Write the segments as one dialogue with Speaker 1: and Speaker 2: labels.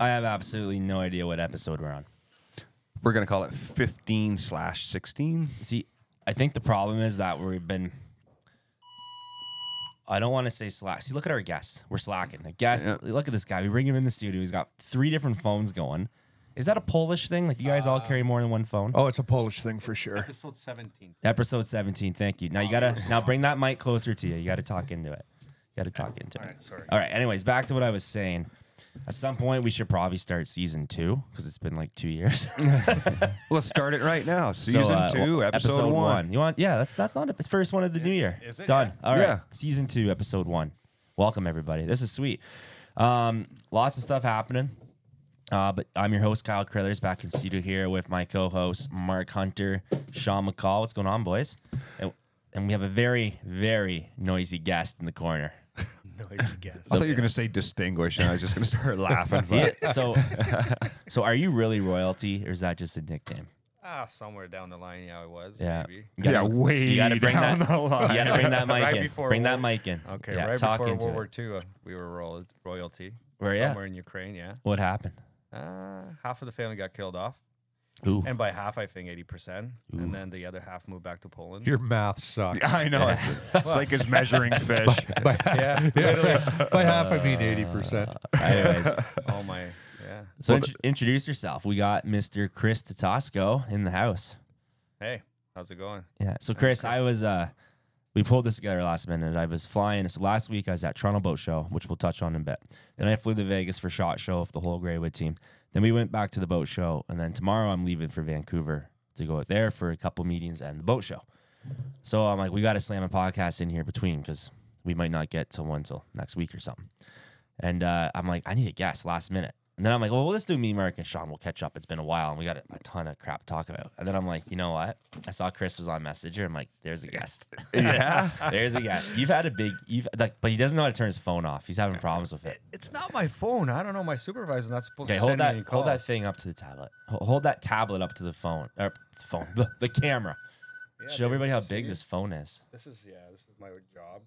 Speaker 1: I have absolutely no idea what episode we're on.
Speaker 2: We're gonna call it fifteen slash sixteen.
Speaker 1: See, I think the problem is that we've been. I don't want to say slack. See, look at our guests. We're slacking. The guest,
Speaker 2: Yeah.
Speaker 1: look at this guy. We bring him in the studio. He's got three different phones going. Is that a Polish thing? Like, you guys all carry more than one phone?
Speaker 3: Oh, it's a Polish thing for sure.
Speaker 4: Episode 17.
Speaker 1: Episode 17. Thank you. Now, you got to now bring that mic closer to you. You got to talk into it. You got to talk into
Speaker 4: All
Speaker 1: it.
Speaker 4: right, sorry.
Speaker 1: All right. Anyways, back to what I was saying. At some point, we should probably start season two because it's been like two years.
Speaker 2: Let's start it right now.
Speaker 1: So,
Speaker 2: Season
Speaker 1: uh,
Speaker 2: two,
Speaker 1: well,
Speaker 2: episode, one.
Speaker 1: You want? Yeah, that's that's not it's first one of the new year.
Speaker 4: Is it?
Speaker 1: done? All right,
Speaker 2: Yeah.
Speaker 1: season two, episode one. Welcome everybody. This is sweet. Um, lots of stuff happening. Uh, but I'm your host Kyle Krillers back in studio here with my co-host Mark Hunter, Sean McCall. What's going on, boys? And, and we have a very very noisy guest in the corner.
Speaker 4: Noisy guess.
Speaker 2: I thought you were gonna say distinguish, and I was just gonna start laughing. But
Speaker 1: So, so are you really royalty, or is that just a nickname?
Speaker 4: ah, somewhere down the line, yeah, I was.
Speaker 1: Yeah.
Speaker 4: Maybe.
Speaker 1: You
Speaker 2: yeah,
Speaker 1: gotta-
Speaker 2: way
Speaker 1: you gotta bring
Speaker 2: down
Speaker 1: that-
Speaker 2: the line.
Speaker 1: You gotta bring that mic
Speaker 4: Right
Speaker 1: in.
Speaker 4: before
Speaker 1: Bring that
Speaker 4: war-
Speaker 1: mic in.
Speaker 4: Okay,
Speaker 1: Yeah,
Speaker 4: right
Speaker 1: talk
Speaker 4: before
Speaker 1: into
Speaker 4: World
Speaker 1: it.
Speaker 4: War II, uh, we were royal, royalty.
Speaker 1: Where ya?
Speaker 4: Somewhere in Ukraine, yeah.
Speaker 1: What happened?
Speaker 4: Uh, half of the family got killed off.
Speaker 1: Ooh.
Speaker 4: And by half, I think 80%. And then the other half moved back to Poland.
Speaker 3: Your math sucks.
Speaker 2: I know. It's, it's like his measuring fish.
Speaker 3: by,
Speaker 4: Yeah,
Speaker 3: yeah, by half, I mean 80%.
Speaker 1: Anyways,
Speaker 4: All Oh my, yeah.
Speaker 1: so intro- introduce yourself. We got Mr. Chris Tatasco in the house.
Speaker 4: Hey, how's it going?
Speaker 1: Yeah. So Chris, I was uh we pulled this together last minute. I was flying. So last week I was at Toronto Boat Show, which we'll touch on in a bit. Then I flew to Vegas for Shot Show with the whole Greywood team. Then we went back to the boat show, and then tomorrow I'm leaving for Vancouver to go out there for a couple meetings and the boat show. So I'm like, we got to slam a podcast in here between because we might not get to one till next week or something. And uh, I'm like, I need a guest last minute. And then I'm like, well, let's do me, Mark, and Sean. We'll catch up. It's been a while, and we got a, a ton of crap to talk about. And then I'm like, you know what? I saw Chris was on Messenger. I'm like, there's a guest.
Speaker 2: yeah.
Speaker 1: there's a guest. You've had a big, you've like, but he doesn't know how to turn his phone off. He's having problems with it.
Speaker 4: It's not my phone. I don't know. My supervisor's not supposed
Speaker 1: Okay,
Speaker 4: to
Speaker 1: hold
Speaker 4: send me
Speaker 1: that
Speaker 4: any
Speaker 1: hold that
Speaker 4: calls.
Speaker 1: thing up to the tablet. Ho- Hold that tablet up to the phone or phone the, the camera.
Speaker 4: Yeah,
Speaker 1: Show
Speaker 4: dude,
Speaker 1: everybody how
Speaker 4: see?
Speaker 1: big this phone is.
Speaker 4: This is yeah, this is my job,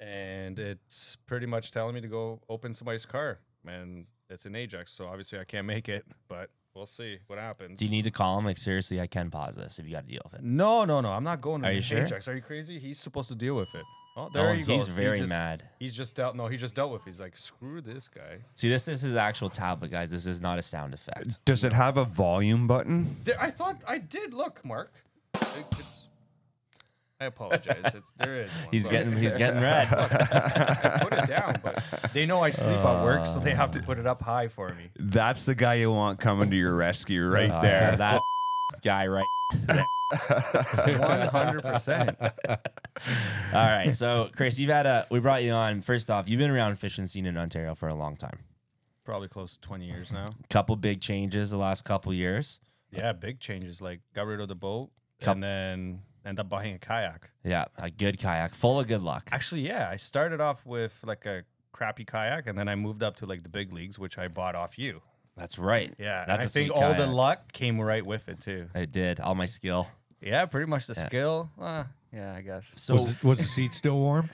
Speaker 4: and it's pretty much telling me to go open somebody's car, and it's an Ajax, so obviously I can't make it, but we'll see what happens.
Speaker 1: Do you need to call him? Like seriously, I can pause this if you got to deal with it.
Speaker 4: no, no, no, I'm not going to
Speaker 1: Are you
Speaker 4: an
Speaker 1: sure?
Speaker 4: Ajax. Are you crazy? He's supposed to deal with it. Oh, there
Speaker 1: Oh,
Speaker 4: he
Speaker 1: he's
Speaker 4: goes. He
Speaker 1: very
Speaker 4: just-
Speaker 1: mad.
Speaker 4: He's just dealt. No, he just dealt with. it. He's like, screw this guy.
Speaker 1: See, this is his actual tablet, guys. This is not a sound effect.
Speaker 2: Does it have a volume button?
Speaker 4: There- I thought I did look, Mark. It- it's- I apologize. It's there is. One,
Speaker 1: He's
Speaker 4: but-
Speaker 1: getting he's getting red.
Speaker 4: I put it down, but they know I sleep at work, so they
Speaker 1: Uh.
Speaker 4: have to put it up high for me.
Speaker 2: That's the guy you want coming to your rescue right
Speaker 1: Uh,
Speaker 2: there.
Speaker 1: that guy right.
Speaker 4: One hundred percent.
Speaker 1: All right, so Chris, you've had a we brought you on. First off, you've been around fishing scene in Ontario for a long time.
Speaker 4: Probably close to twenty years now.
Speaker 1: Couple big changes the last couple years.
Speaker 4: Yeah, big changes. Like got rid of the boat,
Speaker 1: Cup-
Speaker 4: and then end up buying a kayak.
Speaker 1: Yeah, a good kayak, full of good luck.
Speaker 4: Actually, yeah, I started off with like a crappy kayak, and then I moved up to like the big leagues, which I bought off you.
Speaker 1: That's right.
Speaker 4: Yeah, and
Speaker 1: that's
Speaker 4: I
Speaker 1: a
Speaker 4: think
Speaker 1: sweet
Speaker 4: all the
Speaker 1: kayak.
Speaker 4: luck came right with it too.
Speaker 1: I did all my skill.
Speaker 4: Yeah, pretty much the
Speaker 1: Yeah.
Speaker 4: skill. Uh, yeah, I guess.
Speaker 1: So
Speaker 3: Was, was the seat still warm?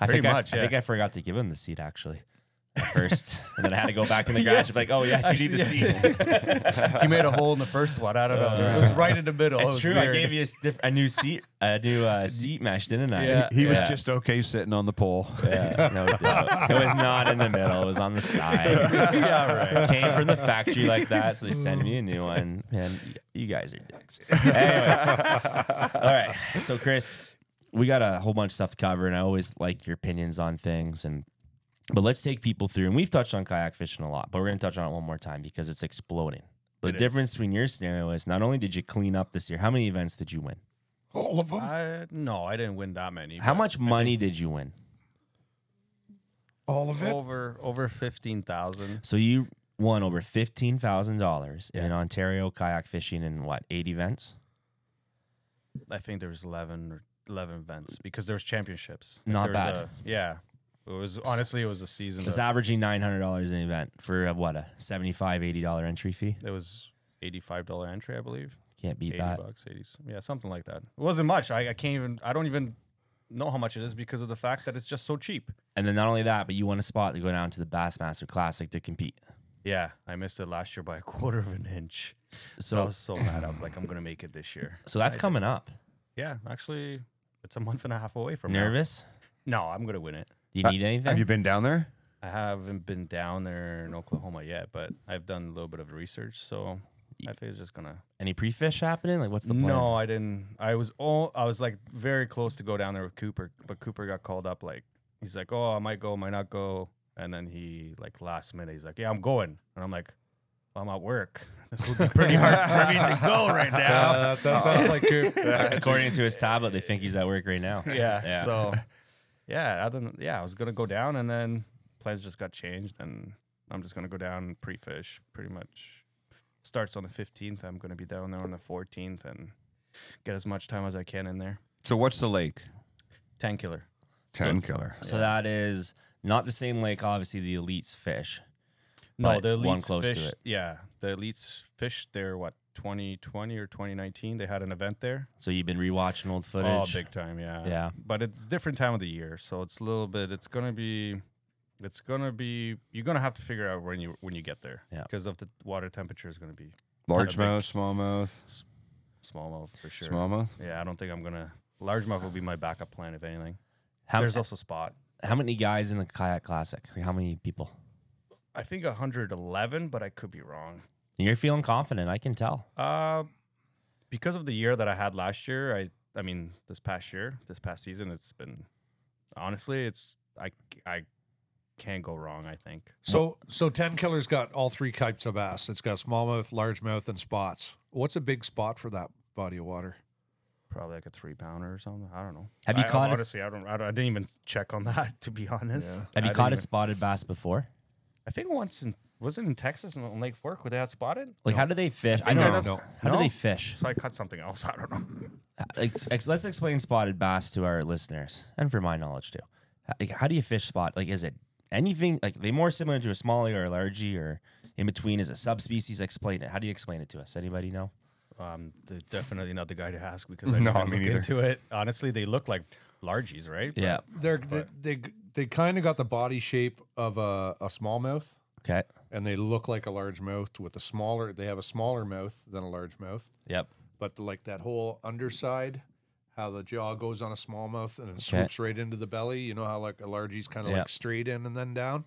Speaker 1: I
Speaker 4: Pretty
Speaker 1: think I,
Speaker 4: much,
Speaker 1: I
Speaker 4: yeah.
Speaker 1: think I forgot to give him the seat actually at first, and then I had to go back in the garage. It's
Speaker 4: Yes.
Speaker 1: like, oh yes, you need the
Speaker 4: Actually,
Speaker 1: seat.
Speaker 4: he made a hole in the first one. I don't know. it was right in the middle. It
Speaker 1: It's
Speaker 4: was
Speaker 1: true. I
Speaker 4: weird.
Speaker 1: gave you a, stiff, a new seat, a new uh, seat mesh, didn't I?
Speaker 4: Yeah.
Speaker 2: He was
Speaker 1: Yeah.
Speaker 2: just okay sitting on the pole.
Speaker 1: Yeah, no doubt. It was not in the middle. It was on the side.
Speaker 4: yeah, right.
Speaker 1: Came from the factory like that, so they sent me a new one. And you guys are dicks. Anyways, all right. So Chris, we got a whole bunch of stuff to cover, and I always like your opinions on things. And but let's take people through. And we've touched on kayak fishing a lot, but we're gonna touch on it one more time because it's exploding. The
Speaker 4: It is.
Speaker 1: difference between your scenario is not only did you clean up this year, how many events did you win?
Speaker 3: All of them?
Speaker 4: I, no, I didn't win that many.
Speaker 1: How
Speaker 4: but
Speaker 1: much money did you win?
Speaker 3: All of it?
Speaker 4: Over over fifteen thousand.
Speaker 1: So you won over fifteen thousand dollars in Ontario kayak fishing in what eight events?
Speaker 4: I think there was eleven or eleven events because there was championships. Like,
Speaker 1: Mm. Not
Speaker 4: there was
Speaker 1: bad.
Speaker 4: a- yeah, it was honestly it was a season.
Speaker 1: It's
Speaker 4: That,
Speaker 1: averaging nine hundred dollars an event for a, what a 75 80 dollar entry fee.
Speaker 4: it was eighty five dollar entry, I believe.
Speaker 1: Can't beat
Speaker 4: Eighty
Speaker 1: that.
Speaker 4: bucks, eighty. Yeah, something like that. It wasn't much. I, I can't even. I don't even know how much it is because of the fact that it's just so cheap.
Speaker 1: And then not only that, but you won a spot to go down to the Bassmaster Classic to compete.
Speaker 4: Yeah, I missed it last year by a quarter of an inch.
Speaker 1: S-
Speaker 4: So I
Speaker 1: So
Speaker 4: was so mad. I was like, I'm gonna make it this year.
Speaker 1: so that's coming up.
Speaker 4: Yeah, actually, it's a month and a half away from now. Uh,
Speaker 1: Nervous?
Speaker 4: No, I'm gonna win it.
Speaker 1: Do you need anything?
Speaker 2: Have you been down there?
Speaker 4: I haven't been down there in Oklahoma yet, but I've done a little bit of research, so I think it's just gonna.
Speaker 1: Any pre-fish happening? Like what's the plan?
Speaker 4: No, I didn't. I was all I was like very close to go down there with Cooper, but Cooper got called up. Like he's like, "Oh, I might go, might not go," and then he like last minute, he's like, "Yeah, I'm going," and I'm like, "I'm at work. This would be pretty hard for me to go right now."
Speaker 3: Uh, that sounds like Coop.
Speaker 1: According to his tablet, they think he's at work right now.
Speaker 4: yeah,
Speaker 1: Yeah.
Speaker 4: So yeah, other than yeah, I was gonna go down and then plans just got changed and I'm just gonna go down pre fish pretty much. Starts on the fifteenth. I'm gonna be down there on the fourteenth and get as much time as I can in there.
Speaker 2: So what's the lake?
Speaker 4: Ten killer.
Speaker 2: Ten killer.
Speaker 1: So that is not the same lake, obviously, the elites fish.
Speaker 4: No,
Speaker 1: But
Speaker 4: the
Speaker 1: one
Speaker 4: elites
Speaker 1: close to
Speaker 4: fish.
Speaker 1: it.
Speaker 4: Yeah, the elites fish there. What 2020 or 2019? They had an event there.
Speaker 1: So you've been rewatching old footage.
Speaker 4: Oh, big time. Yeah.
Speaker 1: Yeah.
Speaker 4: But it's different time of the year, so it's a little bit. It's gonna be. It's gonna be. You're gonna have to figure out when you when you get there.
Speaker 1: Yeah.
Speaker 4: Because of the water temperature is gonna be
Speaker 2: Largemouth, smallmouth,
Speaker 4: smallmouth for sure.
Speaker 2: smallmouth.
Speaker 4: Yeah, I don't think I'm gonna. Largemouth will be my backup plan if anything.
Speaker 1: How,
Speaker 4: There's also spot.
Speaker 1: how many guys in the kayak classic? Like, how many people?
Speaker 4: I think 111, but I could be wrong.
Speaker 1: And you're feeling confident. I can tell.
Speaker 4: Uh, because of the year that I had last year, I I mean this past year, this past season, it's been honestly, it's I I can't go wrong. I think.
Speaker 3: So, so ten killer's got all three types of bass. It's got smallmouth, largemouth, and spots. What's a big spot for that body of water?
Speaker 4: probably like a three pounder or something. I don't know.
Speaker 1: Have you
Speaker 4: I,
Speaker 1: caught a s-
Speaker 4: honestly? I don't, I don't. I didn't even check on that to be honest.
Speaker 3: Yeah.
Speaker 1: Have
Speaker 4: I
Speaker 1: you
Speaker 4: didn't
Speaker 1: caught a
Speaker 4: even-
Speaker 1: spotted bass before?
Speaker 4: I think once in was it in Texas on Lake Fork where they had spotted.
Speaker 1: Like, how do they fish? I
Speaker 4: think
Speaker 1: don't
Speaker 4: that's-
Speaker 1: know.
Speaker 4: No.
Speaker 1: How do
Speaker 4: No.
Speaker 1: they fish?
Speaker 4: So I caught something else. I don't know.
Speaker 1: Ex- ex- let's explain spotted bass to our listeners and for my knowledge too. H- like, How do you fish spot? Like, is it anything? Like, they more similar to a smallie or a largey or in between? Is it subspecies? Explain it. How do you explain it to us? Anybody know?
Speaker 4: Um, they're definitely not the guy to ask because I
Speaker 2: No,
Speaker 4: no, didn't
Speaker 2: me
Speaker 4: look
Speaker 2: neither.
Speaker 4: into it. Honestly, they look like largies, right? But-
Speaker 3: They're they they, they kind of got the body shape of a, a smallmouth,
Speaker 1: Okay.
Speaker 3: and they look like a largemouth with a smaller. They have a smaller mouth than a largemouth,
Speaker 1: Yep.
Speaker 3: but the, like that whole underside, how the jaw goes on a smallmouth and then
Speaker 1: Okay.
Speaker 3: swoops right into the belly. You know how like a largie's kind of
Speaker 1: Yeah.
Speaker 3: like straight in and then down.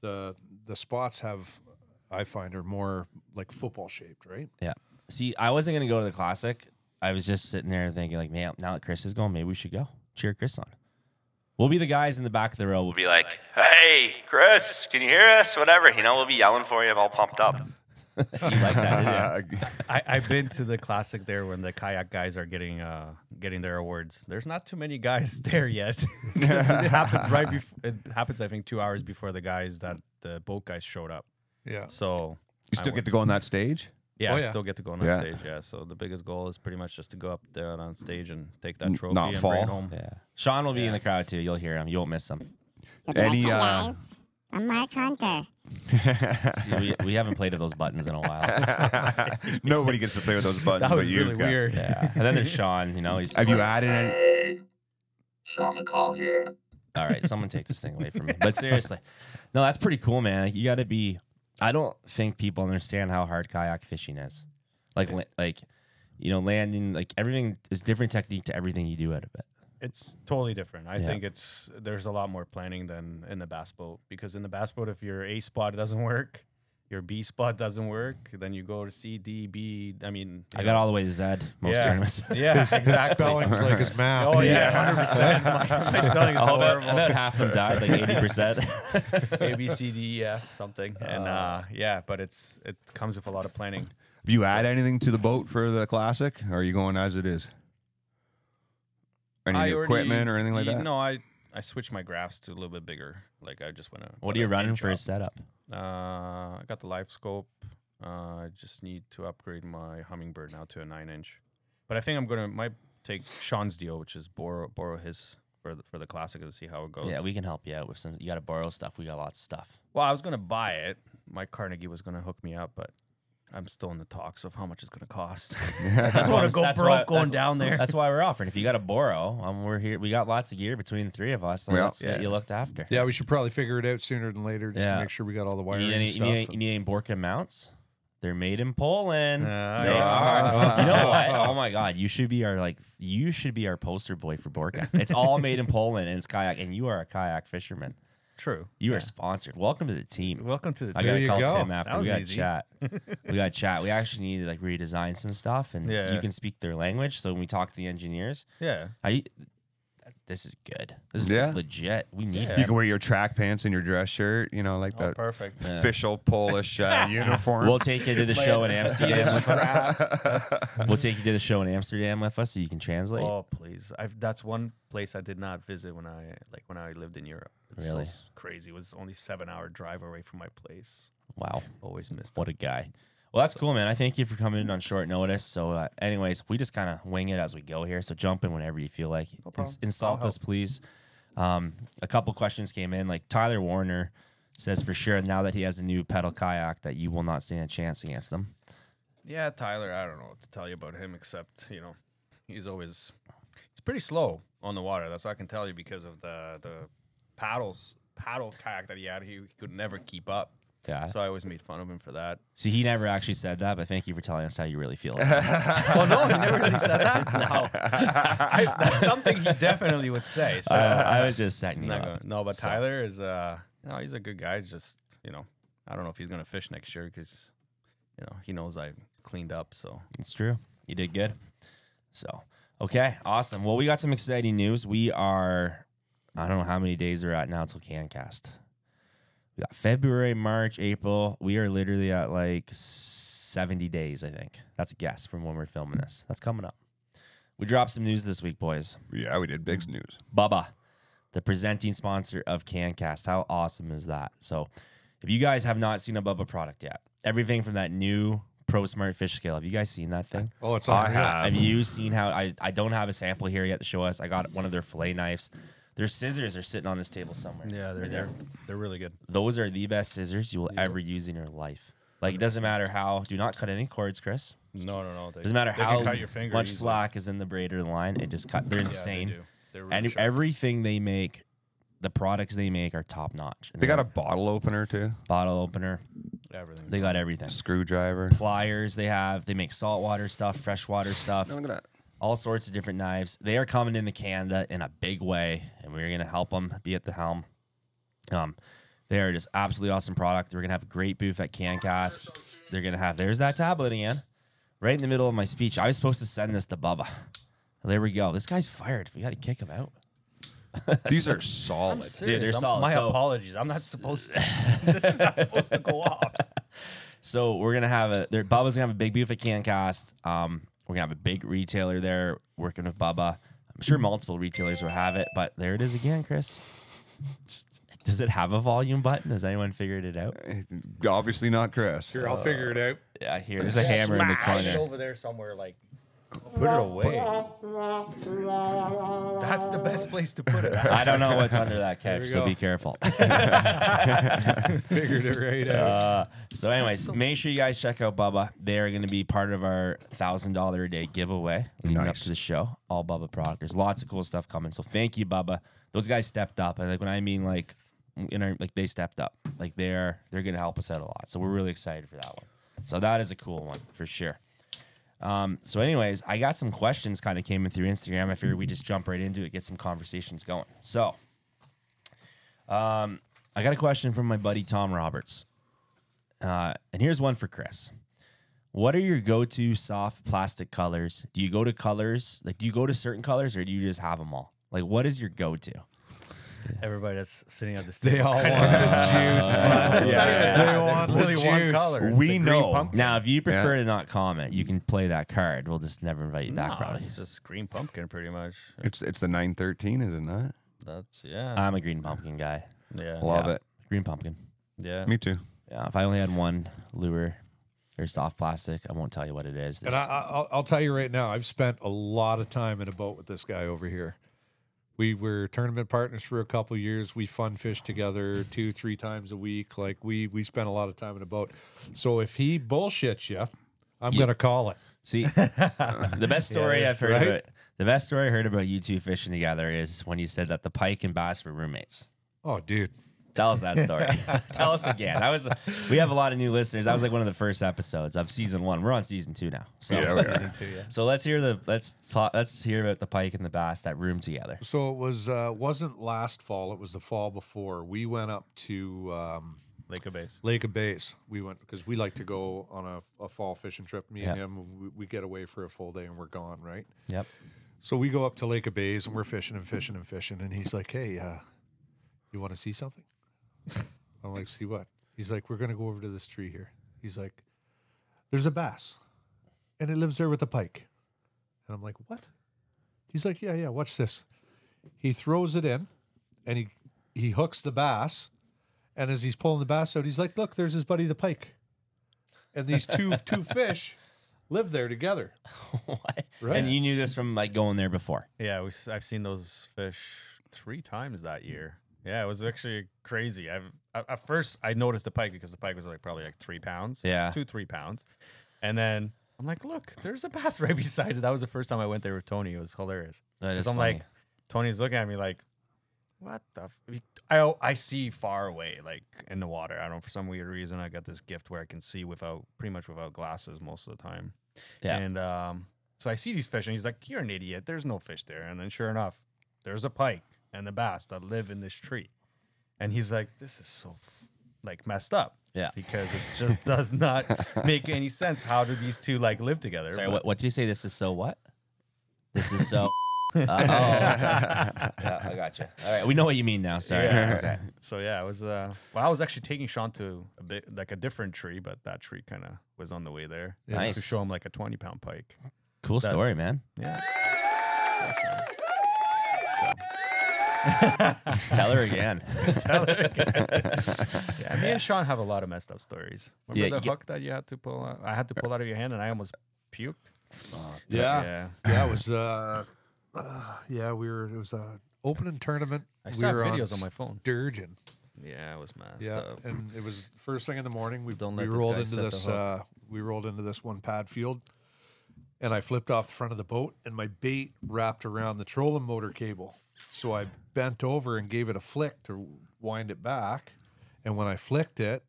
Speaker 3: The the spots have, I find, are more like football shaped, right?
Speaker 1: Yeah. See, I wasn't gonna go to the classic. I was just sitting there thinking, like, man, now that Chris is going, maybe we should go cheer Chris on. We'll be the guys in the back of the row. We'll be like, "Hey, Chris, can you hear us? Whatever." You know, we'll be yelling for you, all pumped up. you like that? didn't you?
Speaker 4: I, I've been to the classic there when the kayak guys are getting uh getting their awards. There's not too many guys there yet. 'Cause it happens right before it happens. I think two hours before the guys that the boat guys showed up.
Speaker 3: Yeah.
Speaker 4: So
Speaker 2: you
Speaker 4: I
Speaker 2: still
Speaker 4: went-
Speaker 2: get to go on that stage?
Speaker 4: yeah,
Speaker 3: Oh,
Speaker 4: I
Speaker 3: yeah.
Speaker 4: still get to go on that
Speaker 2: Yeah.
Speaker 4: stage. Yeah. So the biggest goal is pretty much just to go up there and on stage and take that
Speaker 2: N-
Speaker 4: trophy
Speaker 2: not
Speaker 4: and bring
Speaker 2: fall.
Speaker 4: it home.
Speaker 1: Yeah. Sean will be in the crowd too. You'll hear him. You won't miss him.
Speaker 5: What did
Speaker 2: Any,
Speaker 5: I say,
Speaker 2: uh,
Speaker 5: guys? I'm Mark Hunter.
Speaker 1: See, we, we haven't played with those buttons in a while.
Speaker 2: Nobody gets to play with those buttons,
Speaker 4: That
Speaker 2: but
Speaker 4: was
Speaker 2: you.
Speaker 4: really
Speaker 2: guys.
Speaker 4: weird.
Speaker 1: Yeah. And then there's Sean. You know, he's
Speaker 2: Have you added any?
Speaker 1: all right, someone take this thing away from me. But seriously, no, that's pretty cool, man. Like, you got to be. I don't think people understand how hard kayak fishing is. Like, la- like, you know, landing, like everything is different technique to everything you do out of it.
Speaker 4: It's totally different. I
Speaker 1: Yeah.
Speaker 4: think it's there's a lot more planning than in the bass boat because in the bass boat, if your A spot doesn't work, your B spot doesn't work, then you go to C, D, B. I mean,
Speaker 1: I
Speaker 4: you
Speaker 1: got
Speaker 4: know.
Speaker 1: all the way to Zed most
Speaker 4: yeah,
Speaker 1: tournaments.
Speaker 4: yeah,
Speaker 3: His
Speaker 4: exactly.
Speaker 3: spelling's like his math.
Speaker 4: Oh yeah, hundred percent. My, my spelling is
Speaker 1: All about,
Speaker 4: horrible.
Speaker 1: about half of them died, like eighty percent.
Speaker 4: A, B, C, D, E, F, something, and uh, yeah, but it's it comes with a lot of planning.
Speaker 2: Have you add anything to the boat for the classic, or are you going as it is? Any
Speaker 4: I
Speaker 2: new
Speaker 4: already-
Speaker 2: equipment or anything like
Speaker 4: you
Speaker 2: that?
Speaker 4: No, I I switched my graphs to a little bit bigger. Like I just went. to
Speaker 1: What
Speaker 4: put
Speaker 1: are you
Speaker 4: a
Speaker 1: running
Speaker 4: pinch
Speaker 1: for
Speaker 4: up.
Speaker 1: a setup?
Speaker 4: Uh, I got the live scope. Uh, I just need to upgrade my hummingbird now to a nine inch, but I think I'm gonna might take Sean's deal, which is borrow borrow his for the, for the classic to see how it goes.
Speaker 1: Yeah, we can help you out with some. You got to borrow stuff. We got lots of stuff.
Speaker 4: well, I was gonna buy it. My Carnegie was gonna hook me up, but I'm still in the talks of how much it's gonna cost. I just want to go
Speaker 1: That's
Speaker 4: broke
Speaker 1: why-
Speaker 4: going
Speaker 1: that's-
Speaker 4: down there.
Speaker 1: That's why we're offering. If you got to borrow, um, we're here. We got lots of gear between the three of us. So
Speaker 2: Yeah.
Speaker 1: that's what
Speaker 4: Yeah.
Speaker 1: you looked after.
Speaker 3: Yeah, we should probably figure it out sooner than later just
Speaker 1: Yeah.
Speaker 3: to make sure we got all the
Speaker 1: You
Speaker 3: wiring
Speaker 1: need, any,
Speaker 3: and
Speaker 1: you,
Speaker 3: stuff.
Speaker 1: need any, you need any Borka mounts? They're made in Poland.
Speaker 4: Ah,
Speaker 1: They
Speaker 4: yeah.
Speaker 1: are. you know what? Oh my God! You should be our like. You should be our poster boy for Borka. It's all made in Poland and it's kayak, and you are a kayak fisherman.
Speaker 4: True.
Speaker 1: You are sponsored. Welcome to the team.
Speaker 4: Welcome to the.
Speaker 1: I
Speaker 3: There
Speaker 1: gotta
Speaker 3: you
Speaker 1: call
Speaker 3: go.
Speaker 1: Tim after
Speaker 4: That
Speaker 1: we
Speaker 4: was
Speaker 1: got
Speaker 4: easy.
Speaker 1: chat. we got chat. We actually need to like redesign some stuff, and
Speaker 4: Yeah.
Speaker 1: you can speak their language. So when we talk to the engineers,
Speaker 4: yeah.
Speaker 1: I this is good. This is
Speaker 2: Yeah.
Speaker 1: legit. We need
Speaker 4: Yeah.
Speaker 2: You can wear your track pants and your dress shirt, you know, like that
Speaker 4: Oh, perfect.
Speaker 1: Yeah.
Speaker 2: official Polish uh, uniform.
Speaker 1: We'll take you to the show in Amsterdam. with us.
Speaker 2: Perhaps.
Speaker 1: We'll take you to the show in Amsterdam with us, so you can translate.
Speaker 4: Oh please! I've that's one place I did not visit when I like when I lived in Europe. It's so
Speaker 1: Really?
Speaker 4: s- crazy. It was only seven hour drive away from my place.
Speaker 1: Wow,
Speaker 4: Always missed.
Speaker 1: what a guy. Well, that's cool, man. I thank you for coming in on short notice. So, uh, anyways, we just kind of wing it as we go here. So, jump in whenever you feel like. Ins- insult us, please. Um, a couple questions came in. Like Tyler Warner says for sure now that he has a new pedal kayak that you will not stand a chance against them.
Speaker 4: Yeah, Tyler. I don't know what to tell you about him except you know he's always he's pretty slow on the water. That's all I can tell you because of the the paddles paddle kayak that he had. He, could never keep up.
Speaker 1: Yeah.
Speaker 4: So I always made fun of him for that.
Speaker 1: See, he never actually said that, but thank you for telling us how you really feel.
Speaker 4: well, no, he never really said that. No, I, that's something he definitely would say. So.
Speaker 1: I, Uh, I was just setting you
Speaker 4: Not
Speaker 1: up.
Speaker 4: gonna- no, but Tyler is uh no, he's a good guy. He's just you know, I don't know if he's gonna fish next year because you know he knows I cleaned up. So
Speaker 1: It's true. You did good. So, okay, awesome. Well, we got some exciting news. We are, I don't know how many days we're at now till CanCast. We got February, March, April. We are literally at like 70 days, I think. That's a guess from when we're filming this. That's coming up. We dropped some news this week, boys.
Speaker 2: yeah, we did Big's news.
Speaker 1: Bubba, the presenting sponsor of CanCast. How awesome is that? So, if you guys have not seen a Bubba product yet, everything from that new Pro Smart Fish Scale, have you guys seen that thing?
Speaker 3: oh, it's
Speaker 2: I
Speaker 3: on.
Speaker 2: have.
Speaker 1: Have you seen how I, I don't have a sample here yet to show us? I got one of their fillet knives. Their scissors are sitting on this table somewhere.
Speaker 4: they're they're, they're really good.
Speaker 1: Those are the best scissors you will ever use in your life. Like it doesn't matter how. Do not cut any cords, Chris.
Speaker 4: No, no, no. They,
Speaker 1: Doesn't matter
Speaker 4: they
Speaker 1: how
Speaker 4: can cut your finger
Speaker 1: much
Speaker 4: easily.
Speaker 1: slack is in the braider line. It just cut. They're
Speaker 4: Yeah, they
Speaker 1: insane.
Speaker 4: do. They're really
Speaker 1: and
Speaker 4: sharp.
Speaker 1: everything they make, the products they make are top notch.
Speaker 2: They got a bottle opener too,
Speaker 1: bottle opener.
Speaker 4: everything.
Speaker 1: They got everything.
Speaker 2: screwdriver.
Speaker 1: Pliers. They have. They make saltwater stuff, freshwater stuff.
Speaker 2: Look at that.
Speaker 1: all sorts of different knives. They are coming into Canada in a big way, and we're going to help them be at the helm. Um, they are just absolutely awesome product. We're going to have a great booth at CanCast. They're going to have, there's that tablet again, right in the middle of my speech. I was supposed to send this to Bubba. There we go. This guy's fired. We got to kick him out.
Speaker 2: These are solid.
Speaker 1: Dude, they're
Speaker 4: I'm-
Speaker 1: solid.
Speaker 4: My
Speaker 1: So-
Speaker 4: apologies. I'm not supposed to. this is not supposed to go off.
Speaker 1: So we're gonna have a there. Bubba's gonna have a big booth at CanCast. Um, we're gonna have a big retailer there working with Bubba. I'm sure multiple retailers will have it, but there it is again, Chris. Does it have a volume button? Has anyone figured it out?
Speaker 2: Obviously not Chris.
Speaker 3: Here, I'll figure it out.
Speaker 1: Yeah, here. There's a hammer in the corner.
Speaker 4: over there somewhere. Like put it away. That's the best place to put it.
Speaker 1: I don't know what's under that
Speaker 3: we
Speaker 1: couch, so
Speaker 3: go.
Speaker 1: be careful.
Speaker 3: Figured it right out.
Speaker 1: Uh, so, anyways, make sure you guys check out Bubba. They are going to be part of our thousand dollar a day giveaway leading up
Speaker 2: Nice.
Speaker 1: to the show. All Bubba product. There's lots of cool stuff coming. So thank you, Bubba. Those guys stepped up, and like when I mean like, in our, like they stepped up. Like they're they're going to help us out a lot. So we're really excited for that one. So that is a cool one for sure. Um, so, anyways, I got some questions kind of came in through Instagram. I figured we just jump right into it, get some conversations going. So, um, I got a question from my buddy Tom Roberts. Uh, and here's one for Chris. What are your go-to soft plastic colors? Do you go to colors? Like, do you go to certain colors, or do you just have them all? Like, what is your go-to?
Speaker 4: Everybody that's sitting at the table.
Speaker 3: They all want the juice. man.
Speaker 4: It's not even
Speaker 3: Yeah.
Speaker 4: that.
Speaker 3: They want
Speaker 4: There's
Speaker 3: the
Speaker 4: literally one
Speaker 3: juice.
Speaker 4: color. It's the
Speaker 2: We
Speaker 4: green
Speaker 2: know.
Speaker 4: pumpkin.
Speaker 1: Now, if you prefer to not comment, you can play that card. We'll just never invite you back.
Speaker 4: No,
Speaker 1: Probably.
Speaker 4: Ah, it's just green pumpkin, pretty much.
Speaker 2: It's it's the 913, is it not?
Speaker 4: That's yeah,
Speaker 1: I'm a green pumpkin guy.
Speaker 4: yeah,
Speaker 2: Love
Speaker 1: Yeah.
Speaker 2: it.
Speaker 1: Green pumpkin.
Speaker 4: yeah.
Speaker 2: Me too.
Speaker 1: Yeah, if I only had one lure or soft plastic, I won't tell you what it is.
Speaker 3: And I, I, I'll, I'll tell you right now, I've spent a lot of time in a boat with this guy over here. We were tournament partners for a couple years. We fun fished together two, three times a week. Like we we spent a lot of time in a boat. So if he bullshits you, I'm gonna call it.
Speaker 1: See, the best story I've heard
Speaker 3: right?
Speaker 1: about the best story I heard about you two fishing together is when you said that the pike and bass were roommates.
Speaker 3: Oh, dude.
Speaker 1: Tell us that story. Tell us again. I was. We have a lot of new listeners. That was like one of the first episodes of season one. We're on season two now. So, so let's hear the let's talk. Let's hear about the pike and the bass that room together.
Speaker 3: So it was uh, wasn't last fall. It was the fall before. We went up to um,
Speaker 4: Lake of Bass.
Speaker 3: Lake of Bays. We went because we like to go on a, a fall fishing trip. Me and
Speaker 1: Yeah.
Speaker 3: him, we, we get away for a full day and we're gone, right?
Speaker 1: Yep.
Speaker 3: So we go up to Lake of Bays and we're fishing and fishing and fishing. And he's like, "Hey, uh, you want to see something?" I'm like, "See what?" He's like, "We're gonna go over to this tree here." He's like, "There's a bass, and it lives there with a pike." And I'm like, "What?" He's like, "Yeah, yeah. Watch this." He throws it in, and he he hooks the bass. And as he's pulling the bass out, he's like, "Look, there's his buddy the pike." And these two two fish live there together. Right.
Speaker 1: And you knew this from like going there before.
Speaker 4: Yeah, we, s- I've seen those fish three times that year. Yeah, it was actually crazy. I've at at first I noticed the pike because the pike was like probably like three pounds.
Speaker 1: Yeah.
Speaker 4: two three pounds, and then I'm like, look, there's a bass right beside it. That was the first time I went there with Tony. It was hilarious.
Speaker 1: That
Speaker 4: Because
Speaker 1: is
Speaker 4: I'm
Speaker 1: funny.
Speaker 4: like, Tony's looking at me like, what the? F-? I al- I see far away, like in the water. I don't know for some weird reason I got this gift where I can see without pretty much without glasses most of the time.
Speaker 1: Yeah.
Speaker 4: And um, so I see these fish, and he's like, "You're an idiot. There's no fish there." And then sure enough, there's a pike and the bass that live in this tree. And he's like, "This is so f- like messed up."
Speaker 1: Yeah.
Speaker 4: Because it just does not make any sense. How do these two like live together?
Speaker 1: Sorry,
Speaker 4: But-
Speaker 1: what, what do you say? This is so what? This is so. Uh, oh. yeah, I gotcha. All right, we know what you mean now. Sorry.
Speaker 4: Yeah.
Speaker 1: Okay.
Speaker 4: So yeah, I was uh well, I was actually taking Sean to a bit like a different tree, but that tree kind of was on the way there. To
Speaker 1: Nice.
Speaker 4: show him like a 20 pound pike.
Speaker 1: Cool story, man.
Speaker 4: Yeah.
Speaker 1: Tell her again.
Speaker 4: yeah. Me and Sean have a lot of messed up stories. Remember
Speaker 1: Yeah,
Speaker 4: the
Speaker 1: you-
Speaker 4: hook that you had to pull out? I had to pull out of your hand and I almost puked.
Speaker 3: Yeah.
Speaker 4: Yeah.
Speaker 3: Yeah, it was. Uh, uh, yeah, we were. It was a opening tournament.
Speaker 4: I
Speaker 3: we
Speaker 4: still
Speaker 3: were
Speaker 4: have videos on, my phone.
Speaker 3: Sturgeon.
Speaker 4: Yeah, it was messed
Speaker 3: Yeah,
Speaker 4: up.
Speaker 3: and it was first thing in the morning. We
Speaker 4: Don't
Speaker 3: we
Speaker 4: let this
Speaker 3: rolled
Speaker 4: guy
Speaker 3: into
Speaker 4: set the
Speaker 3: this.
Speaker 4: hook.
Speaker 3: Uh, we rolled into this one pad field, and I flipped off the front of the boat, and my bait wrapped around the trolling motor cable. So I bent over and gave it a flick to wind it back, and when I flicked it,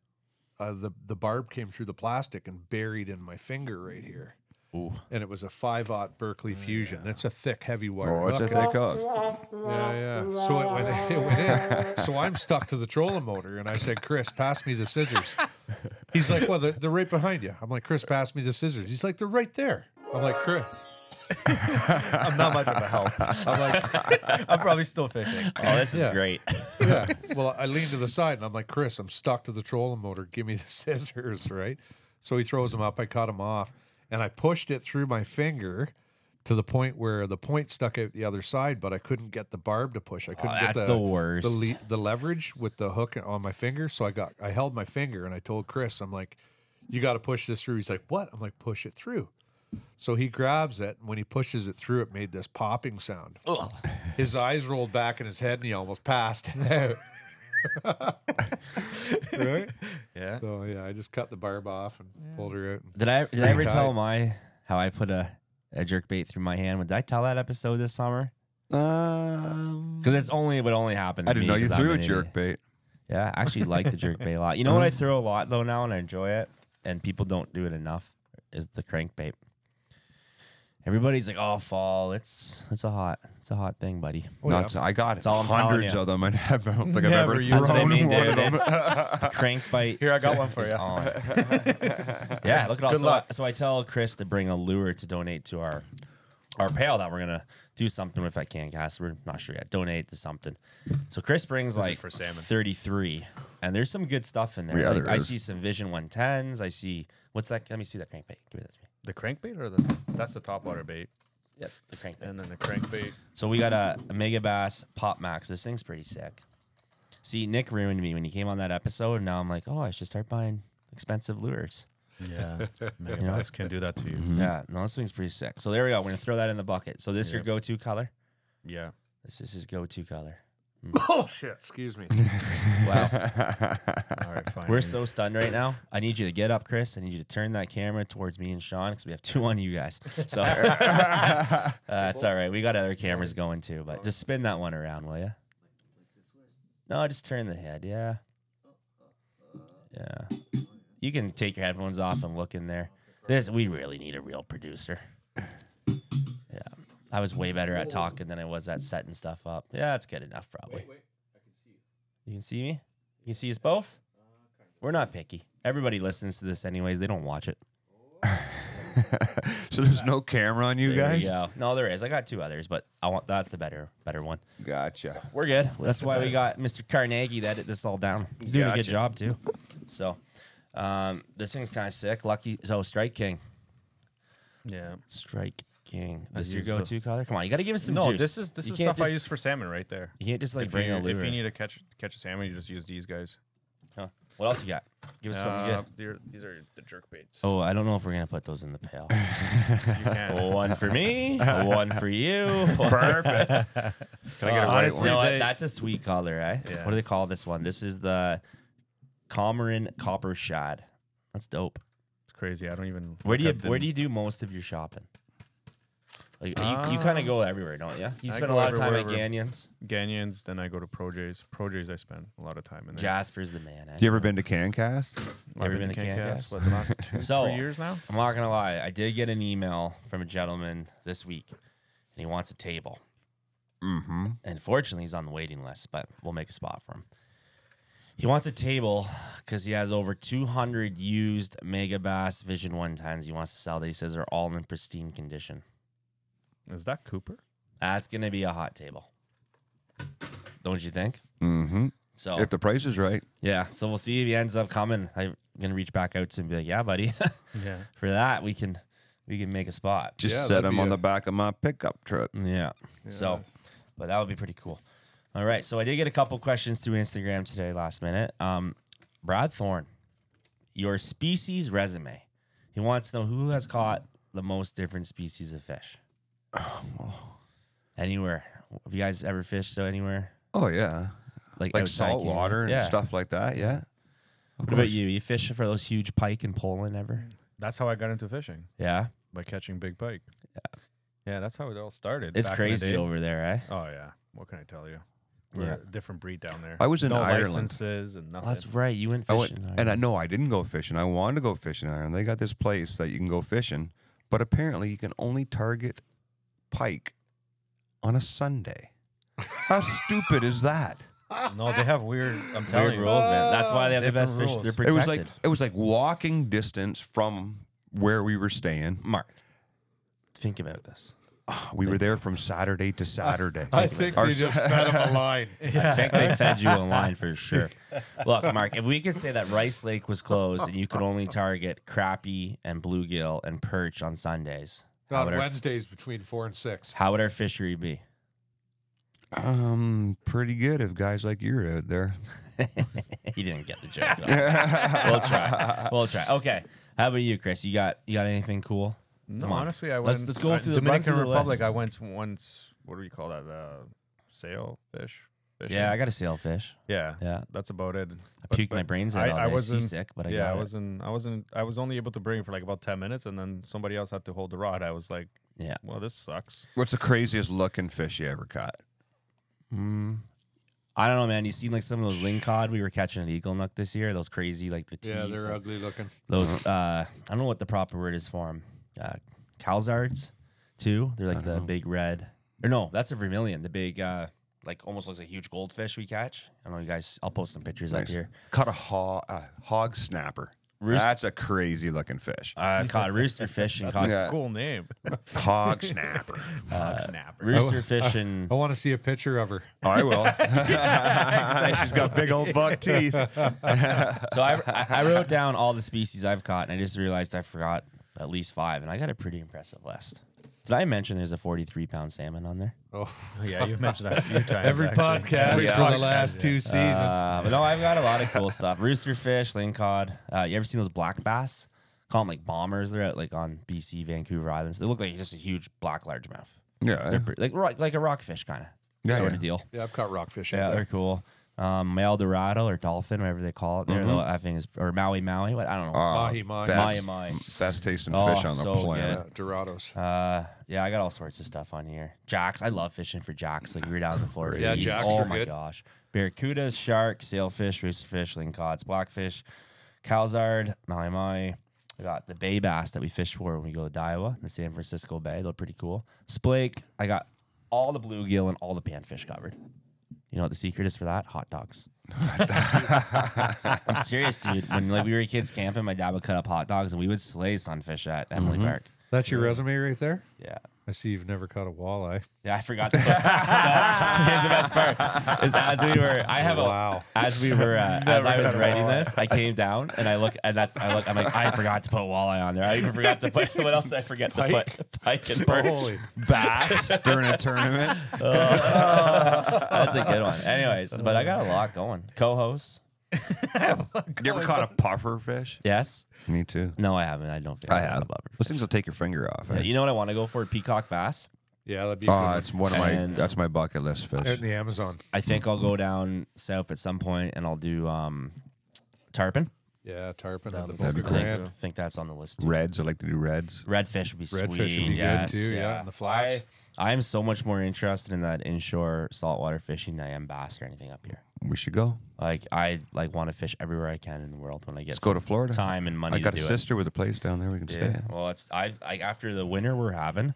Speaker 3: uh, the the barb came through the plastic and buried in my finger right here.
Speaker 1: Ooh.
Speaker 3: And it was a five aught Berkeley Fusion. That's a thick, heavy wire.
Speaker 2: Oh, it's a thick
Speaker 3: hook.
Speaker 2: hook.
Speaker 3: Yeah, yeah. So it went, it went in. So I'm stuck to the trolling motor, and I said, "Chris, pass me the scissors." He's like, "Well, they're, they're right behind you." I'm like, "Chris, pass me the scissors." He's like, "They're right there." I'm like, "Chris."
Speaker 4: I'm not much of a help. I'm like, I'm probably still fishing.
Speaker 1: Oh, this is
Speaker 3: Yeah.
Speaker 1: great.
Speaker 3: Yeah. Well, I lean to the side and I'm like, "Chris, I'm stuck to the trolling motor. Give me the scissors, right?" So he throws them up. I cut him off, and I pushed it through my finger. To the point where the point stuck out the other side, but I couldn't get the barb to push. I couldn't get
Speaker 1: Oh, that's the worst.
Speaker 3: the, le- the leverage with the hook on my finger. So I got I held my finger and I told Chris, I'm like, you got to push this through. He's like, what? I'm like, push it through. So he grabs it, and when he pushes it through, it made this popping sound. His eyes rolled back in his head, and he almost passed out. right?
Speaker 4: Yeah.
Speaker 3: So yeah, I just cut the barb off and pulled her out. And
Speaker 1: Did I did I ever
Speaker 3: Tight.
Speaker 1: tell my how I put a a jerk bait through my hand? Did I tell that episode this summer?
Speaker 2: Um,
Speaker 1: Because it's only it would only happen. To
Speaker 2: I didn't
Speaker 1: me
Speaker 2: know you
Speaker 1: 'cause I'm
Speaker 2: threw a
Speaker 1: an idiot.
Speaker 2: jerk bait. Uh-huh.
Speaker 1: Yeah, I actually like the jerk bait a lot. You know what I throw a lot though now, and I enjoy it, and people don't do it enough is the crankbait. Everybody's like, "Oh, fall, it's it's a hot, it's a hot thing, buddy."
Speaker 2: Nuts. I got
Speaker 1: Oh, That's all I'm telling
Speaker 2: hundreds
Speaker 1: you.
Speaker 2: of them. I never- I don't think I've
Speaker 4: Never
Speaker 2: ever
Speaker 4: used
Speaker 1: That's what I
Speaker 2: thrown
Speaker 1: mean,
Speaker 2: one
Speaker 1: dude.
Speaker 2: of them.
Speaker 1: It's the crank bite.
Speaker 4: Here, I got one for
Speaker 1: is
Speaker 4: you.
Speaker 1: on. yeah, look at all.
Speaker 4: Good
Speaker 1: So,
Speaker 4: luck.
Speaker 1: I- so I tell Chris to bring a lure to donate to our our pail that we're gonna do something with at Cancast. We're not sure yet. Donate to something. So Chris brings like
Speaker 4: for salmon.
Speaker 1: 33, and there's some good stuff in there.
Speaker 2: Yeah,
Speaker 1: Like,
Speaker 2: there
Speaker 1: I
Speaker 2: is.
Speaker 1: see some Vision 110s. I see what's that? Let me see that crankbait. Give me that to me.
Speaker 4: The crankbait or the that's the topwater bait.
Speaker 1: Yep, the crankbait.
Speaker 4: And then the crankbait.
Speaker 1: So we got a, a Mega Bass Pop Max. This thing's pretty sick. See, Nick ruined me when he came on that episode, and now I'm like, oh, I should start buying expensive lures.
Speaker 4: Yeah. Mm-hmm. Mega
Speaker 1: know?
Speaker 4: can do that to you.
Speaker 1: Mm-hmm. Yeah, no, this thing's pretty sick. So there we go. We're gonna throw that in the bucket. So this your go-to color?
Speaker 4: Yeah.
Speaker 1: This is his go-to color.
Speaker 3: Oh shit! Excuse me.
Speaker 1: Wow.
Speaker 6: All right, fine.
Speaker 1: We're so stunned right now. I need you to get up, Chris. I need you to turn that camera towards me and Sean because we have two on you guys. So uh, it's all right. We got other cameras going too, but just spin that one around, will you? No, just turn the head. Yeah. Yeah. You can take your headphones off and look in there. This we really need a real producer. Yeah. I was way better at talking than I was at setting stuff up. Yeah, that's good enough probably. You can see me? You can see us both? We're not picky. Everybody listens to this anyways. They don't watch it.
Speaker 2: so there's no camera on you
Speaker 1: There
Speaker 2: guys.
Speaker 1: go. No, there is. I got two others, but I want that's the better better one.
Speaker 2: Gotcha.
Speaker 1: We're good. That's why we got Mr. Carnegie to edit this all down. He's doing a good
Speaker 2: Gotcha.
Speaker 1: job too. So um, this thing's kind of sick. Lucky so Strike King.
Speaker 6: yeah.
Speaker 1: Strike King.
Speaker 6: I
Speaker 1: This is your
Speaker 6: use the-
Speaker 1: go-to color. Come on, you got to give us some
Speaker 6: No,
Speaker 1: juice.
Speaker 6: this is this
Speaker 1: You
Speaker 6: is
Speaker 1: can't
Speaker 6: stuff I
Speaker 1: just-
Speaker 6: use for salmon right there.
Speaker 1: You can't just like
Speaker 6: if,
Speaker 1: bring
Speaker 6: you,
Speaker 1: a
Speaker 6: if
Speaker 1: lure.
Speaker 6: you need to catch catch a salmon, you just use these guys.
Speaker 1: Huh. What else you got? Give us something
Speaker 6: Uh,
Speaker 1: good.
Speaker 6: they're- these are the jerk baits.
Speaker 1: Oh, I don't know if we're gonna put those in the pail.
Speaker 6: you can.
Speaker 1: one for me, one for you.
Speaker 6: Perfect.
Speaker 2: Can I get a right
Speaker 6: Uh, honestly,
Speaker 1: You know
Speaker 2: one?
Speaker 1: what?
Speaker 6: They-
Speaker 1: That's a sweet color, eh?
Speaker 6: Yeah.
Speaker 1: What do they call this one? This is the Comarin Copper Shad. That's dope.
Speaker 6: It's crazy. I don't even.
Speaker 1: Where do you
Speaker 6: look up the-
Speaker 1: Where do you do most of your shopping? Like, you you kind of go everywhere, don't you?
Speaker 6: Um, I
Speaker 1: You spend a
Speaker 6: go
Speaker 1: lot of time at
Speaker 6: everywhere.
Speaker 1: Ganyon's.
Speaker 6: Ganyans, then I go to Projays. Projays, I spend a lot of time in there.
Speaker 1: Jasper's the man. Eh?
Speaker 2: You ever been to CanCast?
Speaker 1: You ever been to Cancast?
Speaker 6: Cancast, What, the last two,
Speaker 1: So-
Speaker 6: three years now?
Speaker 1: I'm not gonna lie. I did get an email from a gentleman this week, and he wants a table.
Speaker 2: Mm-hmm.
Speaker 1: and fortunately he's on the waiting list, but we'll make a spot for him. He wants a table because he has over 200 used Mega Bass Vision 110s he wants to sell that he says are all in pristine condition.
Speaker 6: Is that Cooper?
Speaker 1: That's going to be a hot table. Don't you think?
Speaker 2: Mm-hmm.
Speaker 1: So,
Speaker 2: If the price is right.
Speaker 1: yeah. So we'll see if he ends up coming. I'm going to reach back out to him and be like, yeah, buddy,
Speaker 6: Yeah.
Speaker 1: for that, we can. We can make a spot.
Speaker 2: Just
Speaker 3: Yeah,
Speaker 2: set
Speaker 3: that'd
Speaker 2: them
Speaker 3: be
Speaker 2: on
Speaker 3: a-
Speaker 2: the back of my pickup truck.
Speaker 1: Yeah. So, but that would be pretty cool. All right. So I did get a couple questions through Instagram today, last minute. Um, Brad Thorne, your species resume. He wants to know who has caught the most different species of fish. Anywhere. Have you guys ever fished anywhere?
Speaker 2: Oh yeah,
Speaker 1: Like,
Speaker 2: like
Speaker 1: outside
Speaker 2: salt
Speaker 1: Canada?
Speaker 2: water and
Speaker 1: Yeah.
Speaker 2: stuff like that. Yeah. Of
Speaker 1: What about
Speaker 2: course.
Speaker 1: you? You fish for those huge pike in Poland ever?
Speaker 6: That's how I got into fishing
Speaker 1: Yeah.
Speaker 6: by catching big pike. Yeah. Yeah, that's how it all started.
Speaker 1: It's
Speaker 6: back in the
Speaker 1: crazy
Speaker 6: day.
Speaker 1: over there, eh?
Speaker 6: Oh yeah. What can I tell you? We're
Speaker 1: Yeah.
Speaker 6: a different breed down there.
Speaker 2: I was in
Speaker 6: no
Speaker 2: Ireland.
Speaker 6: licenses and nothing.
Speaker 1: that's right. You went
Speaker 2: I
Speaker 1: fishing.
Speaker 2: went,
Speaker 1: aren't
Speaker 2: and
Speaker 1: you?
Speaker 2: I no, I didn't go fishing. I wanted to go fishing in Ireland. They got this place that you can go fishing, but apparently you can only target pike on a Sunday. How stupid is that?
Speaker 6: no, they have weird. I'm telling
Speaker 1: Weird
Speaker 6: you,
Speaker 1: rules, man. That's why they have the
Speaker 6: Different
Speaker 1: best fish.
Speaker 6: rules.
Speaker 1: They're
Speaker 6: It
Speaker 1: protected.
Speaker 2: It was like it was like walking distance from where we were staying. Mm,
Speaker 1: Mark, think about this.
Speaker 2: We were there from Saturday to Saturday.
Speaker 3: I think
Speaker 2: Our
Speaker 3: they
Speaker 2: Sa-
Speaker 3: just fed him a line.
Speaker 1: I think they fed you a line for sure. Look, Mark, if we could say that Rice Lake was closed and you could only target crappie and bluegill and perch on Sundays, how would,
Speaker 3: On
Speaker 1: our,
Speaker 3: Wednesdays between four and six.
Speaker 1: how would our fishery be?
Speaker 2: um, pretty good if guys like you are out there.
Speaker 1: he didn't get the joke. though. we'll try. We'll try. Okay. How about you, Chris? You got you got anything cool?
Speaker 6: No,
Speaker 1: Come on.
Speaker 6: honestly, I
Speaker 1: Let's-
Speaker 6: went.
Speaker 1: let's go
Speaker 6: I-
Speaker 1: through the- run
Speaker 6: Dominican
Speaker 1: through the
Speaker 6: Republic.
Speaker 1: list.
Speaker 6: I went once. What do you call that? Uh, sail fish. Fishing?
Speaker 1: Yeah, I got a sailfish.
Speaker 6: yeah,
Speaker 1: Yeah.
Speaker 6: that's about it.
Speaker 1: I
Speaker 6: But-
Speaker 1: puked my
Speaker 6: but
Speaker 1: brains out.
Speaker 6: I-
Speaker 1: all
Speaker 6: I
Speaker 1: day.
Speaker 6: wasn't-
Speaker 1: seasick, but I
Speaker 6: yeah,
Speaker 1: got
Speaker 6: I
Speaker 1: it.
Speaker 6: wasn't. I wasn't. I was only able to bring it for like about ten minutes, and then somebody else had to hold the rod. I was like,
Speaker 1: Yeah.
Speaker 6: well, this sucks."
Speaker 2: What's the craziest looking fish you ever caught?
Speaker 1: Mm. I don't know, man. You seen like some of those ling cod we were catching at Eagle Nook this year? Those crazy, like the
Speaker 3: Yeah,
Speaker 1: teeth,
Speaker 3: they're
Speaker 1: like,
Speaker 3: ugly looking.
Speaker 1: those. Uh, I don't know what the proper word is for them. Uh, calzards, too. They're like the big red. Or no, that's a vermilion. The big, uh, like almost looks like a huge goldfish we catch. I don't know, you guys. I'll post some pictures up
Speaker 2: Nice.
Speaker 1: here.
Speaker 2: Caught a, ho- a hog snapper.
Speaker 1: Roost-
Speaker 2: That's a crazy looking fish.
Speaker 1: Uh, caught rooster fish and caught
Speaker 6: That's
Speaker 2: Yeah.
Speaker 6: a cool name.
Speaker 2: Hog snapper.
Speaker 1: Uh,
Speaker 6: Hog snapper.
Speaker 1: rooster fish and
Speaker 6: Oh.
Speaker 3: I want to see a picture of her.
Speaker 2: I will. She's got big old buck teeth.
Speaker 1: so I, I I wrote down all the species I've caught, and I just realized I forgot at least five, and I got a pretty impressive list. Did I mention there's a 43 pound salmon on there?
Speaker 3: Oh,
Speaker 6: yeah, you've mentioned that a few times.
Speaker 3: every
Speaker 6: actually.
Speaker 3: podcast
Speaker 2: Yeah.
Speaker 3: for the last two seasons.
Speaker 1: Uh, but no, I've got a lot of cool stuff. Rooster fish, ling cod. Uh, you ever seen those black bass? Call them like bombers. They're out like on BC, Vancouver Islands. They look like just a huge black largemouth.
Speaker 2: Yeah.
Speaker 1: They're pretty, like rock, like a rockfish kind of.
Speaker 2: Yeah,
Speaker 1: sort
Speaker 2: yeah.
Speaker 1: of deal.
Speaker 3: Yeah, I've caught rockfish.
Speaker 1: Yeah,
Speaker 3: out
Speaker 1: they're
Speaker 3: there.
Speaker 1: cool. Um, El Dorado or dolphin, whatever they call it. There,
Speaker 2: Mhm.
Speaker 1: though, I think is or Maui Maui. What I don't know.
Speaker 2: Ah,
Speaker 3: Mahi Mahi.
Speaker 2: best,
Speaker 1: Mahi Mahi.
Speaker 2: best tasting
Speaker 1: Oh,
Speaker 2: fish on the
Speaker 1: so
Speaker 2: planet.
Speaker 1: good.
Speaker 3: Yeah, Dorados.
Speaker 1: Uh, yeah, I got all sorts of stuff on here. Jacks, I love fishing for jacks. Like we were down in the Florida
Speaker 3: Yeah,
Speaker 1: Keys.
Speaker 3: jacks
Speaker 1: Oh
Speaker 3: are
Speaker 1: my
Speaker 3: good.
Speaker 1: gosh, barracudas, shark, sailfish, roosterfish, lingcods, blackfish, calzard, maui maui. I got the bay bass that we fish for when we go to Daiwa in the San Francisco Bay. They're pretty cool. Splake. I got all the bluegill and all the panfish covered. You know what the secret is for that? Hot dogs. I'm serious, dude. When like we were kids camping, my dad would cut up hot dogs and we would slay sunfish at Emily
Speaker 3: Mm-hmm.
Speaker 1: Park.
Speaker 3: That's your resume right there.
Speaker 1: Yeah.
Speaker 3: I see you've never caught a walleye.
Speaker 1: Yeah, I forgot. The book. so here's the best part: is as we were, I have
Speaker 3: Wow.
Speaker 1: a as we were uh, as I was writing this, I came down and I look and that's I look. I'm like, I forgot to put walleye on there. I even forgot to put what else did I forget to put? Pike and perch.
Speaker 3: Holy.
Speaker 1: bass.
Speaker 2: During a tournament,
Speaker 1: that's a good one. Anyways, but I got a lot going. Co-host,
Speaker 2: you ever caught a puffer fish?
Speaker 1: yes.
Speaker 2: Me too.
Speaker 1: No, I haven't. I don't think
Speaker 2: I
Speaker 1: I've
Speaker 2: have.
Speaker 1: done a bobber.
Speaker 2: Those things will take your finger off. eh?
Speaker 1: But You know what I want to go for? Peacock bass.
Speaker 3: Yeah, that'd be.
Speaker 2: Ah, it's one of my.
Speaker 1: And-
Speaker 2: that's my bucket list
Speaker 3: out
Speaker 2: fish.
Speaker 3: in the Amazon.
Speaker 1: I think I'll go down south at some point and I'll do um, tarpon.
Speaker 3: Yeah, tarpon on the
Speaker 2: That'd
Speaker 3: Boca
Speaker 2: be
Speaker 1: I think,
Speaker 3: Grande.
Speaker 1: I think that's on the list. Too.
Speaker 2: Reds. I like to do reds.
Speaker 1: Redfish would be sweet.
Speaker 3: Redfish would be good
Speaker 1: yes,
Speaker 3: too, yeah, and the flies.
Speaker 1: I am so much more interested in that inshore saltwater fishing than I am bass or anything up here.
Speaker 2: We should go.
Speaker 1: Like I like want to fish everywhere I can in the world when I get
Speaker 2: Let's go to Florida.
Speaker 1: time and money
Speaker 2: I got
Speaker 1: to
Speaker 2: a
Speaker 1: do
Speaker 2: sister with a place down there. We can
Speaker 1: it.
Speaker 2: stay.
Speaker 1: Yeah.
Speaker 2: at.
Speaker 1: Well, it's I like after the winter we're having.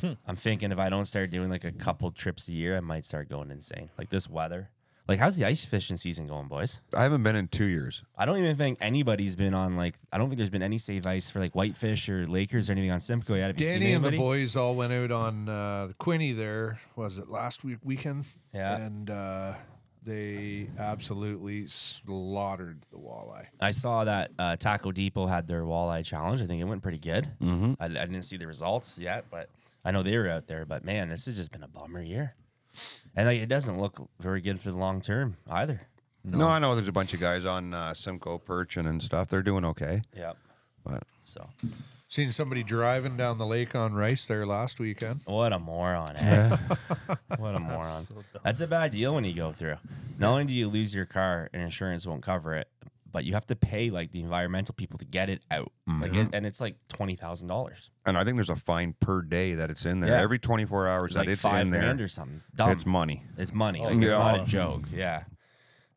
Speaker 2: Hmm.
Speaker 1: I'm thinking if I don't start doing like a couple trips a year, I might start going insane. Like this weather. Like how's the ice fishing season going, boys?
Speaker 2: I haven't been in two years.
Speaker 1: I don't even think anybody's been on like I don't think there's been any safe ice for like whitefish or Lakers or anything on Simcoe yet. Have you seen
Speaker 3: Danny and the
Speaker 1: anybody?
Speaker 3: boys all went out on uh, the Quinny there. Was it last week weekend?
Speaker 1: Yeah.
Speaker 3: And uh, they absolutely slaughtered the walleye.
Speaker 1: I saw that uh, Taco Depot had their walleye challenge. I think it went pretty good. Mm-hmm. I, I didn't see the results yet, but I know they were out there. But man, this has just been a bummer year, and like, it doesn't look very good for the long term either.
Speaker 2: No. I know there's a bunch of guys on uh, Simcoe Perch and, and stuff. They're doing okay.
Speaker 1: Yep.
Speaker 2: But
Speaker 1: So
Speaker 3: Seen somebody driving down the lake on rice there last weekend.
Speaker 1: what a moron! Eh? what a moron! That's, a bad deal when you go through. Not only do you lose your car and insurance won't cover it, but you have to pay like the environmental people to get it out. Like
Speaker 2: Mm-hmm.
Speaker 1: it, and it's like twenty thousand dollars.
Speaker 2: and I think there's a fine per day that it's in there.
Speaker 1: Yeah.
Speaker 2: Every 24 hours
Speaker 1: It's
Speaker 2: that
Speaker 1: like
Speaker 2: it's
Speaker 1: five
Speaker 2: in there,
Speaker 1: grand or something. Dumb.
Speaker 2: it's money.
Speaker 1: It's money.
Speaker 3: Oh,
Speaker 1: Like
Speaker 2: yeah.
Speaker 1: it's not a joke. Yeah.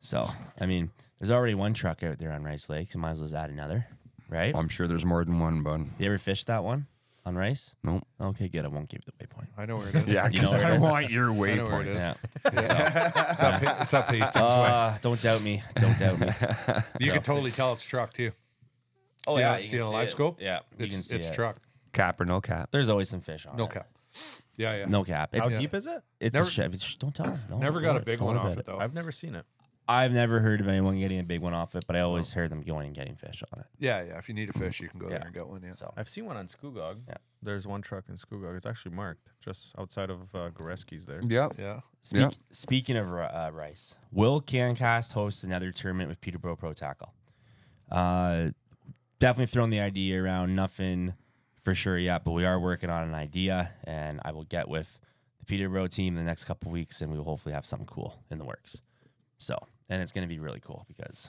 Speaker 1: So I mean, there's already one truck out there on Rice Lake, so might as well just add another, right?
Speaker 3: Um,
Speaker 2: I'm sure there's more than one, bud.
Speaker 1: you ever fished that one on Rice?
Speaker 2: Nope.
Speaker 1: Okay, good. I won't give you the waypoint.
Speaker 3: I know where it is.
Speaker 1: You know where it is?
Speaker 2: your
Speaker 3: I know where it is.
Speaker 1: Yeah.
Speaker 3: It's, up, Ha- it's up Hastings Way.
Speaker 1: Uh, don't doubt me. Don't doubt me.
Speaker 3: You can totally tell it's truck too.
Speaker 1: Oh
Speaker 3: See
Speaker 1: yeah, you
Speaker 3: it- see
Speaker 1: can
Speaker 3: it on live
Speaker 1: it.
Speaker 3: scope?
Speaker 1: Yeah, you
Speaker 3: It's,
Speaker 1: can see
Speaker 3: it's
Speaker 1: it.
Speaker 3: truck.
Speaker 2: Cap or no cap.
Speaker 1: There's always some fish on
Speaker 3: No
Speaker 1: it.
Speaker 3: cap. Yeah, yeah.
Speaker 1: No cap. It's
Speaker 6: How
Speaker 1: yeah.
Speaker 6: deep is it?
Speaker 1: It's
Speaker 3: Never-
Speaker 1: a ship. It's- Don't tell. 'em. Don't
Speaker 3: Never
Speaker 1: worry
Speaker 3: got a
Speaker 1: about it.
Speaker 3: big
Speaker 1: Don't
Speaker 3: one
Speaker 1: worry
Speaker 3: off
Speaker 1: about
Speaker 3: it though.
Speaker 6: I've never seen it.
Speaker 1: I've never heard of anyone getting a big one off it, but I always heard them going and getting fish on it.
Speaker 3: Yeah, yeah. If you need a fish, you can go
Speaker 1: Yeah.
Speaker 3: there and get one. Yeah.
Speaker 1: So
Speaker 6: I've seen one on Skugog.
Speaker 1: Yeah.
Speaker 6: There's one truck in Skugog. It's actually marked just outside of uh, Goreski's there.
Speaker 2: Yep.
Speaker 3: Yeah.
Speaker 1: Speak,
Speaker 2: Yeah.
Speaker 1: Speaking of ri- uh, rice, will Cancast host another tournament with Peterborough Pro Tackle? Uh, definitely throwing the idea around. Nothing for sure yet, but we are working on an idea, and I will get with the Peterborough team in the next couple weeks, and we will hopefully have something cool in the works. So, and it's going to be really cool because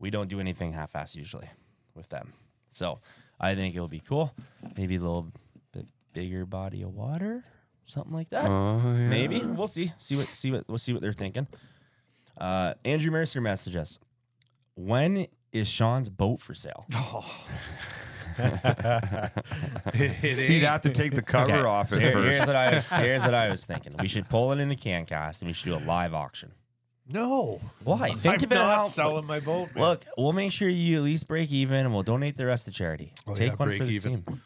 Speaker 1: we don't do anything half-assed usually with them. So, I think it'll be cool. Maybe a little bit bigger body of water, something like that.
Speaker 2: Oh, yeah.
Speaker 1: Maybe we'll see. See what see what we'll see what they're thinking. Uh, Andrew Mercer messaged us. When is Sean's boat for sale?
Speaker 2: He'd have to take the cover
Speaker 1: Okay,
Speaker 2: off
Speaker 1: so
Speaker 2: it
Speaker 1: here-
Speaker 2: first.
Speaker 1: Here's what I was here's what I was thinking. We should pull it in the can cast and we should do a live auction.
Speaker 3: No.
Speaker 1: Why? Think
Speaker 3: I'm
Speaker 1: about
Speaker 3: not
Speaker 1: how-
Speaker 3: selling my boat. man.
Speaker 1: Look, we'll make sure you at least break even and we'll donate the rest to charity.
Speaker 3: Oh,
Speaker 1: Take
Speaker 3: yeah,
Speaker 1: one
Speaker 3: break
Speaker 1: for the
Speaker 3: even.
Speaker 1: team.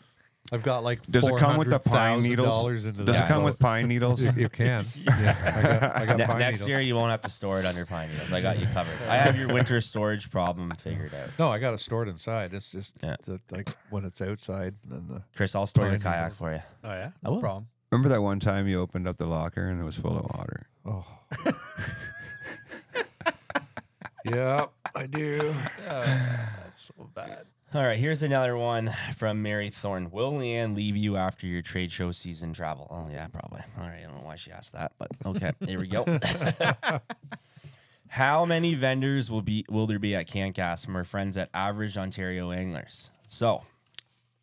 Speaker 3: I've got like.
Speaker 2: Does it come with the pine
Speaker 3: $400,000
Speaker 2: needles?
Speaker 3: Into
Speaker 2: Does
Speaker 3: that
Speaker 2: it come
Speaker 3: boat.
Speaker 2: with pine needles?
Speaker 3: You can. Yeah, I got, I got
Speaker 1: Ne-
Speaker 3: pine
Speaker 1: next
Speaker 3: needles.
Speaker 1: year you won't have to store it under pine needles. I got you covered. I have your winter storage problem figured out.
Speaker 3: No, I got it stored inside. It's just
Speaker 1: Yeah.
Speaker 3: the, like when it's outside, then the
Speaker 1: Chris, I'll store your
Speaker 3: Pine
Speaker 1: kayak
Speaker 3: needles.
Speaker 1: for you.
Speaker 6: Oh yeah,
Speaker 1: I will.
Speaker 6: problem.
Speaker 2: Remember that one time you opened up the locker and it was full of water?
Speaker 3: oh. yeah, I do.
Speaker 6: That's so bad.
Speaker 1: All right, here's another one from Mary Thorne. Will Leanne leave you after your trade show season travel? Oh, yeah, probably. All right, I don't know why she asked that, but okay, here we go. How many vendors will be will there be at CanCast from our friends at Average Ontario Anglers? So,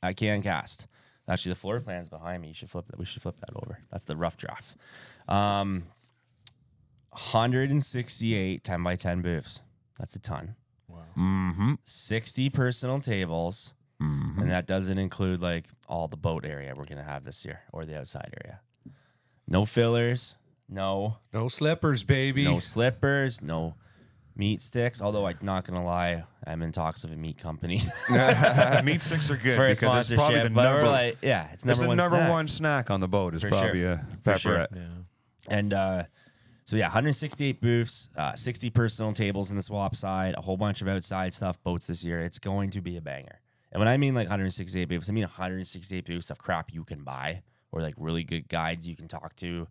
Speaker 1: at CanCast, actually the floor plan's behind me. You should flip that. We should flip that over. That's the rough draft. Um, 168 10 by 10 booths. That's a ton. 60 personal tables.
Speaker 2: Mm-hmm.
Speaker 1: And that doesn't include like all the boat area we're going to have this year or the outside area. No fillers, no
Speaker 3: No slippers, baby.
Speaker 1: no slippers, no meat sticks. Although I'm not going to lie, I'm in talks of a meat company
Speaker 2: Meat sticks are good
Speaker 1: for a
Speaker 2: because it's probably
Speaker 1: sponsorship.
Speaker 2: the
Speaker 1: but
Speaker 2: number,
Speaker 1: we're like, yeah, it's
Speaker 2: it's
Speaker 1: number
Speaker 2: the
Speaker 1: one.
Speaker 2: number
Speaker 1: snack.
Speaker 2: one snack on the boat is
Speaker 1: For sure.
Speaker 2: probably a
Speaker 1: For sure.
Speaker 2: pepperette.
Speaker 1: And uh, so yeah, 168 booths, uh, 60 personal tables in the swap side, a whole bunch of outside stuff, boats this year. It's going to be a banger. And when I mean like 168 booths, I mean 168 booths of crap you can buy or like really good guides you can talk to.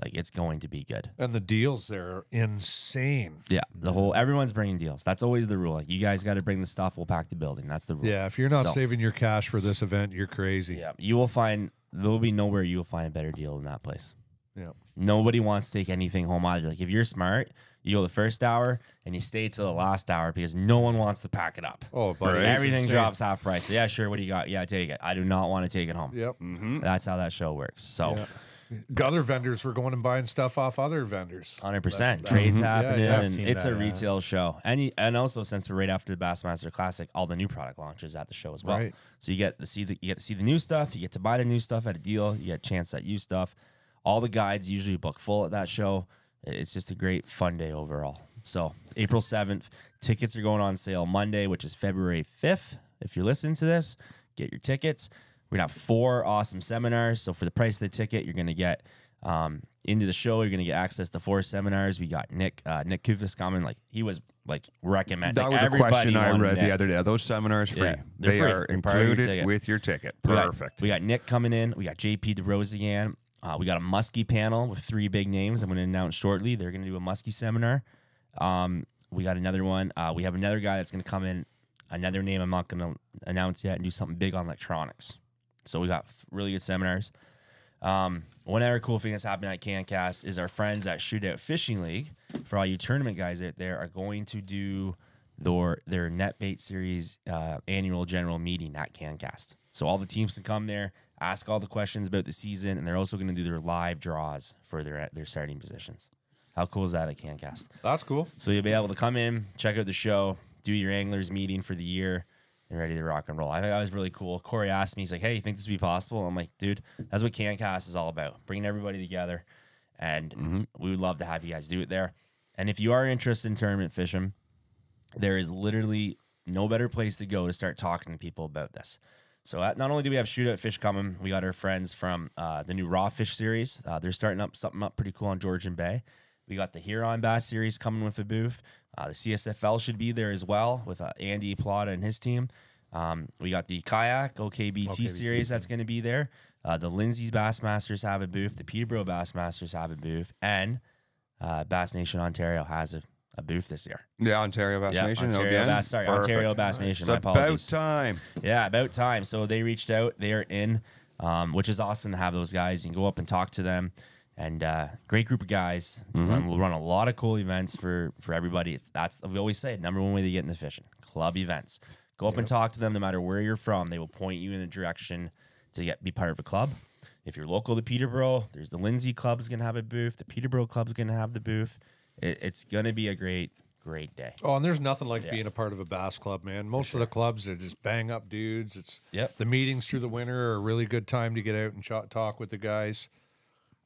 Speaker 1: Like it's going to be good.
Speaker 3: And the deals there are insane.
Speaker 1: Yeah, the whole everyone's bringing deals. That's always the rule. Like you guys got to bring the stuff. We'll pack the building. That's the rule.
Speaker 3: Yeah, if you're not
Speaker 1: So-
Speaker 3: saving your cash for this event, you're crazy.
Speaker 1: yeah. You will find there'll be nowhere you will find a better deal than that place.
Speaker 3: yeah.
Speaker 1: Nobody wants to take anything home either. Like if you're smart, you go the first hour and you stay till the last hour because no one wants to pack it up.
Speaker 3: Oh, but
Speaker 2: Right.
Speaker 1: Everything drops half price. So, yeah, sure. What do you got? Yeah, take it. I do not want to take it home.
Speaker 3: Yep.
Speaker 1: That's how that show works. So,
Speaker 3: The Other vendors were going and buying stuff off other vendors.
Speaker 1: hundred percent trades happening.
Speaker 3: Mhm. yeah, I've
Speaker 1: and
Speaker 6: seen
Speaker 1: it's
Speaker 6: that,
Speaker 1: a
Speaker 6: yeah.
Speaker 1: retail show, and you, and also since we're right after the Bassmaster Classic, all the new product launches at the show as well.
Speaker 3: Right.
Speaker 1: So you get to see the you get to see the new stuff. You get to buy the new stuff at a deal. You get a chance at you stuff. All the guides usually book full at that show. I- It's just a great fun day overall. So April seventh, tickets are going on sale Monday, which is February fifth. If you're listening to this, get your tickets. We're gonna have four awesome seminars. So for the price of the ticket, you're gonna get um, into the show. You're gonna get access to four seminars. We got Nick uh, Nick Kufis coming. Like he was like recommended.
Speaker 2: That
Speaker 1: like,
Speaker 2: was a
Speaker 1: everybody
Speaker 2: question I
Speaker 1: wanted
Speaker 2: read
Speaker 1: Nick.
Speaker 2: the other day. Those seminars free.
Speaker 1: Yeah, they're
Speaker 2: they
Speaker 1: free.
Speaker 2: are
Speaker 1: They're part of your
Speaker 2: included
Speaker 1: ticket.
Speaker 2: with your ticket.
Speaker 1: We got-
Speaker 2: Perfect.
Speaker 1: We got, Nick coming in. We got JP DeRosigan. Uh, we got a Muskie panel with three big names. I'm going to announce shortly. They're going to do a Muskie seminar. Um, we got another one. Uh, we have another guy that's going to come in. Another name I'm not going to announce yet and do something big on electronics. So we got f- really good seminars. Um, one other cool thing that's happening at CanCast is our friends at Shootout Fishing League, for all you tournament guys out there, are going to do their their net bait series uh, annual general meeting at CanCast. So all the teams can come there, ask all the questions about the season, and they're also going to do their live draws for their their starting positions. How cool is that at CanCast?
Speaker 3: That's cool.
Speaker 1: So you'll be able to come in, check out the show, do your anglers meeting for the year, and ready to rock and roll. I think that was really cool. Corey asked me, he's like, "Hey, you think this would be possible?" I'm like, "Dude, that's what CanCast is all about, bringing everybody together." And we would love to have you guys do it there. And if you are interested in tournament fishing, there is literally no better place to go to start talking to people about this. So uh, not only do we have shootout fish coming, we got our friends from uh, the new raw fish series. Uh, they're starting up something up pretty cool on Georgian Bay. We got the Huron Bass series coming with a booth. Uh, the CSFL should be there as well with uh, Andy Plata and his team. Um, we got the kayak OKBT, series that's going to be there. Uh, the Lindsay's Bassmasters have a booth. The Peterborough Bassmasters have a booth, and uh, Bass Nation Ontario has a, a booth this year.
Speaker 2: yeah, Ontario Bass
Speaker 1: Yeah,
Speaker 2: Nation.
Speaker 1: Ontario
Speaker 2: again.
Speaker 1: Bass- sorry,
Speaker 2: Perfect.
Speaker 1: Ontario Bass Nation,
Speaker 2: It's
Speaker 1: my
Speaker 2: about
Speaker 1: apologies.
Speaker 2: time.
Speaker 1: Yeah, about time. So they reached out. They are in, um, which is awesome to have those guys. You can go up and talk to them. And uh, great group of guys. Run- we'll run a lot of cool events for for everybody. It's that's we always say number one way to get into fishing club events. Go up and talk to them. No matter where you're from, they will point you in the direction to get be part of a club. If you're local to Peterborough, there's the Lindsay Club's gonna have a booth. The Peterborough Club's gonna have the booth. It, it's gonna be a great great day.
Speaker 3: Oh, and there's nothing like being a part of a bass club, man. Most of the clubs are just bang up dudes. It's
Speaker 1: Yep.
Speaker 3: the meetings through the winter are a really good time to get out and chat, talk with the guys.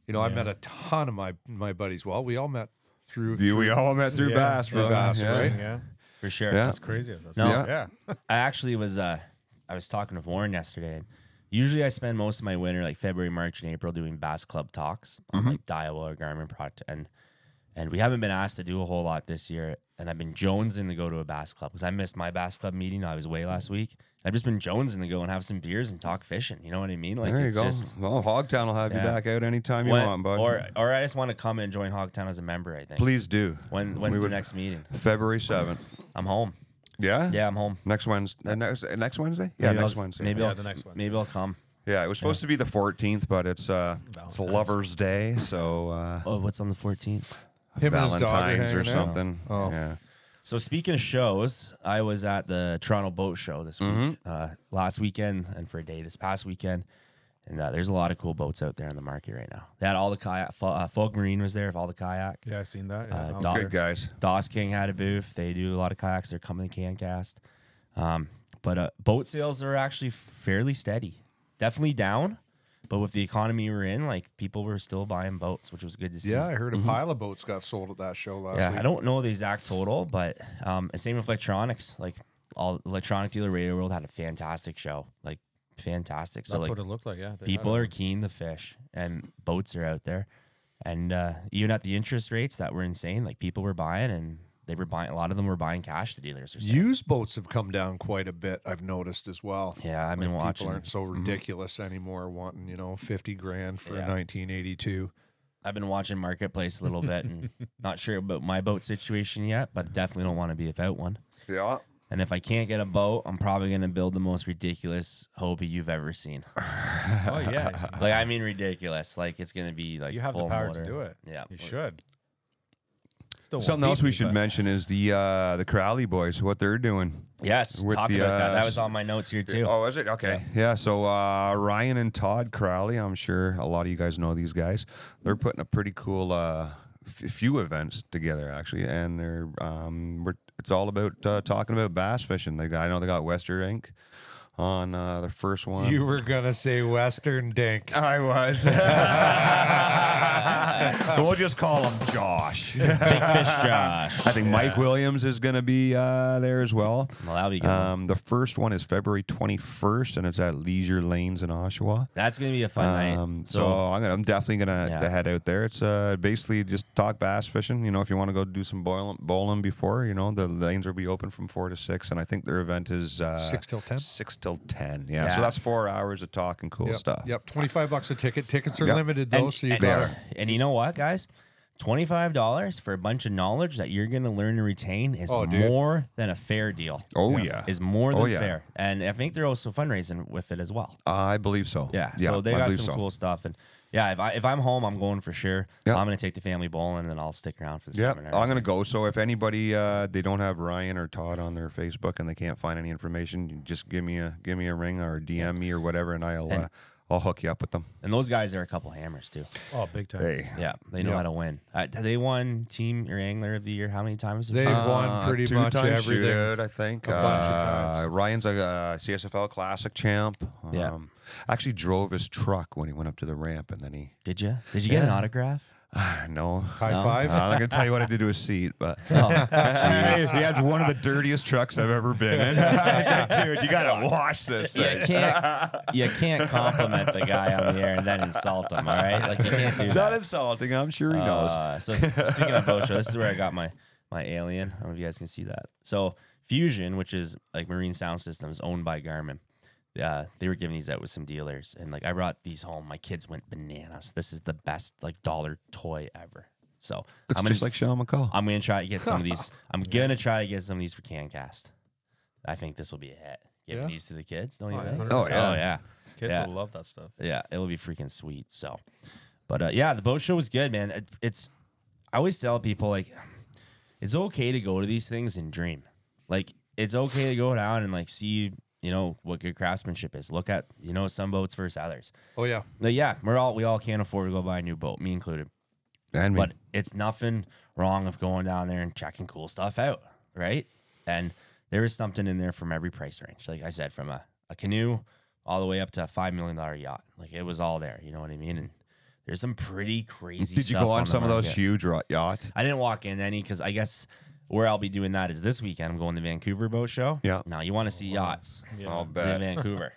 Speaker 3: You know, I met a ton of my my buddies. Well, we all met through.
Speaker 2: You- we
Speaker 3: through-
Speaker 2: all met through
Speaker 6: Yeah.
Speaker 2: Bass.
Speaker 3: Through
Speaker 2: bro.
Speaker 3: bass,
Speaker 2: Yeah.
Speaker 3: right?
Speaker 6: Yeah,
Speaker 1: For sure.
Speaker 2: Yeah.
Speaker 6: it's crazy. That's
Speaker 1: No.
Speaker 6: yeah.
Speaker 1: I actually was uh I was talking with Warren yesterday. and Usually I spend most of my winter like February, March, and April doing bass club talks
Speaker 2: Mm-hmm.
Speaker 1: on like Daiwa or Garmin product and and we haven't been asked to do a whole lot this year. And I've been jonesing to go to a bass club because I missed my bass club meeting. I was away last week. I've just been jonesing to go and have some beers and talk fishing. You know what I mean? Like
Speaker 2: There you
Speaker 1: it's
Speaker 2: go.
Speaker 1: just
Speaker 2: well, Hogtown will have you
Speaker 1: Yeah.
Speaker 2: back out anytime you
Speaker 1: when-
Speaker 2: want, bud.
Speaker 1: or or I just want to come and join Hogtown as a member. I think.
Speaker 2: Please do.
Speaker 1: When
Speaker 2: We
Speaker 1: when's the
Speaker 2: would-
Speaker 1: next meeting?
Speaker 2: February 7th.
Speaker 1: I'm home.
Speaker 2: Yeah.
Speaker 1: Yeah, I'm home.
Speaker 2: Next Wednesday. Next, uh, next Wednesday. Yeah,
Speaker 1: Maybe I'll-
Speaker 2: next Wednesday.
Speaker 1: Maybe
Speaker 2: yeah.
Speaker 1: I'll,
Speaker 4: the next one.
Speaker 1: maybe I'll come.
Speaker 2: it was supposed to be the 14th, but it's uh, it's
Speaker 4: Valentine's.
Speaker 2: Lovers' Day, so uh,
Speaker 1: Oh, what's on the 14th?
Speaker 3: Him and his dog are
Speaker 2: Valentine's or
Speaker 3: hanging out.
Speaker 2: something.
Speaker 3: Oh.
Speaker 2: Yeah.
Speaker 1: So speaking of shows, I was at the Toronto Boat Show this week, uh, last weekend, and for a day this past weekend. And uh, there's a lot of cool boats out there on the market right now. They had all the kayak. Fo- uh, Folk Marine was there with all the kayak.
Speaker 4: Yeah, I seen that. Yeah,
Speaker 1: Uh,
Speaker 4: that was-
Speaker 1: dog-
Speaker 2: Good guys.
Speaker 1: Doss King had a booth. They do a lot of kayaks. They're coming to Cancast. Um, but uh, boat sales are actually fairly steady. Definitely down, but with the economy we're in, like people were still buying boats, which was good to see.
Speaker 3: Yeah, I heard a pile of boats got sold at that show last
Speaker 1: Mm-hmm. Yeah,
Speaker 3: week.
Speaker 1: I don't know the exact total, but um, and same with electronics. Like all electronic dealer Radio World had a fantastic show, like fantastic. So
Speaker 4: that's
Speaker 1: like
Speaker 4: what it looked like. Yeah, they had
Speaker 1: people
Speaker 4: it.
Speaker 1: are keen to fish, and boats are out there, and uh, even at the interest rates that were insane, like people were buying, and they were buying. A lot of them were buying cash to dealers. Or something.
Speaker 3: Used boats have come down quite a bit. I've noticed as well.
Speaker 1: Yeah, I've been
Speaker 3: Like,
Speaker 1: watching. Mm-hmm.
Speaker 3: People aren't so ridiculous anymore, wanting you know fifty grand for
Speaker 1: Yeah.
Speaker 3: a nineteen eighty two.
Speaker 1: I've been watching marketplace a little bit, and not sure about my boat situation yet, but definitely don't want to be without one.
Speaker 2: Yeah.
Speaker 1: And if I can't get a boat, I'm probably gonna build the most ridiculous Hobie you've ever seen.
Speaker 4: Oh yeah,
Speaker 1: Like
Speaker 2: Uh-huh.
Speaker 1: I mean, ridiculous. Like it's gonna be like
Speaker 4: you have the
Speaker 1: full
Speaker 4: power
Speaker 1: motor.
Speaker 4: to do it.
Speaker 1: Yeah,
Speaker 4: you should. Still won't
Speaker 2: Something else
Speaker 4: beat
Speaker 2: we
Speaker 4: me,
Speaker 2: should
Speaker 4: but-
Speaker 2: mention is the uh, the Crowley boys, what they're doing.
Speaker 1: Yes,
Speaker 2: With
Speaker 1: talk
Speaker 2: the,
Speaker 1: about that.
Speaker 2: uh,
Speaker 1: That was on my notes here too.
Speaker 2: Oh, is it? Okay. Yeah. so uh, Ryan and Todd Crowley, I'm sure a lot of you guys know these guys. They're putting a pretty cool uh, f- few events together, actually, and they're um, we're, it's all about uh, talking about bass fishing. They got, I know they got Wester Inc. on uh, their first
Speaker 1: Um,
Speaker 2: one.
Speaker 3: You were gonna say Western Dink.
Speaker 2: I was. we'll just call him Josh.
Speaker 1: Big fish, Josh.
Speaker 2: I think Mike Williams is going to be uh, there as well.
Speaker 1: Well, that'll be good. one.
Speaker 2: Um, the first one is February 21st, and it's at Leisure Lanes in Oshawa.
Speaker 1: That's gonna be a fun
Speaker 2: Um,
Speaker 1: night.
Speaker 2: so I'm gonna, I'm definitely gonna
Speaker 1: Yeah.
Speaker 2: head out there. It's uh, basically just talk bass fishing. You know, if you want to go do some boiling, bowling before, you know, the lanes will be open from four to six, and I think their event is uh,
Speaker 3: Six till 10?
Speaker 2: Six till ten. Yeah.
Speaker 1: Yeah.
Speaker 2: So that's four hours of talking cool
Speaker 3: Yep,
Speaker 2: stuff.
Speaker 3: Yep, twenty five bucks a ticket. Tickets are
Speaker 2: Yep.
Speaker 3: limited though,
Speaker 1: and,
Speaker 3: so you
Speaker 1: and-
Speaker 3: gotta.
Speaker 1: and you know what, guys? Twenty five dollars for a bunch of knowledge that you're gonna learn and retain is
Speaker 3: Oh, dude.
Speaker 1: more than a fair deal.
Speaker 2: Oh yeah.
Speaker 1: Is more than
Speaker 2: Oh, yeah.
Speaker 1: fair, and I think they're also fundraising with it as well.
Speaker 2: I believe so.
Speaker 1: Yeah, so they
Speaker 2: I
Speaker 1: got
Speaker 2: believe
Speaker 1: some
Speaker 2: so.
Speaker 1: cool stuff, and yeah, if I if I'm home, I'm going for sure.
Speaker 2: Yeah.
Speaker 1: I'm gonna take the family bowling, and then I'll stick around for the
Speaker 2: Yeah,
Speaker 1: seminar.
Speaker 2: I'm gonna go. So if anybody uh, they don't have Ryan or Todd on their Facebook and they can't find any information, you just give me a give me a ring or DM me or whatever, and I'll uh, I'll hook you up with them.
Speaker 1: And those guys are a couple hammers too.
Speaker 4: Oh, big time.
Speaker 2: Hey,
Speaker 1: Yeah, they know
Speaker 2: Yeah.
Speaker 1: how to win. Uh, they won team or angler of the year how many times?
Speaker 3: They won pretty
Speaker 2: uh, two
Speaker 3: much
Speaker 2: time
Speaker 3: everything.
Speaker 2: shootout, I think.
Speaker 3: A bunch of
Speaker 2: Uh, Ryan's a uh, CSFL Classic champ. Um,
Speaker 1: Yeah.
Speaker 2: Actually, drove his truck when he went up to the ramp, and then he.
Speaker 1: did you? Did you get an autograph?
Speaker 2: no. Uh,
Speaker 3: High
Speaker 2: I'm
Speaker 3: five.
Speaker 2: not gonna tell you what I did to his seat, but
Speaker 1: Oh.
Speaker 2: he had one of the dirtiest trucks I've ever been in. I said, "Dude, you gotta wash this
Speaker 1: You
Speaker 2: thing."
Speaker 1: can't. you can't compliment the guy on the air and then insult him. All right, like you can't do
Speaker 2: It's
Speaker 1: that.
Speaker 2: not insulting. I'm sure he knows.
Speaker 1: Uh, so s- speaking of boat show, this is where I got my my alien. I don't know if you guys can see that. So Fusion, which is like Marine Sound Systems, owned by Garmin. Uh, they were giving these out with some dealers, and like I brought these home. My kids went bananas. This is the best like dollar toy ever. So
Speaker 2: Looks
Speaker 1: I'm gonna
Speaker 2: just like Sean McCall.
Speaker 1: I'm gonna try to get some of these. I'm gonna try to get some of these for CanCast. I think this will be a hit. Giving
Speaker 3: Yeah.
Speaker 1: these to the kids, don't you?
Speaker 4: Oh, yeah,
Speaker 1: think?
Speaker 4: 100%.
Speaker 1: Oh yeah,
Speaker 4: Kids
Speaker 1: Yeah.
Speaker 4: will love that stuff.
Speaker 1: yeah. It will be freaking sweet. So, but uh, yeah, the boat show was good, man. It, it's I always tell people like it's okay to go to these things and dream. Like it's okay to go down and like see you know what good craftsmanship is. Look at you know some boats versus others.
Speaker 3: Oh yeah,
Speaker 1: Like, yeah, we're all we all can't afford to go buy a new boat, me included.
Speaker 2: and me.
Speaker 1: But it's nothing wrong of going down there and checking cool stuff out, right? And there is something in there from every price range. Like I said, from a, a canoe all the way up to a five million dollar yacht. Like it was all there. You know what I mean? And there's some pretty crazy.
Speaker 2: Did you
Speaker 1: stuff
Speaker 2: go on,
Speaker 1: the
Speaker 2: some of those
Speaker 1: market.
Speaker 2: huge ro- yachts?
Speaker 1: I didn't walk in any because I guess where I'll be doing that is this weekend. I'm going to Vancouver boat show.
Speaker 2: Yeah.
Speaker 1: Now you want to see yachts
Speaker 2: I'll
Speaker 1: It's in Vancouver.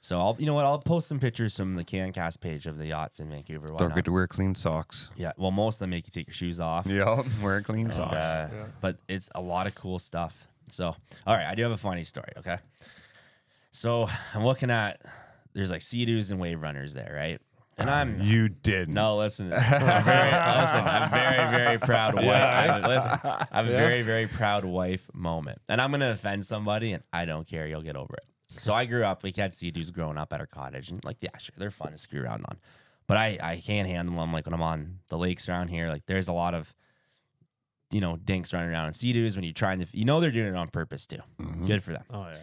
Speaker 1: So I'll, you know what? I'll post some pictures from the CanCast page of the yachts in Vancouver. Why
Speaker 2: Don't
Speaker 1: not?
Speaker 2: get to wear clean socks.
Speaker 1: yeah. Well, most of them make you take your shoes off.
Speaker 2: Yeah, wear clean
Speaker 1: And,
Speaker 2: socks.
Speaker 1: uh, But it's a lot of cool stuff. So, all right, I do have a funny story. Okay. So I'm looking at there's like sea doos and wave runners there, right? And I'm
Speaker 2: You did.
Speaker 1: no listen. I'm very, listen, I'm very very proud wife. I have, listen, I have a very very proud wife moment, and I'm gonna offend somebody, and I don't care. You'll get over it. So I grew up. We had sea dudes growing up at our cottage, and like yeah, sure, they're fun to screw around on, but I I can't handle them. Like when I'm on the lakes around here, like there's a lot of you know dinks running around and sea dudes when you're trying to you know they're doing it on purpose too. Good for them.
Speaker 4: Oh yeah.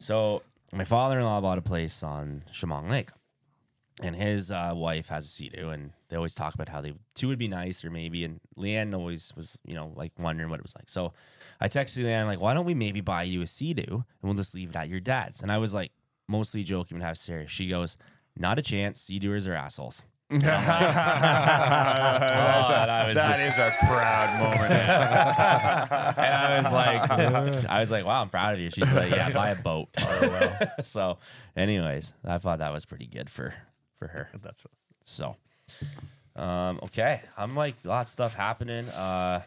Speaker 1: So my father-in-law bought a place on Shamong Lake, and his uh, wife has a sea-doo, and they always talk about how they two would be nice or maybe. And Leanne always was, you know, like wondering what it was like. So I texted Leanne like, "Why don't we maybe buy you a sea-doo and we'll just leave it at your dad's?" And I was like, mostly joking and half serious. She goes, "Not a chance. Sea-doers are assholes."
Speaker 2: That's
Speaker 1: Oh, that
Speaker 2: a,
Speaker 1: was
Speaker 2: that
Speaker 1: just-
Speaker 2: is a proud moment.
Speaker 1: And I was like, I was like, wow, I'm proud of you. She's like, yeah, buy a boat. so, anyways, I thought that was pretty good for for her.
Speaker 6: That's
Speaker 1: So, um, okay, I'm like, a lot of stuff happening. Uh,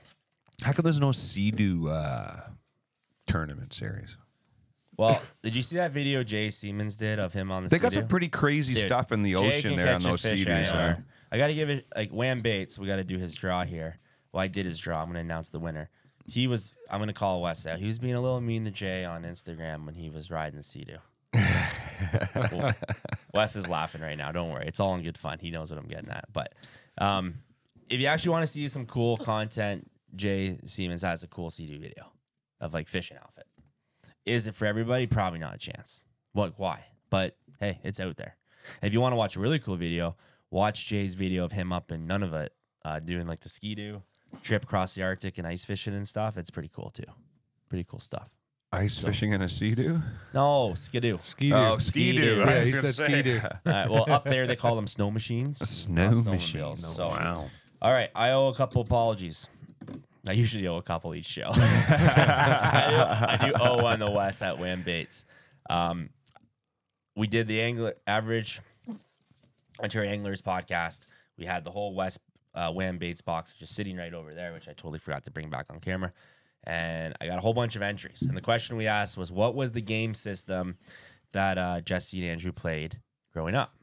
Speaker 2: How come there's no Sea-Doo uh, tournament series?
Speaker 1: well, did you see that video Jay Siemens did of him on the?
Speaker 2: They got
Speaker 1: sea-doo?
Speaker 2: some pretty crazy
Speaker 1: Dude,
Speaker 2: stuff in the
Speaker 1: Jay
Speaker 2: ocean
Speaker 1: can
Speaker 2: there on
Speaker 1: catch a
Speaker 2: those
Speaker 1: fish
Speaker 2: Sea-Doos,
Speaker 1: anywhere.
Speaker 2: man.
Speaker 1: I got to give it like Wham Bates. We got to do his draw here. Well, I did his draw. I'm gonna announce the winner. He was. I'm gonna call Wes out. He was being a little mean to Jay on Instagram when he was riding the Sea-Doo. Well, Wes is laughing right now. Don't worry, it's all in good fun. He knows what I'm getting at. But um, if you actually want to see some cool content, Jay Siemens has a cool Sea-Doo video of like fishing outfit. Is it for everybody? Probably not a chance. What? Why? But hey, it's out there. And if you want to watch a really cool video, watch Jay's video of him up in Nunavut uh, doing like the ski do trip across the Arctic and ice fishing and stuff. It's pretty cool too. Pretty cool stuff.
Speaker 2: Ice fishing in a Sea-Doo?
Speaker 1: No, skidoo.
Speaker 3: Ski
Speaker 2: Oh,
Speaker 1: Ski-Doo.
Speaker 2: Ski-Doo.
Speaker 1: Yeah,
Speaker 2: I was
Speaker 3: he
Speaker 2: gonna
Speaker 3: said
Speaker 2: say.
Speaker 3: Ski-Doo.
Speaker 1: All right, well, up there they call them snow machines.
Speaker 2: Snow
Speaker 1: Not snowmobiles.
Speaker 2: machine.
Speaker 1: So,
Speaker 2: Wow.
Speaker 1: All right, I owe a couple apologies. I usually owe a couple each show. I, do, I do owe on the West at Wham Bates. Um, we did the angler average Ontario Anglers podcast. We had the whole West uh, Wham Bates box just sitting right over there, which I totally forgot to bring back on camera. And I got a whole bunch of entries. And the question we asked was, what was the game system that uh, Jesse and Andrew played growing up?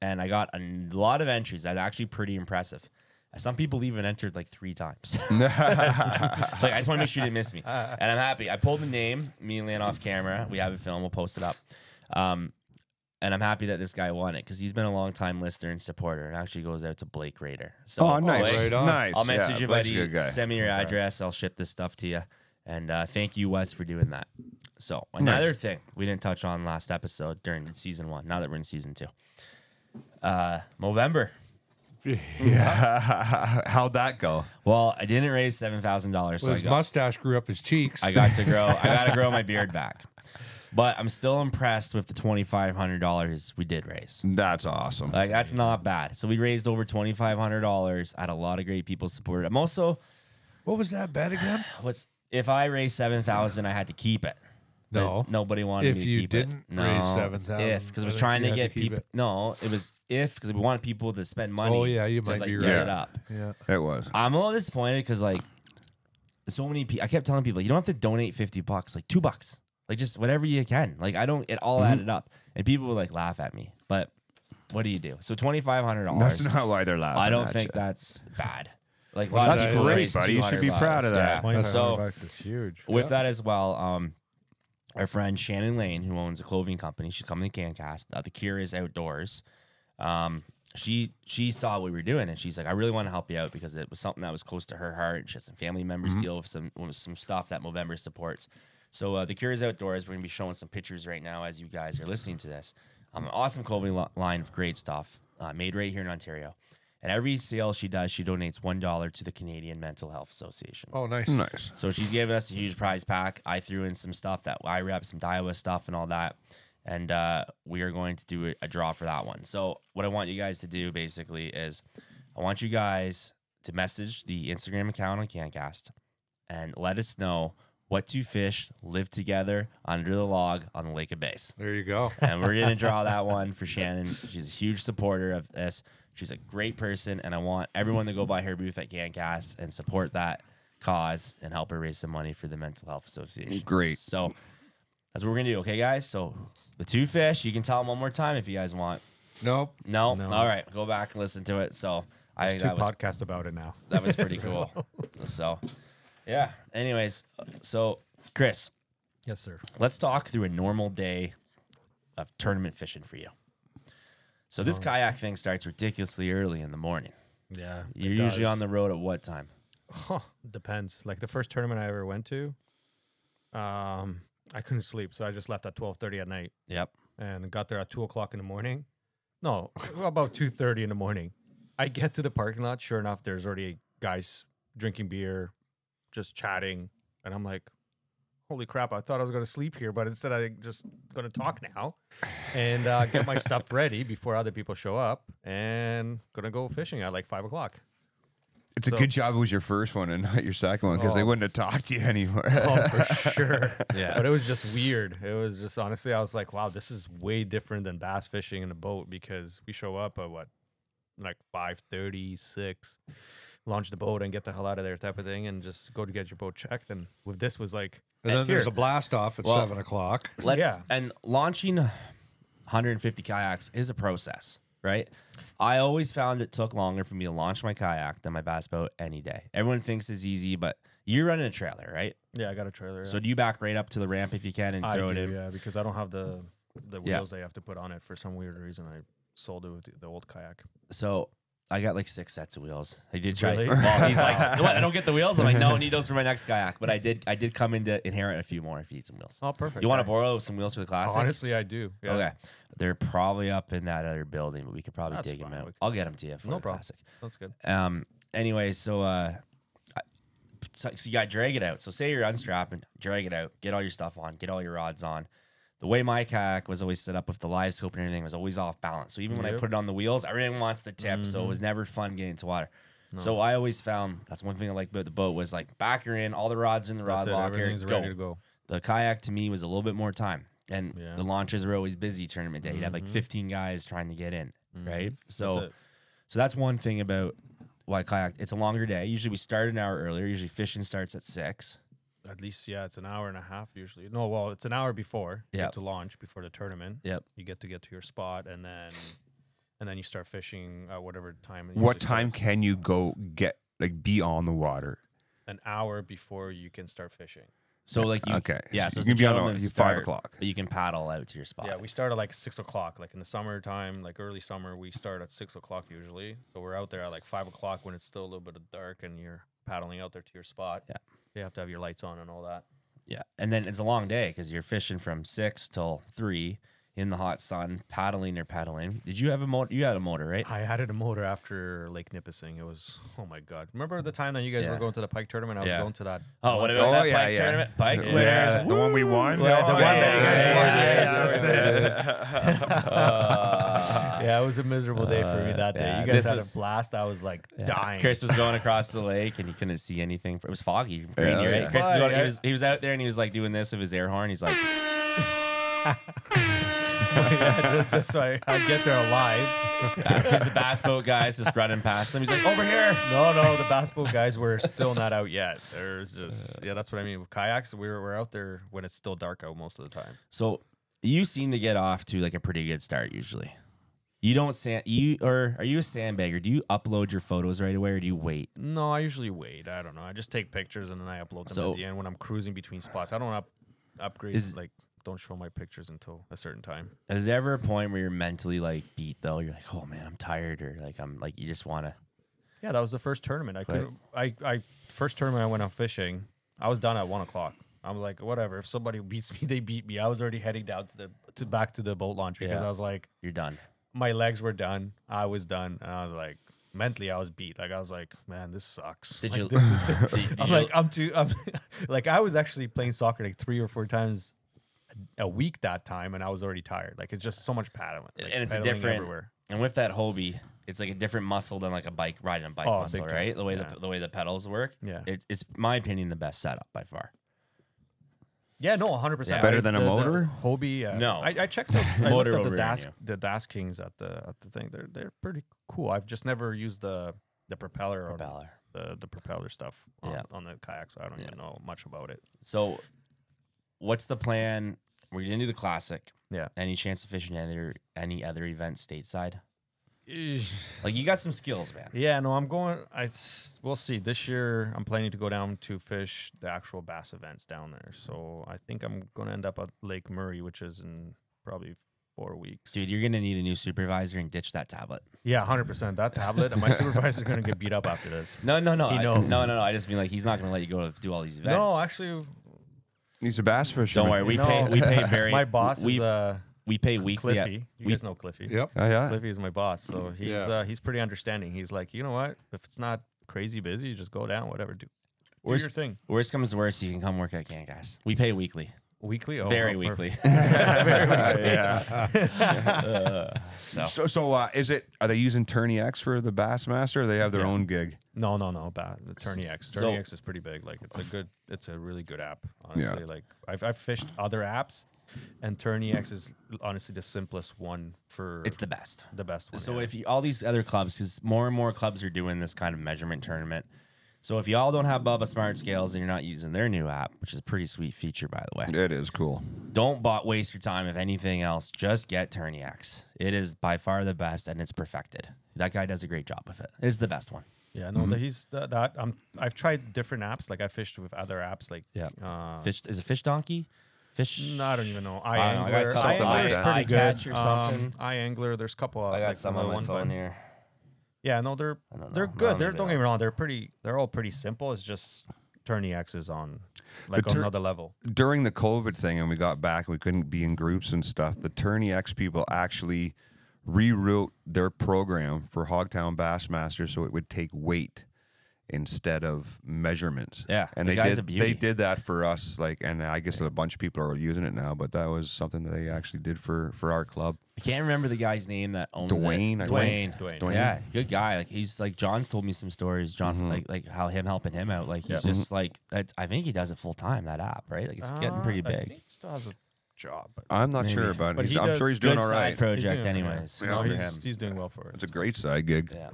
Speaker 1: And I got a n- lot of entries. That's actually pretty impressive. Some people even entered like three times. like I just want to make sure you didn't miss me. And I'm happy. I pulled the name, me and Lan off camera. We have a film. We'll post it up. Um, and I'm happy that this guy won it because he's been a long time listener and supporter. And actually goes out to Blake Raider. So
Speaker 2: Oh, nice.
Speaker 1: Blake,
Speaker 3: right on.
Speaker 2: Nice.
Speaker 1: I'll message
Speaker 2: yeah,
Speaker 1: you,
Speaker 2: Blake's a good
Speaker 1: buddy.
Speaker 2: guy.
Speaker 1: Send me your address. I'll ship this stuff to you. And uh, thank you, Wes, for doing that. So another thing we didn't touch on last episode during season one. Now that we're in season two, uh, Movember.
Speaker 2: How'd that go?
Speaker 1: Well, I didn't raise seven thousand dollars. So
Speaker 3: Well,
Speaker 1: I
Speaker 3: his
Speaker 1: got,
Speaker 3: mustache grew up his cheeks.
Speaker 1: I got to grow. I got to grow my beard back. But I'm still impressed with the twenty five hundred dollars we did raise.
Speaker 2: That's awesome.
Speaker 1: Like that's not bad. So we raised over twenty five hundred dollars. Had a lot of great people supported. I'm also
Speaker 3: what was that bet again?
Speaker 1: what's if I raised seven thousand, I had to keep it. But
Speaker 3: No.
Speaker 1: nobody wanted
Speaker 3: If
Speaker 1: me to
Speaker 3: you
Speaker 1: keep
Speaker 3: didn't
Speaker 1: it.
Speaker 3: raise
Speaker 1: it's
Speaker 3: 7,000,
Speaker 1: if because I
Speaker 3: I
Speaker 1: was
Speaker 3: think
Speaker 1: trying to
Speaker 3: you had to
Speaker 1: get
Speaker 3: keep
Speaker 1: people.
Speaker 3: it.
Speaker 1: No, it was if because we wanted people to spend money.
Speaker 3: Oh, yeah, you
Speaker 1: to,
Speaker 3: might
Speaker 1: like,
Speaker 3: be
Speaker 1: get
Speaker 3: right.
Speaker 1: it up.
Speaker 3: Yeah.
Speaker 2: it was.
Speaker 1: I'm a little disappointed because like so many people. I kept telling people you don't have to donate fifty bucks, like two bucks, like just whatever you can. Like I don't. It
Speaker 2: Mm-hmm.
Speaker 1: all added up, and people would like laugh at me. But what do you do? So twenty five hundred
Speaker 2: That's
Speaker 1: dollars.
Speaker 2: not why they're laughing.
Speaker 1: I don't
Speaker 2: at
Speaker 1: think
Speaker 2: you.
Speaker 1: that's bad. Like a lot of
Speaker 2: That's
Speaker 1: people
Speaker 2: great,
Speaker 1: raised
Speaker 2: buddy. You should be
Speaker 1: $200.
Speaker 2: proud of that.
Speaker 1: Yeah. So-
Speaker 4: 2500 bucks is huge.
Speaker 1: With that as well, um, our friend Shannon Lane, who owns a clothing company, she's coming to CanCast. Uh, the Cure is outdoors. Um, she she saw what we were doing, and she's like, "I really want to help you out because it was something that was close to her heart. And she had some family members deal with some with some stuff that Movember supports. So uh, the Cure is outdoors. We're gonna be showing some pictures right now as you guys are listening to this. Um, an awesome clothing lo- line of great stuff uh, made right here in Ontario. And every sale she does, she donates one dollar to the Canadian Mental Health Association.
Speaker 3: Oh, nice.
Speaker 2: Nice.
Speaker 1: So she's giving us a huge prize pack. I threw in some stuff that I wrapped, some Daiwa stuff and all that. And uh, we are going to do a, a draw for that one. So what I want you guys to do basically is I want you guys to message the Instagram account on Cancast and let us know what two fish live together under the log on the Lake of Bass
Speaker 3: There you go.
Speaker 1: and we're gonna draw that one for Shannon. She's a huge supporter of this. She's a great person, and I want everyone to go by her booth at GanCast and support that cause and help her raise some money for the Mental Health Association.
Speaker 2: Great.
Speaker 1: So that's what we're gonna do, okay, guys? So the two fish. You can tell them one more time if you guys want.
Speaker 3: Nope.
Speaker 1: No?
Speaker 4: No.
Speaker 1: all right, go back and listen to it. So I
Speaker 4: There's
Speaker 1: think
Speaker 4: two
Speaker 1: that was
Speaker 4: podcasts about it now.
Speaker 1: that was pretty cool. So, yeah. Anyways, so Chris,
Speaker 4: Yes, sir.
Speaker 1: let's talk through a normal day of tournament fishing for you. So
Speaker 4: Oh.
Speaker 1: this kayak thing starts ridiculously early in the morning.
Speaker 4: Yeah. it
Speaker 1: You're usually
Speaker 4: does.
Speaker 1: on the road at what time?
Speaker 4: Huh, depends. Like the first tournament I ever went to, um, I couldn't sleep, so I just left at twelve thirty at night
Speaker 1: Yep.
Speaker 4: and got there at two o'clock in the morning. No, about two thirty in the morning. I get to the parking lot. Sure enough, there's already guys drinking beer, just chatting, and I'm like, "Holy crap! I thought I was gonna sleep here, but instead I'm just gonna talk now and uh, get my stuff ready before other people show up, and gonna go fishing at like five o'clock."
Speaker 2: It's
Speaker 4: So-
Speaker 2: a good job it was your first one and not your second one because they
Speaker 4: Oh.
Speaker 2: wouldn't have talked to you anymore.
Speaker 4: Oh, for sure.
Speaker 1: Yeah.
Speaker 4: But it was just weird. It was just honestly, I was like, wow, this is way different than bass fishing in a boat because we show up at what, like five thirty, six, launch the boat and get the hell out of there type of thing, and just go to get your boat checked. And with this was like,
Speaker 3: And then
Speaker 4: "Here."
Speaker 3: there's a blast off at
Speaker 1: Well-
Speaker 3: seven o'clock.
Speaker 1: Let's
Speaker 4: Yeah.
Speaker 1: and launching 150 kayaks is a process, right? I always found it took longer for me to launch my kayak than my bass boat any day. Everyone thinks it's easy, but you're running a trailer, right?
Speaker 4: yeah, I got a trailer.
Speaker 1: So do you back right up to the ramp if you can and
Speaker 4: I
Speaker 1: throw it
Speaker 4: do,
Speaker 1: in?
Speaker 4: yeah, because I don't have the the
Speaker 1: Yeah.
Speaker 4: wheels I have to put on it for some weird reason. I sold it with the- the old kayak.
Speaker 1: So I got like six sets of wheels. I did try.
Speaker 4: Really?
Speaker 1: Well, he's like, what? I don't get the wheels. I'm like, no, I need those for my next kayak. But I did. I did come in to inherit a few more if you need some wheels.
Speaker 4: Oh, perfect.
Speaker 1: You want to
Speaker 4: Yeah.
Speaker 1: borrow some wheels for the classic?
Speaker 4: Honestly, I do. Yeah.
Speaker 1: Okay. They're probably up in that other building, but we could probably
Speaker 4: That's
Speaker 1: dig them
Speaker 4: fine. We
Speaker 1: out.
Speaker 4: can-
Speaker 1: I'll get them to you for
Speaker 4: No
Speaker 1: the
Speaker 4: problem.
Speaker 1: classic.
Speaker 4: that's good.
Speaker 1: Um. Anyway, so uh, I- so, so you got to drag it out. So say you're unstrapping, drag it out, get all your stuff on, get all your rods on. The way my kayak was always set up with the live scope and everything was always off balance. So even when I
Speaker 4: Yep. Mm-hmm.
Speaker 1: put it on the wheels, everything wants the tip, so it was never fun getting into water. So I always found that's one thing I liked about the boat was like back her in, all the rods in the rod
Speaker 4: That's it.
Speaker 1: locker,
Speaker 4: Everything's
Speaker 1: go.
Speaker 4: ready to go.
Speaker 1: The kayak to me was a little bit more time, and
Speaker 4: Yeah. Mm-hmm.
Speaker 1: the launches were always busy tournament day. You'd have like 15 guys trying to get in, right? So.
Speaker 4: That's it.
Speaker 1: So that's one thing about why kayak. It's a longer day. Usually we start an hour earlier. Usually fishing starts at six.
Speaker 4: at least yeah it's an hour and a half usually no well it's an hour before you
Speaker 1: Yeah.
Speaker 4: have to launch before the tournament
Speaker 1: Yep.
Speaker 4: you get to get to your spot and then and then you start fishing at whatever time it
Speaker 2: what
Speaker 4: usually
Speaker 2: time
Speaker 4: starts.
Speaker 2: can you go get like be on the water?
Speaker 4: an hour before you can start fishing
Speaker 1: So like you
Speaker 2: Okay,
Speaker 1: yeah.
Speaker 2: so
Speaker 1: So
Speaker 2: you
Speaker 1: it's
Speaker 2: can
Speaker 1: a
Speaker 2: be on the-
Speaker 1: gentleman
Speaker 2: you- five
Speaker 1: start,
Speaker 2: o'clock.
Speaker 1: but you can paddle out to your spot.
Speaker 4: yeah we start at like six o'clock like in the summertime like early summer we start at six o'clock usually so we're out there at like five o'clock when it's still a little bit of dark and you're paddling out there to your spot
Speaker 1: Yeah.
Speaker 4: you have to have your lights on and all that
Speaker 1: yeah. And then it's a long day because you're fishing from six till three in the hot sun, paddling or paddling. Did you have a motor? You had a motor, right?
Speaker 4: I added a motor after Lake Nipissing. It was oh my god! Remember the time that you guys
Speaker 1: Yeah.
Speaker 4: were going to the Pike tournament? I was
Speaker 1: Yeah.
Speaker 4: going to that.
Speaker 1: Oh, what about
Speaker 2: Oh,
Speaker 1: that
Speaker 2: yeah,
Speaker 1: bike
Speaker 2: yeah.
Speaker 1: tournament? Bike
Speaker 4: Yeah.
Speaker 1: winners.
Speaker 2: Yeah, the one we won.
Speaker 1: Yeah, the
Speaker 2: Oh,
Speaker 1: one that you guys won.
Speaker 2: yeah, yeah, yeah, that's it.
Speaker 1: Uh,
Speaker 4: yeah, it was a miserable day for me that day.
Speaker 1: yeah,
Speaker 4: you guys
Speaker 1: this
Speaker 4: had
Speaker 1: was-
Speaker 4: a blast. I was like
Speaker 1: Yeah.
Speaker 4: dying.
Speaker 1: Chris was going across the lake and he couldn't see anything. It was foggy, rainy,
Speaker 2: Yeah.
Speaker 1: right? Chris was,
Speaker 4: Why?
Speaker 1: going, he was he was out there and he was like doing this with his air horn. He's like,
Speaker 4: just, just so I, I get there alive.
Speaker 1: bass, he's the bass boat guys just running past him. He's like, over here.
Speaker 4: No, no, the basketball guys were still not out yet. There's just yeah, that's what I mean with kayaks. We're we're out there when it's still dark out most of the time.
Speaker 1: So you seem to get off to like a pretty good start usually. You don't sand you or are you a sandbagger? Do you upload your photos right away or do you wait?
Speaker 4: No, I usually wait. I don't know. I just take pictures and then I upload them
Speaker 1: So-
Speaker 4: at the end when I'm cruising between spots. I don't up, upgrade
Speaker 1: Is-
Speaker 4: like don't show my pictures until a certain time.
Speaker 1: Is there ever a point where you're mentally like beat though? You're like, oh man, I'm tired, or like I'm like you just wanna
Speaker 4: Yeah, that was the first tournament. I
Speaker 1: Right.
Speaker 4: could I I first tournament I went out fishing. I was done at one o'clock. I was like, whatever. If somebody beats me, they beat me. I was already heading down to the to back to the boat launch because
Speaker 1: Yeah.
Speaker 4: I was like,
Speaker 1: you're done.
Speaker 4: my legs were done. I was done, and I was like, mentally, I was beat. Like I was like, man, this sucks.
Speaker 1: Did
Speaker 4: Like,
Speaker 1: you-
Speaker 4: This is the-
Speaker 1: Did- did
Speaker 4: I'm
Speaker 1: you-
Speaker 4: like, I'm too. I'm like, I was actually playing soccer like three or four times a a week that time, and I was already tired. Like it's just so much paddling, like,
Speaker 1: and it's a
Speaker 4: pedaling
Speaker 1: different and with that Hobie, it's like a different muscle than like a bike riding a bike
Speaker 4: Oh,
Speaker 1: muscle,
Speaker 4: big time.
Speaker 1: right? The way
Speaker 4: Yeah.
Speaker 1: the, the way the pedals work.
Speaker 4: Yeah.
Speaker 1: It, it's my opinion the best setup by far.
Speaker 4: Yeah, no, 100. percent
Speaker 1: Yeah.
Speaker 2: Better than a
Speaker 4: the,
Speaker 2: motor?
Speaker 4: The Hobie. Uh,
Speaker 1: No.
Speaker 4: I, I checked the I
Speaker 1: Motor
Speaker 4: looked at
Speaker 1: will
Speaker 4: the
Speaker 1: ruin
Speaker 4: Das
Speaker 1: you.
Speaker 4: the Das Kings at the at the thing. They're they're pretty cool. I've just never used the the propeller, or
Speaker 1: Propeller.
Speaker 4: the, the propeller stuff on,
Speaker 1: Yeah.
Speaker 4: on the kayak, so I don't even know much about it.
Speaker 1: So, what's the plan We didn't do the classic.
Speaker 6: Yeah.
Speaker 1: Any chance of fishing any other any other event stateside? Like you got some skills, man.
Speaker 4: Yeah, no, I'm going. I s- we'll see. This year, I'm planning to go down to fish the actual bass events down there. So I think I'm going to end up at Lake Murray, which is in probably four weeks.
Speaker 1: Dude, you're gonna need a new supervisor and ditch that tablet.
Speaker 4: yeah, 100 percent. That tablet and my supervisor's going to get beat up after this.
Speaker 1: No, no, no.
Speaker 4: He
Speaker 1: I, no,
Speaker 4: knows.
Speaker 1: no, no. I just mean like he's not gonna let you go to do all these events.
Speaker 4: No, actually,
Speaker 2: He's a bass fisherman.
Speaker 1: don't worry. We pay.
Speaker 4: No.
Speaker 1: We pay very.
Speaker 4: my boss
Speaker 1: We
Speaker 4: is uh,
Speaker 1: we pay weekly.
Speaker 4: Cliffy.
Speaker 1: at-
Speaker 4: you
Speaker 1: we-
Speaker 4: guys know Cliffy.
Speaker 3: Yep.
Speaker 2: Oh, yeah.
Speaker 4: Cliffy is my boss, so he's
Speaker 3: Yeah.
Speaker 4: uh, he's pretty understanding. He's like, you know what? If it's not crazy busy, just go down, whatever. Do, do
Speaker 1: Worst-
Speaker 4: your thing.
Speaker 1: worst comes to worst, you can come work at Kangas. We pay weekly.
Speaker 4: Weekly, oh,
Speaker 1: very
Speaker 4: oh, perfect.
Speaker 1: weekly.
Speaker 2: yeah.
Speaker 1: so
Speaker 2: So, so uh, is it? Are they using Turney X for the Bassmaster? Or they have their own gig.
Speaker 4: No, no, no. Bad. The Tourney X.
Speaker 1: so-
Speaker 4: Tourney X is pretty big. Like it's a good. It's a really good app. Honestly, like I've, I've fished other apps, and Tourney X is honestly the simplest one for.
Speaker 1: it's the best.
Speaker 4: the best one.
Speaker 1: So
Speaker 4: yeah.
Speaker 1: if you, all these other clubs, because more and more clubs are doing this kind of measurement tournament. So if y'all don't have Bubba Smart Scales and you're not using their new app, which is a pretty sweet feature by the way,
Speaker 2: It is cool.
Speaker 1: don't bot waste your time. If anything else, just get Turniax. It is by far the best, and it's perfected. That guy does a great job with it. It's the best one.
Speaker 4: yeah,
Speaker 1: Mm-hmm.
Speaker 4: no, that he's that, that um, I've tried different apps. Like I fished with other apps. Like
Speaker 1: Yeah.
Speaker 4: uh,
Speaker 1: Fish is a fish donkey. Fish.
Speaker 4: No, I don't even know. I,
Speaker 1: I don't know, I got
Speaker 4: angler.
Speaker 1: something
Speaker 4: I
Speaker 1: like
Speaker 4: angler is
Speaker 1: that.
Speaker 4: pretty
Speaker 1: Eye
Speaker 4: good.
Speaker 1: catch or
Speaker 4: Um,
Speaker 1: something.
Speaker 4: I angler. There's a couple.
Speaker 1: I got some on my phone here.
Speaker 4: Yeah, no, they're
Speaker 1: I don't
Speaker 4: they're
Speaker 1: know. I
Speaker 4: good.
Speaker 1: don't
Speaker 4: They're
Speaker 1: even
Speaker 4: don't
Speaker 1: know.
Speaker 4: get me wrong. They're pretty. They're all pretty simple. It's just Tourney X is on like
Speaker 2: tur-
Speaker 4: on another level.
Speaker 2: during the COVID thing and we got back, we couldn't be in groups and stuff. The Tourney X people actually reroute their program for Hogtown Bassmaster so it would take weight instead of measurements.
Speaker 1: Yeah,
Speaker 2: and
Speaker 1: the
Speaker 2: they
Speaker 1: guy's
Speaker 2: did
Speaker 1: a beauty.
Speaker 2: they did that for us. Like, and I guess a bunch of people are using it now, but that was something that they actually did for for our club.
Speaker 1: I can't remember the guy's name that owns
Speaker 2: Dwayne,
Speaker 1: it.
Speaker 2: I
Speaker 1: Dwayne.
Speaker 2: think.
Speaker 1: Dwayne. Mm-hmm.
Speaker 2: Dwayne.
Speaker 1: Yeah, good guy. Like he's like John's told me some stories. John, like like how him helping him out. Like he's just like that's- I think he does it full time. That app, right? Like it's getting
Speaker 4: Uh,
Speaker 1: pretty
Speaker 4: I
Speaker 1: big.
Speaker 4: think he still has a job, but
Speaker 2: I'm not sure
Speaker 1: Maybe.
Speaker 2: about
Speaker 4: But
Speaker 2: it. He's-
Speaker 4: he
Speaker 2: I'm sure
Speaker 4: does
Speaker 2: he's doing
Speaker 1: good
Speaker 2: all
Speaker 1: side
Speaker 2: right.
Speaker 4: he's
Speaker 1: project,
Speaker 4: doing-
Speaker 1: anyways.
Speaker 4: yeah.
Speaker 1: Good
Speaker 4: No,
Speaker 1: for
Speaker 4: he's,
Speaker 1: him.
Speaker 4: he's doing well for it.
Speaker 2: it's a great side gig.
Speaker 1: Yeah.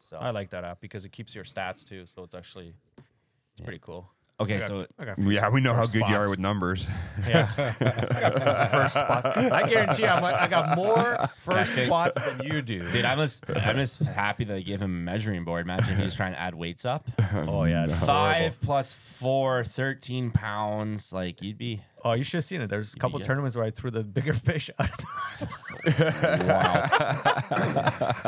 Speaker 1: So
Speaker 4: I like that app because it keeps your stats too, so it's actually it's pretty cool.
Speaker 1: okay,
Speaker 4: I got-
Speaker 1: so
Speaker 4: I got first-
Speaker 2: Yeah, we know how
Speaker 4: first
Speaker 2: good you are
Speaker 4: spots.
Speaker 2: with numbers.
Speaker 4: yeah. I got first spots. I guarantee I'm like, I got more
Speaker 1: That's
Speaker 4: first
Speaker 1: it.
Speaker 4: spots than you do.
Speaker 1: Dude, I'm just I'm just happy that I gave him a measuring board. Imagine if he was trying to add weights up.
Speaker 4: Oh yeah, it's horrible.
Speaker 1: Five plus four, 13 pounds. Like you'd be
Speaker 4: Oh, you should have seen it. There's a couple
Speaker 1: Yeah.
Speaker 4: tournaments where I threw the bigger fish out.
Speaker 1: wow.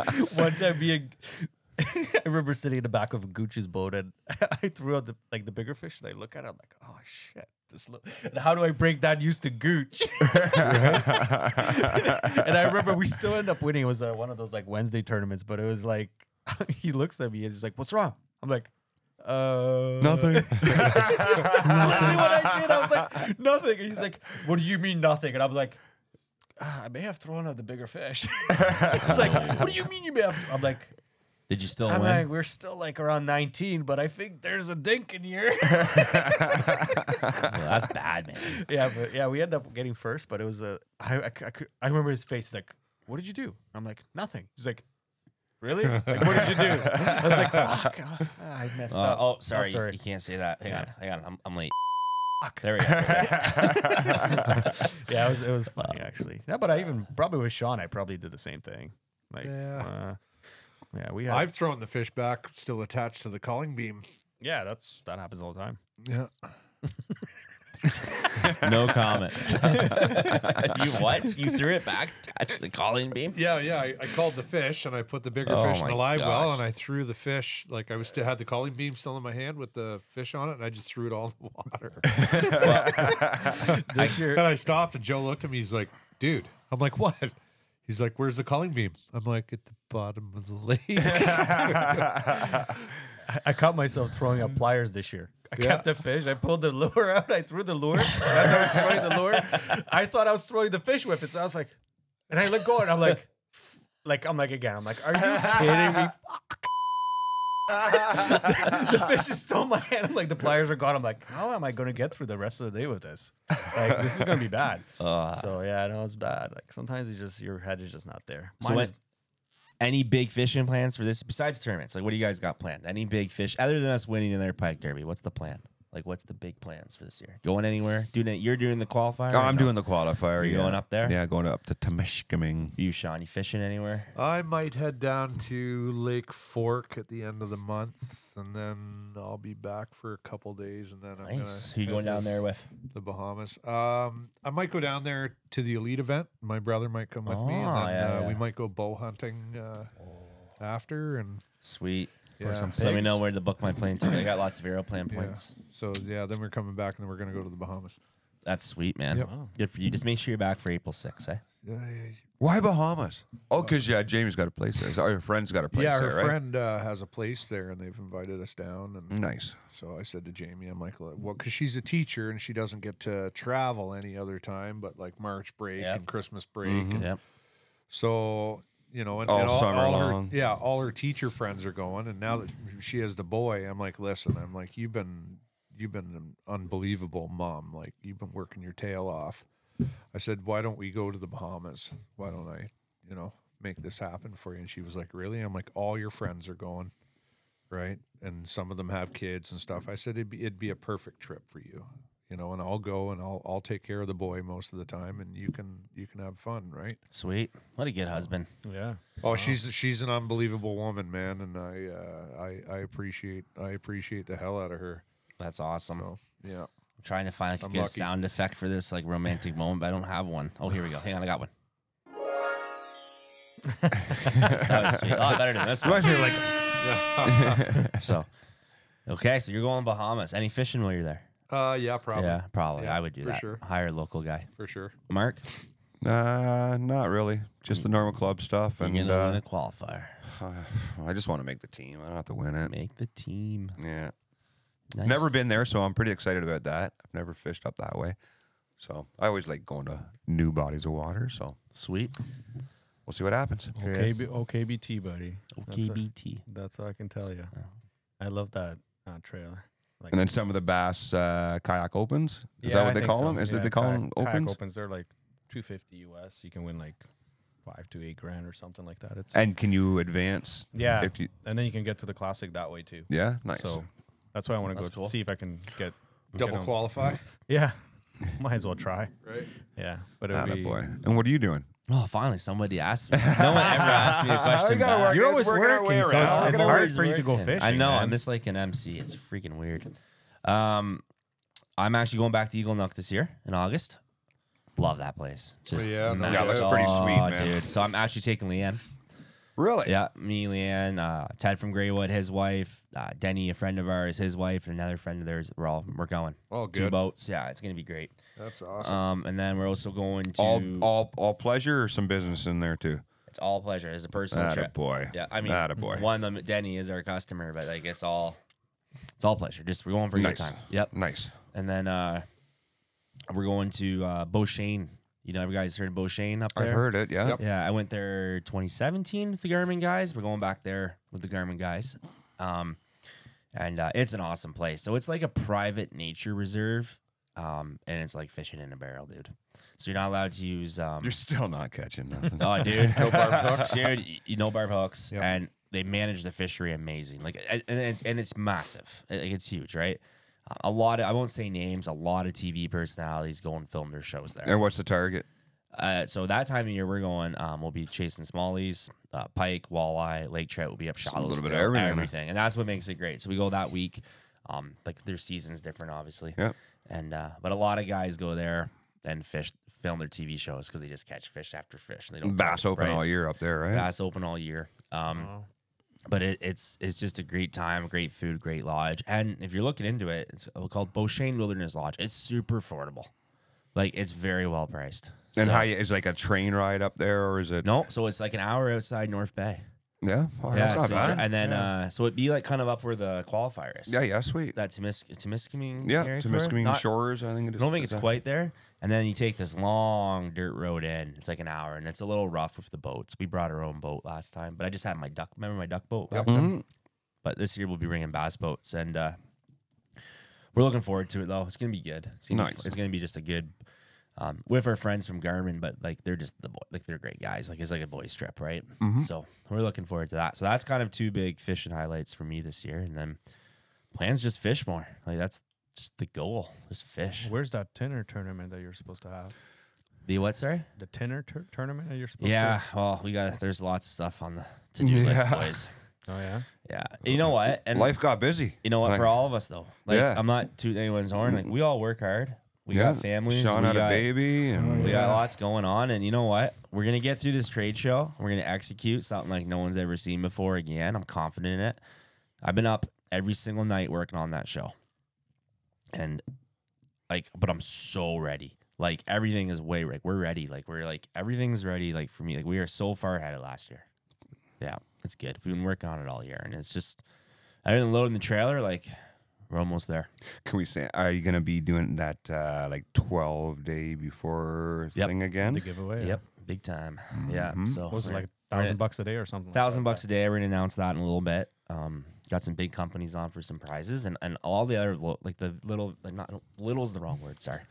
Speaker 4: One time, being, I remember sitting in the back of Gucci's boat, and I threw out the like the bigger fish, and I look at it, I'm like, oh shit. This look, and how do I break that news to Gooch? and I remember we still end up winning. It was uh, one of those like Wednesday tournaments, but it was like he looks at me and he's like, "What's wrong?" I'm like, "Uh,
Speaker 2: Nothing.
Speaker 4: literally what I did. I was like, nothing. And he's like, what do you mean nothing? And I'm like, ah, I may have thrown out the bigger fish. he's like, what do you mean you may have? I'm like,
Speaker 1: Did you still
Speaker 4: I'm
Speaker 1: win?
Speaker 4: like, we're still like around 19, but I think there's a dink in here.
Speaker 1: Well, that's bad, man. Oh,
Speaker 4: yeah, but yeah, we end up getting first, but it was a. I I, c- I could, I remember his face like, what did you do? I'm like, nothing. He's like. Really? Like, what did you do? I was like, fuck, ah, I messed
Speaker 1: Uh,
Speaker 4: up.
Speaker 1: oh, sorry. you-
Speaker 4: sorry.
Speaker 1: You, can't say that. Hang
Speaker 4: Yeah.
Speaker 1: on. Hang on. I'm, I'm late.
Speaker 4: Fuck.
Speaker 1: There we go.
Speaker 4: yeah, it was it was funny actually. Yeah, but I even probably with Sean, I probably did the same thing. Like,
Speaker 3: Yeah.
Speaker 4: yeah, uh, yeah, we had,
Speaker 3: I've thrown the fish back, still attached to the calling beam.
Speaker 4: yeah, that's that happens all the time.
Speaker 3: Yeah.
Speaker 1: No comment. you what? You threw it back, touched the calling beam?
Speaker 3: Yeah, yeah. I, I called the fish and I put the bigger
Speaker 1: Oh
Speaker 3: fish in
Speaker 1: my
Speaker 3: the live well
Speaker 1: gosh.
Speaker 3: and I threw the fish like I was still had the calling beam still in my hand with the fish on it and I just threw it all in the water.
Speaker 4: This year,
Speaker 3: and I stopped and Joe looked at me, he's like, dude. I'm like, what? He's like, where's the calling beam? I'm like, at the bottom of the lake.
Speaker 4: I caught myself throwing out pliers this year. I
Speaker 3: Yeah.
Speaker 4: kept the fish. I pulled the lure out. I threw the lure. As I was throwing the lure, I thought I was throwing the fish with it. So I was like, and I let go, and I'm like, like I'm like again. I'm like, are you kidding me? Fuck. the fish is still in my hand. I'm like, the pliers are gone. I'm like, how am I going to get through the rest of the day with this? Like, this is going to be bad.
Speaker 1: Uh.
Speaker 4: so yeah, I know it's bad. Like sometimes you just your head is just not there.
Speaker 1: So
Speaker 4: Mine
Speaker 1: what-
Speaker 4: is
Speaker 1: any big fishing plans for this besides tournaments? Like, what do you guys got planned? Any big fish other than us winning in their Pike Derby? What's the plan? Like, what's the big plans for this year? Going anywhere? Doing it? You're doing the qualifier?
Speaker 2: Oh,
Speaker 1: or
Speaker 2: I'm
Speaker 1: no?
Speaker 2: doing the qualifier.
Speaker 1: You
Speaker 2: yeah.
Speaker 1: going up there?
Speaker 2: Yeah, going up to Temeshkaming.
Speaker 1: You, Sean, you fishing anywhere?
Speaker 3: I might head down to Lake Fork at the end of the month, and then I'll be back for a couple days, and then I'm
Speaker 1: Nice. Who you
Speaker 3: gonna head
Speaker 1: going
Speaker 3: to
Speaker 1: down there with?
Speaker 3: The Bahamas. Um, I might go down there to the elite event. My brother might come with me, and
Speaker 1: Ah,
Speaker 3: then
Speaker 1: yeah,
Speaker 3: uh, we
Speaker 1: yeah.
Speaker 3: might go bow hunting uh, after. And
Speaker 1: Sweet.
Speaker 3: yeah,
Speaker 1: So let me know where to book my plane ticket. I got lots of aeroplane
Speaker 3: Yeah.
Speaker 1: points.
Speaker 3: So yeah, then we're coming back, and then we're gonna go to the Bahamas.
Speaker 1: That's sweet, man.
Speaker 3: Yep.
Speaker 1: Good for you. Just make sure you're back for April 6th, eh?
Speaker 3: Yeah, yeah, yeah.
Speaker 2: Why Bahamas? Oh, because yeah, Jamie's got a place there. So Our friend's got a place
Speaker 3: yeah, her
Speaker 2: there, right?
Speaker 3: friend uh, has a place there, and they've invited us down. And
Speaker 1: Mm.
Speaker 2: Nice.
Speaker 3: so I said to Jamie, I'm like, "Well, because she's a teacher and she doesn't get to travel any other time, but like March break
Speaker 1: Yep. Mm-hmm.
Speaker 3: and Christmas break, and
Speaker 1: Yep.
Speaker 3: so you know, and,
Speaker 2: All
Speaker 3: and all,
Speaker 2: summer
Speaker 3: all
Speaker 2: long.
Speaker 3: Her, yeah, all her teacher friends are going, and now that she has the boy, I'm like, listen, I'm like, you've been, you've been an unbelievable mom. Like you've been working your tail off. I said, why don't we go to the Bahamas? Why don't I, you know, make this happen for you? And she was like, really? I'm like, all your friends are going, right? And some of them have kids and stuff. I said, it'd be, it'd be a perfect trip for you. You know, and I'll go and I'll I'll take care of the boy most of the time, and you can you can have fun, right?
Speaker 1: Sweet. What a good husband.
Speaker 4: Yeah.
Speaker 3: Oh, she's she's an unbelievable woman, man, and I uh, I I appreciate I appreciate the hell out of her.
Speaker 1: That's awesome.
Speaker 3: So yeah,
Speaker 1: I'm trying to find like a
Speaker 3: I'm
Speaker 1: good
Speaker 3: lucky.
Speaker 1: sound effect for this like romantic moment, but I don't have one. Oh, here we go. Hang on, I got one. that was sweet. A lot better than this one. so, okay, so you're going Bahamas. Any fishing while you're there?
Speaker 3: uh, yeah, probably
Speaker 1: Yeah, probably.
Speaker 3: Yeah,
Speaker 1: I would do
Speaker 3: for
Speaker 1: that.
Speaker 3: sure.
Speaker 1: Hire a local guy.
Speaker 3: for sure.
Speaker 1: Mark,
Speaker 2: Uh, not really. Just the normal club stuff,
Speaker 1: you're
Speaker 2: and
Speaker 1: gonna win
Speaker 2: uh,
Speaker 1: a qualifier.
Speaker 2: I just want to make the team. I don't have to win it.
Speaker 1: Make the team.
Speaker 2: Yeah,
Speaker 1: Nice.
Speaker 2: never been there, so I'm pretty excited about that. I've never fished up that way, so I always like going to new bodies of water. So
Speaker 1: sweet.
Speaker 2: we'll see what happens.
Speaker 1: Chris.
Speaker 4: OKB, OKBT, buddy. That's it.
Speaker 1: OKBT.
Speaker 4: That's all I can tell you. I love that uh, trailer. Like,
Speaker 2: And then some of the bass uh, kayak opens. Is
Speaker 4: Yeah,
Speaker 2: that what
Speaker 4: I
Speaker 2: they
Speaker 4: think
Speaker 2: call
Speaker 4: so.
Speaker 2: them? Is
Speaker 4: Yeah,
Speaker 2: that they call
Speaker 4: kayak-
Speaker 2: them
Speaker 4: kayak
Speaker 2: opens?
Speaker 4: opens. They're like 250 US. You can win like five to eight grand or something like that. It's
Speaker 2: And can you advance?
Speaker 4: yeah,
Speaker 2: If you
Speaker 4: and then you can get to the classic that way too.
Speaker 2: yeah, nice.
Speaker 4: So that's why I want to go
Speaker 1: That's cool.
Speaker 4: see if I can get
Speaker 3: Double
Speaker 4: on.
Speaker 3: qualify,
Speaker 4: yeah. Might as well try.
Speaker 3: right?
Speaker 4: Yeah, but it'll be
Speaker 2: Attaboy. And what are you doing?
Speaker 1: Oh, finally somebody asked me. No one ever asked me a
Speaker 2: Uh,
Speaker 1: question. back.
Speaker 4: You're always
Speaker 2: working our way
Speaker 4: working, so
Speaker 2: around.
Speaker 4: it's-
Speaker 3: Oh,
Speaker 2: We're
Speaker 4: it's
Speaker 2: gonna
Speaker 4: hard
Speaker 2: work-
Speaker 4: for you to go
Speaker 1: working. I
Speaker 4: fishing,
Speaker 1: know.
Speaker 4: man.
Speaker 1: I'm just like an MC. It's freaking weird. Um, I'm actually going back to Eagle Nook this year in August. Love that place. Just
Speaker 3: yeah, no
Speaker 1: mad-
Speaker 3: Yeah, it looks
Speaker 2: pretty sweet,
Speaker 1: Oh,
Speaker 2: man.
Speaker 1: dude. So I'm actually taking Leanne.
Speaker 2: Really?
Speaker 1: Yeah, me, Leanne, uh, Ted from Graywood, his wife, uh, Denny, a friend of ours, his wife, and another friend of theirs. We're all we're going.
Speaker 3: Oh,
Speaker 1: Two
Speaker 3: good.
Speaker 1: boats. Yeah, it's gonna be great.
Speaker 3: That's awesome.
Speaker 1: Um, and then we're also going to
Speaker 2: All, all, all pleasure or some business in there too.
Speaker 1: it's all pleasure. It's a personal trip.
Speaker 2: Attaboy.
Speaker 1: Yeah, I mean,
Speaker 2: Attaboy.
Speaker 1: one of them, Denny is our customer, but like it's all, it's all pleasure. Just we're going for a
Speaker 2: Nice.
Speaker 1: good time. Yep.
Speaker 2: Nice.
Speaker 1: And then uh, we're going to uh, Beauchene. You know, you guys heard of Beauchene up there?
Speaker 2: I've heard it. Yeah.
Speaker 1: Yeah, I went there 2017 with the Garmin guys. We're going back there with the Garmin guys. Um, and uh, it's an awesome place. So it's like a private nature reserve. Um, and it's like fishing in a barrel, dude. So you're not allowed to use um,
Speaker 2: You're still not catching nothing.
Speaker 1: Oh, dude, no barb hooks, dude. y- You know barb hooks,
Speaker 3: Yep.
Speaker 1: and they manage the fishery amazing. Like, and and, it's- and it's massive. Uh, Like, it's huge, right? Uh, A lot of I won't say names. A lot of TV personalities go and film their shows there.
Speaker 2: and what's the target?
Speaker 1: Uh, so that time of year we're going, um, we'll be chasing smallies, uh, pike, walleye, lake trout. We'll be up shallow,
Speaker 2: little bit of
Speaker 1: still,
Speaker 2: everything, huh?
Speaker 1: and that's what makes it great. So we go that week. Um, like their season's different, obviously.
Speaker 2: Yep.
Speaker 1: And uh, but a lot of guys go there and fish, film their TV shows because they just catch fish after fish. And they don't
Speaker 2: Bass open
Speaker 1: all year
Speaker 2: all year up there, right?
Speaker 1: that's open all year. Um, But it, it's it's just a great time, great food, great lodge, and if you're looking into it, it's called Beauchene Wilderness Lodge. It's super affordable, like it's very well priced.
Speaker 2: And
Speaker 1: So-
Speaker 2: how you, is it like a train ride up there or is it?
Speaker 1: uh, No, so it's like an hour outside North Bay.
Speaker 2: Yeah. Oh, that's
Speaker 1: so
Speaker 2: not
Speaker 1: you dri-
Speaker 2: bad.
Speaker 1: And then uh, so it'd be like kind of up where the qualifier is.
Speaker 2: yeah. Yeah. Sweet.
Speaker 1: That Timis- Timiskaming.
Speaker 2: yeah.
Speaker 1: area,
Speaker 2: To
Speaker 1: Cora?
Speaker 2: Miskaming
Speaker 1: Not-
Speaker 2: Shores, I think it
Speaker 1: I
Speaker 2: is.
Speaker 1: don't think
Speaker 2: Is
Speaker 1: it's
Speaker 2: that-
Speaker 1: quite there. And then you take this long dirt road in. It's like an hour, and it's a little rough with the boats. We brought our own boat last time, but I just had my duck. Remember my duck boat? back then?
Speaker 2: Mhm.
Speaker 1: But this year we'll be bringing bass boats, and uh, we're looking forward to it though. It's gonna be good. It's gonna, be,
Speaker 2: Nice.
Speaker 1: it's gonna be just a good um, with our friends from Garmin, but like they're just the boy, like they're great guys. Like it's like a boys trip, right?
Speaker 2: Mm-hmm.
Speaker 1: So we're looking forward to that. So that's kind of two big fishing highlights for me this year, and then plans just fish more. Like that's just the goal is fish.
Speaker 4: Where's that tenor tournament that you're supposed to have?
Speaker 1: The what, sorry?
Speaker 4: The tenor tur tournament that you're supposed
Speaker 1: Yeah.
Speaker 4: to?
Speaker 1: Well, we got there's lots of stuff on the to do list,
Speaker 2: Yeah.
Speaker 1: boys.
Speaker 4: Yeah. Oh yeah.
Speaker 1: Yeah. You know what? And
Speaker 2: Life got busy.
Speaker 1: you know what?
Speaker 2: Like,
Speaker 1: For all of us though, like
Speaker 2: Yeah.
Speaker 1: I'm not tooting anyone's horn. Like we all work hard. We
Speaker 2: yeah,
Speaker 1: got families.
Speaker 2: Sean
Speaker 1: we
Speaker 2: had
Speaker 1: got,
Speaker 2: a baby, and
Speaker 1: We got lots going on, and you know what? We're gonna get through this trade show. We're gonna execute something like no one's ever seen before again. I'm confident in it. I've been up every single night working on that show, and like, but I'm so ready. Like everything is way like we're ready. Like we're like everything's ready. Like for me, like we are so far ahead of last year. Yeah, it's good. We've been working on it all year, and it's just I didn't load in the trailer. Like we're almost there.
Speaker 2: can we say, are you gonna be doing that uh, like twelve day before
Speaker 1: Yep.
Speaker 2: thing again?
Speaker 4: The giveaway.
Speaker 1: Yep, big time. Yeah.
Speaker 2: Mhm.
Speaker 1: So
Speaker 4: Mm-hmm. What was it
Speaker 1: we're-
Speaker 4: like
Speaker 1: we're gonna-
Speaker 4: thousand bucks a day or something? like
Speaker 1: thousand
Speaker 4: that?
Speaker 1: bucks a day. We're gonna announce that in a little bit. Um, got some big companies on for some prizes, and and all the other lo- like the little like not little is the wrong word. Sorry,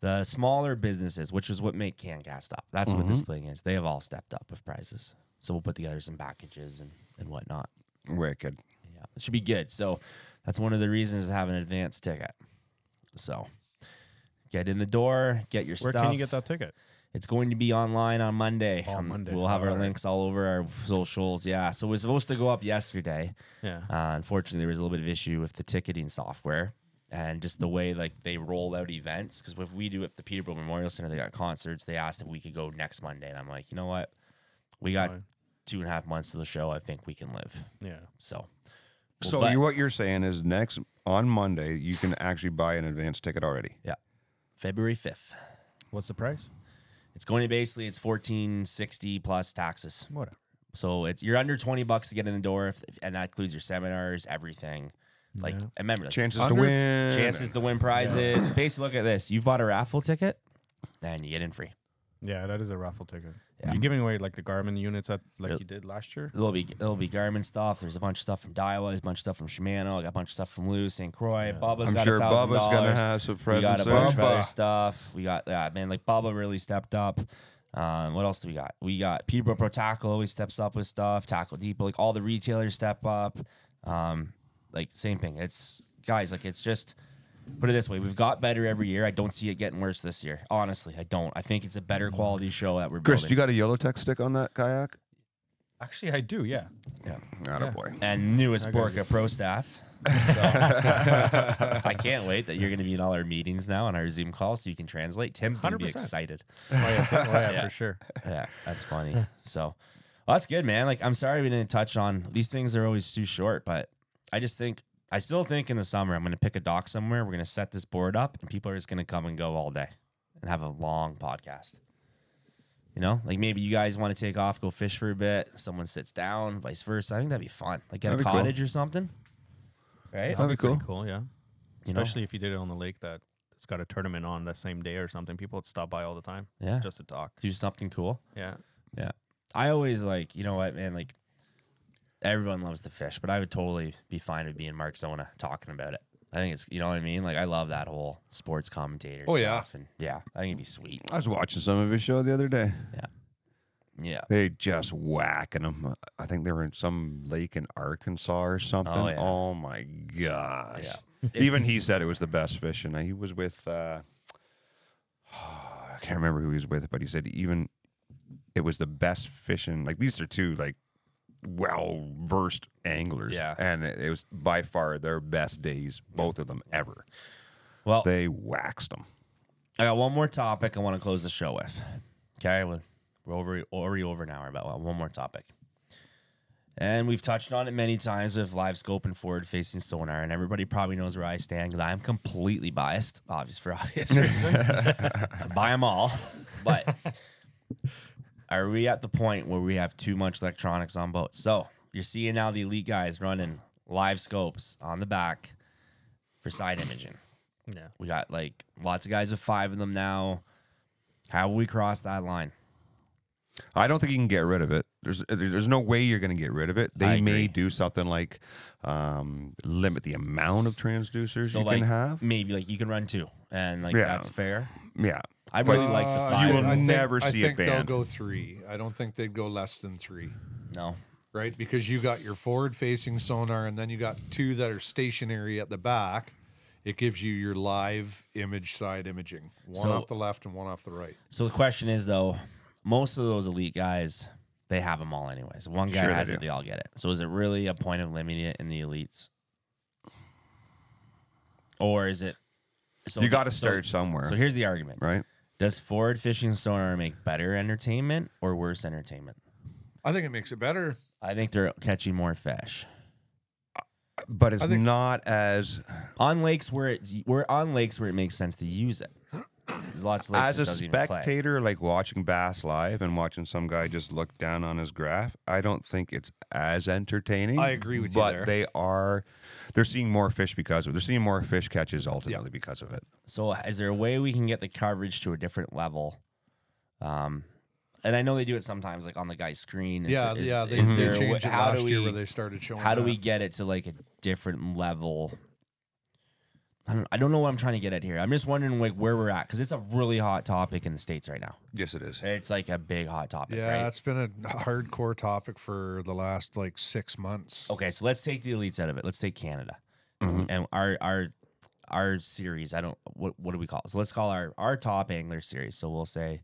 Speaker 1: the smaller businesses, which is what make CanCast up. That's what
Speaker 4: Mm-hmm.
Speaker 1: this thing is. They have all stepped up with prizes. So we'll put together some packages and and whatnot.
Speaker 2: Wicked.
Speaker 1: Yeah, it should be good. So that's one of the reasons to have an advance ticket. So get in the door, get your
Speaker 4: Where
Speaker 1: stuff.
Speaker 4: can you get that ticket?
Speaker 1: It's going to be online on Monday.
Speaker 4: Oh,
Speaker 1: Um,
Speaker 4: Monday.
Speaker 1: We'll have
Speaker 4: Oh,
Speaker 1: our
Speaker 4: all right.
Speaker 1: links all over our socials. Yeah. So it was supposed to go up yesterday.
Speaker 4: Yeah.
Speaker 1: Uh, unfortunately, there was a little bit of issue with the ticketing software and just the way like they roll out events. Because if we do it at the Peterborough Memorial Center, they got concerts. They asked if we could go next Monday, and I'm like, you know what? We got
Speaker 4: Fine.
Speaker 1: two and a half months to the show. I think we can live.
Speaker 4: Yeah.
Speaker 1: So.
Speaker 2: So
Speaker 1: but-
Speaker 2: you, what you're saying is next on Monday you can actually buy an advance ticket already.
Speaker 1: February fifth.
Speaker 4: What's the price?
Speaker 1: It's going to basically it's fourteen sixty plus taxes.
Speaker 4: Whatever.
Speaker 1: So it's you're under twenty bucks to get in the door, if, and that includes your seminars, everything. Like
Speaker 4: Yeah.
Speaker 1: and remember, like,
Speaker 2: Chances to
Speaker 3: Under-
Speaker 2: win.
Speaker 1: chances to win prizes. Basically, look at this: you've bought a raffle ticket, and you get in free.
Speaker 4: Yeah, that is a raffle ticket.
Speaker 1: Yeah.
Speaker 4: You're giving away like the Garmin units that like
Speaker 1: Yeah.
Speaker 4: you did last year.
Speaker 1: There'll be there'll be Garmin stuff. There's a bunch of stuff from Daiwa. There's a bunch of stuff from Shimano. I got a bunch of stuff from Lou St. Croix. Bubba's
Speaker 2: I'm
Speaker 1: got
Speaker 2: sure
Speaker 1: a thousand
Speaker 2: Bubba's gonna
Speaker 1: dollars.
Speaker 2: have some
Speaker 1: We got
Speaker 2: presents
Speaker 1: a bunch of
Speaker 2: there.
Speaker 1: other stuff. We got yeah, man. Like Bubba really stepped up. Um, what else do we got? We got Peterborough Pro Tackle always steps up with stuff. Tackle Depot, like all the retailers step up. Um, like same thing. It's guys, like it's just put it this way: we've got better every year. I don't see it getting worse this year. Honestly, I don't. I think it's a better quality show that we're
Speaker 2: Chris,
Speaker 1: building.
Speaker 2: you got a yellow tech stick on that kayak?
Speaker 4: Actually, I do. Yeah.
Speaker 2: Not a boy.
Speaker 1: and newest Borca Pro staff. So I can't wait that you're going to be in all our meetings now on our Zoom calls, so you can translate. Tim's going to be
Speaker 4: 100%.
Speaker 1: excited.
Speaker 4: Oh yeah, oh, yeah,
Speaker 1: Yeah.
Speaker 4: for sure.
Speaker 1: yeah, that's funny. So, well, that's good, man. Like, I'm sorry we didn't touch on these things. Are always too short, but I just think I still think in the summer I'm going to pick a dock somewhere. We're going to set this board up, and people are just going to come and go all day and have a long podcast. You know, like maybe you guys want to take off, go fish for a bit. Someone sits down, vice versa. I think that'd be fun. Like get
Speaker 2: That'd
Speaker 1: a
Speaker 2: be cool.
Speaker 1: cottage or something, right?
Speaker 2: That'd be
Speaker 4: Pretty
Speaker 2: cool.
Speaker 4: cool. Yeah.
Speaker 1: You know?
Speaker 4: Especially if you did it on the lake that it's got a tournament on that same day or something. People would stop by all the time
Speaker 1: Yeah,
Speaker 4: just to talk.
Speaker 1: do something cool.
Speaker 4: Yeah.
Speaker 1: I always like, you know what, man, like everyone loves to fish, but I would totally be fine with being Mark Zona talking about it. I think it's, you know what I mean? Like, I love that whole sports commentator
Speaker 3: Oh, yeah.
Speaker 1: stuff. And yeah, I think it'd be sweet.
Speaker 2: I was watching some of his show the other day.
Speaker 1: Yeah.
Speaker 2: They just whacking them. I think they were in some lake in Arkansas or something.
Speaker 1: Oh, yeah.
Speaker 2: Oh, my gosh.
Speaker 1: Yeah.
Speaker 2: Even
Speaker 1: It's-
Speaker 2: he said it was the best fishing. He was with, uh, I can't remember who he was with, but he said even it was the best fishing. Like these are two like well versed anglers.
Speaker 1: Yeah.
Speaker 2: And it, it was by far their best days, both of them ever.
Speaker 1: Well,
Speaker 2: They waxed them.
Speaker 1: I got one more topic I want to close the show with. Okay. We're we're over, already over an hour, but one more topic. And we've touched on it many times with live scope and forward facing sonar, and everybody probably knows where I stand because I'm completely biased, obvious for obvious reasons. I buy them all, but are we at the point where we have too much electronics on boats? So you're seeing now the elite guys running live scopes on the back for side imaging.
Speaker 4: Yeah.
Speaker 1: We got like lots of guys with five of them now. Have we crossed that line?
Speaker 2: I don't think you can get rid of it. There's uh, there's no way you're going to get rid of it.
Speaker 1: I
Speaker 2: They
Speaker 1: agree.
Speaker 2: may do something like um, limit the amount of transducers
Speaker 1: So
Speaker 2: you
Speaker 1: like
Speaker 2: can have.
Speaker 1: maybe like you can run two, and like
Speaker 2: Yeah.
Speaker 1: that's fair.
Speaker 2: Yeah,
Speaker 1: I really like
Speaker 3: Uh,
Speaker 1: the
Speaker 2: you
Speaker 1: five.
Speaker 2: will
Speaker 3: I think-
Speaker 2: never
Speaker 3: I
Speaker 2: see it
Speaker 3: think they'll
Speaker 2: banned.
Speaker 3: go three. I don't think they'd go less than three,
Speaker 1: no,
Speaker 3: right? Because you got your forward-facing sonar, and then you got two that are stationary at the back. It gives you your live image side imaging, one
Speaker 1: So-
Speaker 3: off the left and one off the right.
Speaker 1: So the question is though, most of those elite guys, they have them all anyways. One guy
Speaker 2: Sure they
Speaker 1: has it,
Speaker 2: do.
Speaker 1: they all get it. So is it really a point of limiting it in the elites? Or is it so
Speaker 2: you got to
Speaker 1: so-
Speaker 2: start somewhere,
Speaker 1: So here's the argument.
Speaker 2: right?
Speaker 1: Does forward fishing sonar make better entertainment or worse entertainment?
Speaker 3: I think it makes it better.
Speaker 1: I think they're catching more fish.
Speaker 2: But it's
Speaker 3: I think-
Speaker 2: not as
Speaker 1: On lakes where it's we're on lakes where it makes sense to use it. There's lots of lakes
Speaker 2: as
Speaker 1: it
Speaker 2: a
Speaker 1: doesn't even play.
Speaker 2: spectator, like watching bass live and watching some guy just look down on his graph. I don't think it's as entertaining.
Speaker 3: I agree with you
Speaker 2: but
Speaker 3: there.
Speaker 2: they are they're seeing more fish because of it. They're seeing more fish catches ultimately because of it.
Speaker 1: So is there a way we can get the coverage to a different level? Um, and I know they do it sometimes, like on the guy's screen. Is
Speaker 3: yeah,
Speaker 1: there- is-
Speaker 3: yeah. They,
Speaker 1: is
Speaker 3: they
Speaker 1: there a
Speaker 3: changed
Speaker 1: way-
Speaker 3: it
Speaker 1: how
Speaker 3: last
Speaker 1: do
Speaker 3: year where
Speaker 1: we
Speaker 3: they started showing.
Speaker 1: how do
Speaker 3: that.
Speaker 1: we get it to like a different level? I don't, I don't know what I'm trying to get at here. I'm just wondering like where we're at because it's a really hot topic in the states right now.
Speaker 2: Yes, it is.
Speaker 1: It's like a big hot topic.
Speaker 3: Yeah,
Speaker 1: right?
Speaker 3: it's been a hardcore topic for the last like six months.
Speaker 1: Okay, so let's take the elites out of it. Let's take Canada and our our our series. I don't what what do we call it? So let's call our our top angler series. So we'll say,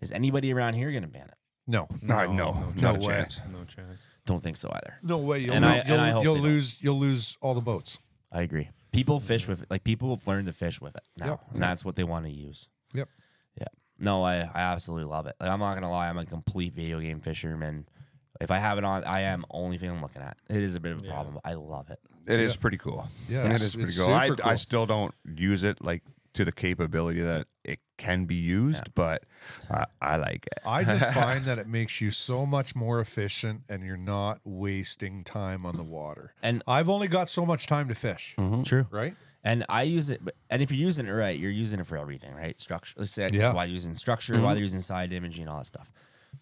Speaker 1: is anybody around here going to ban it?
Speaker 3: No,
Speaker 2: No, no, not a chance.
Speaker 4: No chance.
Speaker 1: Don't think so either.
Speaker 3: no way. You'll,
Speaker 1: And I-
Speaker 3: you'll,
Speaker 1: and I hope
Speaker 3: you'll
Speaker 1: they don't.
Speaker 3: lose. You'll lose all the boats.
Speaker 1: I agree. People fish with it. Like people have learned to fish with it now,
Speaker 3: Yep.
Speaker 1: and that's what they want to use.
Speaker 3: Yep.
Speaker 1: Yeah. No, I I absolutely love it. Like I'm not gonna lie, I'm a complete video game fisherman. If I have it on, I am only thing I'm looking at. It is a bit of a problem. But I love it.
Speaker 2: It is pretty cool.
Speaker 3: Yeah,
Speaker 2: it
Speaker 3: it's-
Speaker 2: is pretty
Speaker 3: it's
Speaker 2: cool. I,
Speaker 3: super
Speaker 2: I
Speaker 3: cool.
Speaker 2: still don't use it like to the capability that it can be used, but I, I like it.
Speaker 3: I just find that it makes you so much more efficient, and you're not wasting time on the water.
Speaker 1: And-
Speaker 3: I've only got so much time to fish,
Speaker 1: True.
Speaker 3: right?
Speaker 1: And I use it, but- and if you're using it right, you're using it for everything, right? Structure. Let's say that's
Speaker 3: Yeah. Mm-hmm.
Speaker 1: why they're using structure, why they're using side imaging, all that stuff.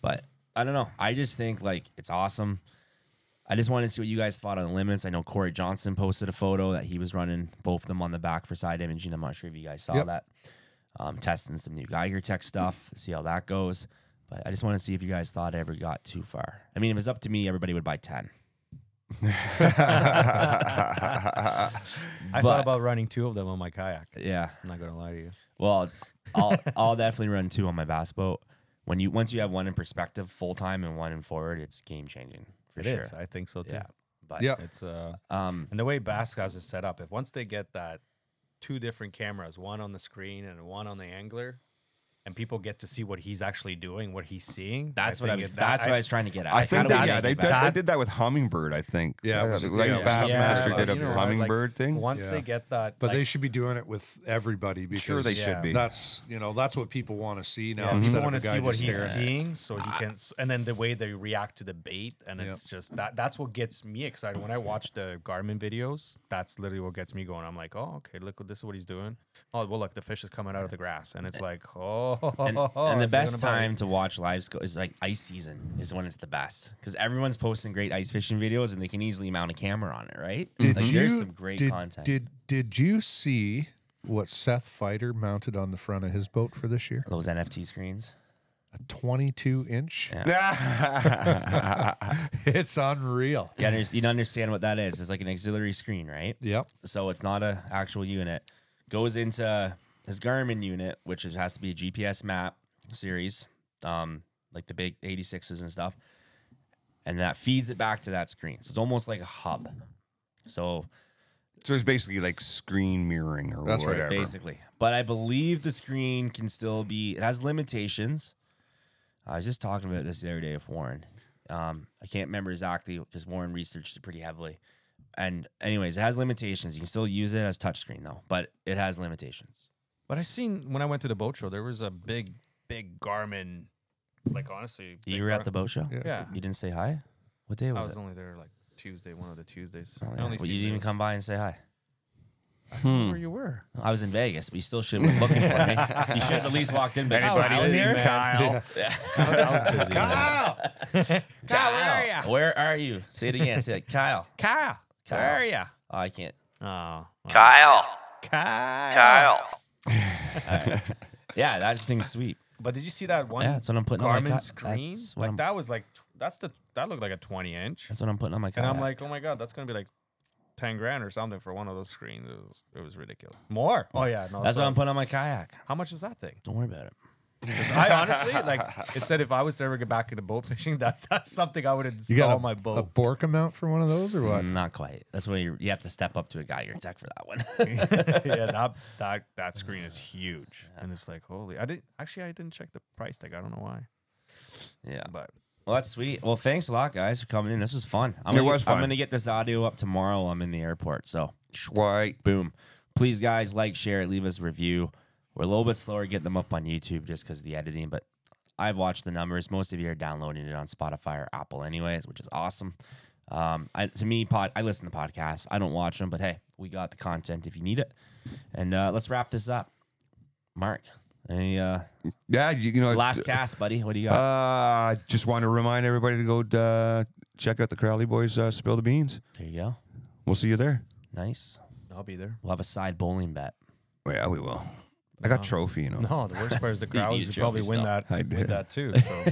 Speaker 1: But I don't know. I just think like it's awesome. I just wanted to see what you guys thought on the limits. I know Corey Johnson posted a photo that he was running both of them on the back for side imaging. I'm not sure if you guys saw
Speaker 3: Yep.
Speaker 1: that. Um, testing some new Geiger Tech stuff, see how that goes. But I just want to see if you guys thought it ever got too far. I mean, if it's up to me, everybody would buy 10.
Speaker 4: I
Speaker 1: But-
Speaker 4: thought about running two of them on my kayak.
Speaker 1: Yeah.
Speaker 4: I'm not gonna lie to you.
Speaker 1: Well, I'll I'll definitely run two on my bass boat. When you once you have one in perspective full time and one in forward, it's game changing for
Speaker 4: It is.
Speaker 1: sure.
Speaker 4: I think so too.
Speaker 1: Yeah. But
Speaker 3: Yeah.
Speaker 4: It's uh
Speaker 1: um
Speaker 4: and the way Bass guys is set up, if once they get that two different cameras, one on the screen and one on the angler, and people get to see what he's actually doing, what he's seeing.
Speaker 1: that's what I
Speaker 4: think
Speaker 1: was
Speaker 4: it-
Speaker 1: that's what I
Speaker 4: I-
Speaker 1: was trying to get at.
Speaker 2: I
Speaker 1: Like, how
Speaker 2: think
Speaker 1: do we
Speaker 2: that, yeah,
Speaker 1: make
Speaker 2: they,
Speaker 1: it
Speaker 2: did,
Speaker 1: better?
Speaker 2: they did that with Hummingbird, I think.
Speaker 3: Yeah, it was-
Speaker 2: like
Speaker 3: yeah, it was
Speaker 2: Bassmaster
Speaker 4: Yeah,
Speaker 2: did
Speaker 4: but
Speaker 2: a
Speaker 4: you know, like,
Speaker 2: Hummingbird thing.
Speaker 4: Once
Speaker 3: Yeah.
Speaker 4: they get that,
Speaker 3: But
Speaker 4: like,
Speaker 3: they should be doing it with everybody because
Speaker 2: Sure, they should
Speaker 4: Yeah.
Speaker 2: be.
Speaker 3: That's you know that's what people want to see now.
Speaker 4: Yeah, people
Speaker 3: instead
Speaker 4: want
Speaker 3: of
Speaker 4: to
Speaker 3: a guy
Speaker 4: see what
Speaker 3: just
Speaker 4: he's
Speaker 3: staring.
Speaker 4: seeing, so he can. s- And then the way they react to the bait, and
Speaker 3: Yeah.
Speaker 4: it's just that. That's what gets me excited when I watch the Garmin videos. That's literally what gets me going. I'm like, oh, okay, look, this is what he's doing. Oh, well, look, the fish is coming out of the grass, and it's like, oh,
Speaker 1: Eh, and, and the best time to watch live sco- is like ice season is when it's the best because everyone's posting great ice fishing videos and they can easily mount a camera on it, right?
Speaker 3: Did
Speaker 1: like
Speaker 3: you,
Speaker 1: there's some great
Speaker 3: did,
Speaker 1: content.
Speaker 3: Did did you see what Seth Fighter mounted on the front of his boat for this year?
Speaker 1: Those NFT screens.
Speaker 3: A 22 inch. It's unreal.
Speaker 1: You, under- you don't understand what that is. It's like an auxiliary screen, right?
Speaker 3: Yep.
Speaker 1: so it's not a actual unit. Goes into his Garmin unit, which is, has to be a GPS map series, um, like the big 86s and stuff, and that feeds it back to that screen. So it's almost like a hub. So
Speaker 2: So it's basically like screen mirroring or
Speaker 3: That's right,
Speaker 2: whatever.
Speaker 1: basically, but I believe the screen can still be. It has limitations. I was just talking about this the other day with Warren. Um, I can't remember exactly because Warren researched it pretty heavily. And anyways, it has limitations. You can still use it as touchscreen though, but it has limitations.
Speaker 4: But I seen when I went to the boat show, there was a big, big Garmin. Like honestly, big
Speaker 1: You were at
Speaker 4: Gar-
Speaker 1: the boat show.
Speaker 3: Yeah.
Speaker 4: yeah.
Speaker 1: You didn't say hi. What day
Speaker 4: I
Speaker 1: was,
Speaker 4: was
Speaker 1: it?
Speaker 4: only there like Tuesday, one of the Tuesdays.
Speaker 1: Oh,
Speaker 4: I
Speaker 1: yeah.
Speaker 4: only
Speaker 1: Well,
Speaker 4: seen
Speaker 1: you didn't even
Speaker 4: those.
Speaker 1: come by and say hi.
Speaker 4: Where
Speaker 1: Hmm.
Speaker 4: you were?
Speaker 1: I was in Vegas, but you still should have been looking for me. You should have at least walked in. But
Speaker 2: Anybody
Speaker 1: I was
Speaker 2: seen
Speaker 1: there.
Speaker 2: Kyle?
Speaker 4: I was busy. Kyle, Kyle, where are
Speaker 1: Kyle,
Speaker 4: you?
Speaker 1: where are you? Say it again. Say it, Kyle.
Speaker 4: Kyle, where are you?
Speaker 1: Oh, I can't.
Speaker 4: Oh,
Speaker 1: Kyle.
Speaker 4: Kyle.
Speaker 1: Yeah, that thing's sweet.
Speaker 4: But did you see that one
Speaker 1: Yeah, that's what I'm putting on my
Speaker 4: Garmin
Speaker 1: ca-
Speaker 4: screen?
Speaker 1: that's what
Speaker 4: Like
Speaker 1: I'm-
Speaker 4: that was like tw- that's the that looked like a 20 inch,
Speaker 1: That's what I'm putting on my.
Speaker 4: and I'm
Speaker 1: kayak.
Speaker 4: like, oh my god, that's gonna be like ten grand or something for one of those screens. It was, it was ridiculous. More? Oh yeah, no.
Speaker 1: That's what
Speaker 4: sorry.
Speaker 1: I'm putting on my kayak.
Speaker 4: How much is that thing?
Speaker 1: Don't worry about it.
Speaker 4: 'Cause I honestly like. It said if I was to ever get back into boat fishing, that's that's something I would install on my
Speaker 3: A
Speaker 4: boat.
Speaker 3: Bork amount for one of those or what?
Speaker 1: Not quite. That's where you you have to step up to a guy your tech for that one.
Speaker 4: yeah, that that that screen is huge, and it's like holy. I didn't actually. I didn't check the price tag. I don't know why,
Speaker 1: yeah.
Speaker 4: but
Speaker 1: Well, that's sweet. Well, thanks a lot, guys, for coming in. This was fun. I'm
Speaker 2: It
Speaker 1: gonna,
Speaker 2: was
Speaker 1: I'm
Speaker 2: fun.
Speaker 1: gonna get this audio up tomorrow. I'm in the airport, so
Speaker 2: Swipe.
Speaker 1: boom. Please, guys, like, share, it, leave us a review. We're a little bit slower getting them up on YouTube just because of the editing, but I've watched the numbers. Most of you are downloading it on Spotify or Apple, anyways, which is awesome. Um, I, to me, pod, I listen to podcasts. I don't watch them, but hey, we got the content if you need it. And uh, let's wrap this up. Mark, any uh,
Speaker 2: Yeah, you, you know, it's-
Speaker 1: last cast, buddy? What do you got?
Speaker 2: Uh, just want to remind everybody to go uh, check out the Crowley Boys uh, Spill the Beans.
Speaker 1: there you go.
Speaker 2: We'll see you there.
Speaker 1: Nice.
Speaker 4: I'll be there.
Speaker 1: We'll have a side bowling bet.
Speaker 4: Oh,
Speaker 2: Yeah, we will. I got trophy, you know.
Speaker 4: No, the worst part is the crowds.
Speaker 1: need
Speaker 4: You
Speaker 1: to
Speaker 4: probably
Speaker 1: show me
Speaker 4: win
Speaker 1: stuff.
Speaker 4: that.
Speaker 2: I
Speaker 4: Win
Speaker 2: did.
Speaker 4: that too. So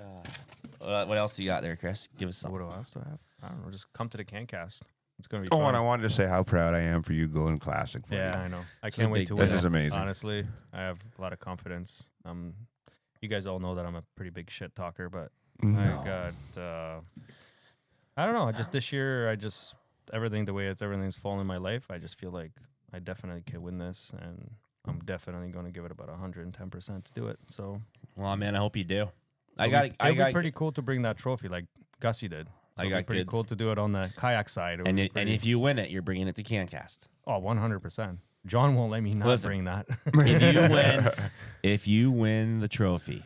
Speaker 1: Uh, what else do you got there, Chris? Give us some.
Speaker 4: what else do I have? I don't know. Just come to the CanCast. It's gonna be.
Speaker 2: Oh,
Speaker 4: fun.
Speaker 2: and I wanted to say how proud I am for you going classic. for
Speaker 4: Yeah,
Speaker 2: you.
Speaker 4: I know. I
Speaker 1: is a
Speaker 4: can't wait
Speaker 1: big
Speaker 4: to
Speaker 1: deal.
Speaker 4: win.
Speaker 2: This is
Speaker 4: it,
Speaker 2: amazing.
Speaker 4: Honestly, I have a lot of confidence. Um, you guys all know that I'm a pretty big shit talker, but I got. Uh, I don't know. I Just this year, I just everything the way it's everything's fallen in my life. I just feel like I definitely can win this, and I'm definitely going to give it about 110 percent to do it. So
Speaker 1: Well, man, I hope you do. I
Speaker 4: it'll
Speaker 1: got.
Speaker 4: be-
Speaker 1: I
Speaker 4: it'll
Speaker 1: got.
Speaker 4: be pretty cool to bring that trophy like Gussie did.
Speaker 1: I
Speaker 4: So it'll be
Speaker 1: got
Speaker 4: pretty
Speaker 1: good.
Speaker 4: cool to do it on the kayak side.
Speaker 1: and,
Speaker 4: It would be
Speaker 1: it, and
Speaker 4: pretty-
Speaker 1: if you win it, you're bringing it to Cancast.
Speaker 4: oh, 100 percent. John won't let me not
Speaker 1: Listen.
Speaker 4: bring that.
Speaker 1: If you win, if you win the trophy,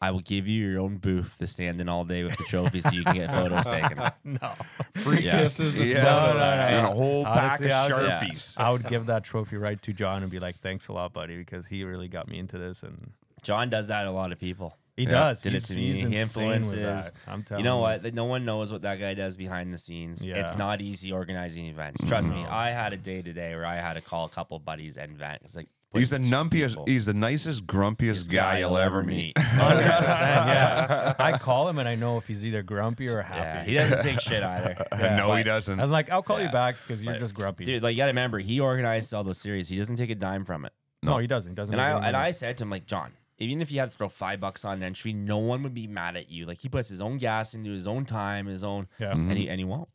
Speaker 1: I will give you your own booth to stand in all day with the trophy, so you can get photos taken.
Speaker 4: no.
Speaker 3: Free
Speaker 1: Yeah.
Speaker 3: kisses and
Speaker 2: Yeah.
Speaker 3: photos.
Speaker 2: And a whole
Speaker 4: Honestly,
Speaker 2: pack of
Speaker 4: I would-
Speaker 1: yeah.
Speaker 2: sharpies.
Speaker 4: I would give that trophy right to John and be like, "Thanks a lot, buddy, because he really got me into this." And
Speaker 1: John does that to a lot of people.
Speaker 4: he does.
Speaker 1: Did it
Speaker 4: he's,
Speaker 1: to me.
Speaker 4: he's
Speaker 1: He
Speaker 4: insane with
Speaker 1: influences.
Speaker 4: that. I'm telling
Speaker 1: You know what? That- No one knows what that guy does behind the scenes. It's
Speaker 4: Yeah.
Speaker 1: not easy organizing events. Trust me. I had a day today where I had to call a couple buddies and vent. It's like
Speaker 2: He's the
Speaker 1: wait,
Speaker 2: numpiest.
Speaker 1: people.
Speaker 2: He's the nicest, grumpiest guy you'll ever meet.
Speaker 4: Hundred percent. Yeah. I call him and I know if he's either grumpy or
Speaker 1: Yeah,
Speaker 4: happy.
Speaker 1: he doesn't take shit either.
Speaker 2: no, he
Speaker 1: But-
Speaker 2: doesn't.
Speaker 4: I'm like, "I'll call
Speaker 1: Yeah.
Speaker 4: you back because you're
Speaker 1: But,
Speaker 4: just grumpy."
Speaker 1: Dude, like you gotta remember, he organized all those series. He doesn't take a dime from it.
Speaker 4: no, he doesn't. He doesn't.
Speaker 1: And
Speaker 4: make
Speaker 1: I
Speaker 4: any
Speaker 1: and
Speaker 4: money.
Speaker 1: I said to him, like, John, even if you had to throw five bucks on entry, no one would be mad at you. Like he puts his own gas into his own time, his own
Speaker 4: Yeah.
Speaker 2: Mm-hmm.
Speaker 1: and he and he won't.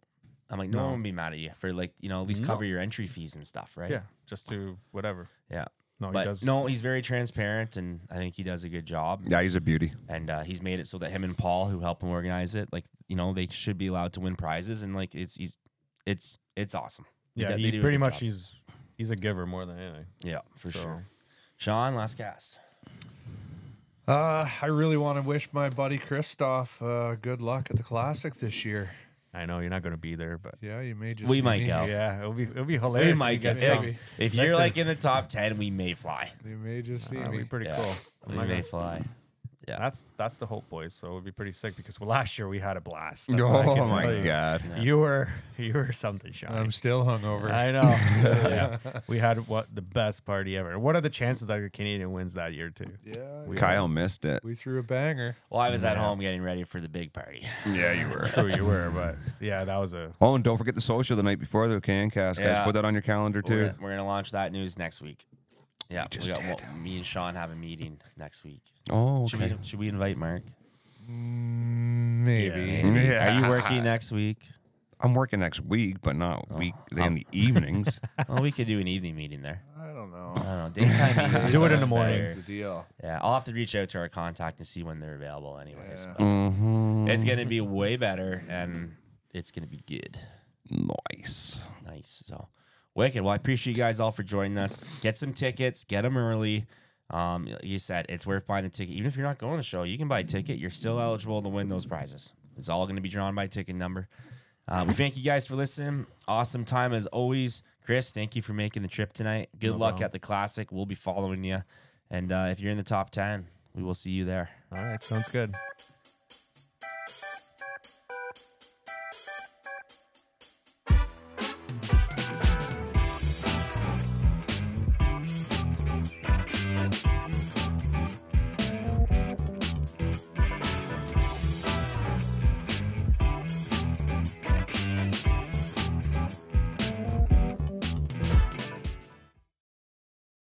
Speaker 1: I'm like, no,
Speaker 4: No.
Speaker 1: one would be mad at you for like, you know, at least cover your entry fees and stuff, right?
Speaker 4: yeah, just to whatever.
Speaker 1: Yeah.
Speaker 4: No,
Speaker 1: but
Speaker 4: he does.
Speaker 1: no, he's very transparent and I think he does a good job.
Speaker 2: yeah, he's a beauty.
Speaker 1: And uh, he's made it so that him and Paul, who help him organize it, like, you know, they should be allowed to win prizes and like it's he's it's it's awesome. They
Speaker 4: yeah,
Speaker 1: do- they
Speaker 4: he
Speaker 1: do a
Speaker 4: pretty
Speaker 1: good
Speaker 4: much
Speaker 1: job.
Speaker 4: he's he's a giver more than anything.
Speaker 1: Yeah, for
Speaker 4: So-
Speaker 1: sure. Sean, last cast.
Speaker 3: Uh, I really want to wish my buddy Christoph uh, good luck at the classic this year.
Speaker 4: I know you're not going to be there, but
Speaker 3: Yeah, you may just
Speaker 1: We
Speaker 3: see
Speaker 1: might
Speaker 3: me.
Speaker 1: go.
Speaker 4: yeah, it'll be it'll
Speaker 1: Oh. We
Speaker 4: be hilarious. if you
Speaker 1: might
Speaker 4: guys
Speaker 1: get
Speaker 4: come.
Speaker 1: if, if you're
Speaker 4: Listen.
Speaker 1: like in the top ten, we may fly.
Speaker 3: You may just see
Speaker 4: That'll
Speaker 3: me.
Speaker 4: be pretty
Speaker 1: Yeah.
Speaker 4: cool.
Speaker 1: We
Speaker 4: I'm not
Speaker 1: may
Speaker 4: gonna
Speaker 1: fly.
Speaker 4: That's that's the hope, boys. So it would be pretty sick because well, last year we had a blast. That's all
Speaker 2: Oh
Speaker 4: I can tell
Speaker 2: my
Speaker 4: you.
Speaker 2: god.
Speaker 4: You were you were something shy.
Speaker 3: I'm still hungover.
Speaker 4: I know. yeah. We had what the best party ever. What are the chances that the Canadian wins that year too?
Speaker 3: yeah,
Speaker 2: Kyle missed it.
Speaker 3: we threw a banger.
Speaker 1: Well, I was at home getting ready for the big party.
Speaker 2: Yeah, you were.
Speaker 4: True, you were, but yeah, that was a
Speaker 2: Oh, and don't forget the social the night before the can cast, guys.
Speaker 1: Yeah.
Speaker 2: Put that on your calendar
Speaker 4: Oh,
Speaker 2: too.
Speaker 1: We're gonna, we're gonna launch that news next week. Yeah, we,
Speaker 2: just
Speaker 1: got
Speaker 2: did.
Speaker 1: well, me and Sean have a meeting next week.
Speaker 2: Oh,
Speaker 1: Should,
Speaker 2: okay.
Speaker 1: we, should we invite Mark?
Speaker 3: Mm, Maybe.
Speaker 4: Yeah.
Speaker 2: Yeah.
Speaker 1: Are you working next week?
Speaker 2: I'm working next week, but not
Speaker 4: Oh,
Speaker 2: week in the evenings.
Speaker 1: Well, we could do an evening meeting there.
Speaker 3: I don't
Speaker 1: I
Speaker 3: know.
Speaker 1: don't know. Daytime meetings are
Speaker 4: Do
Speaker 1: so
Speaker 4: it
Speaker 1: much
Speaker 4: in the morning.
Speaker 1: better.
Speaker 3: The deal.
Speaker 1: Yeah, I'll have to reach out to our contact and see when they're available. Anyways,
Speaker 3: Yeah.
Speaker 1: But it's gonna be way better, and it's gonna be good.
Speaker 2: nice.
Speaker 1: Nice. So wicked. Well, I appreciate you guys all for joining us. Get some tickets. Get them early. Um, like you said it's worth buying a ticket. Even if you're not going to the show, you can buy a ticket. You're still eligible to win those prizes. It's all going to be drawn by ticket number. Uh, we thank you guys for listening. Awesome time as always. Chris, thank you for making the trip tonight. Good luck at the classic. We'll be following you. And uh, if you're in the top 10, we will see you there.
Speaker 4: all right, sounds good.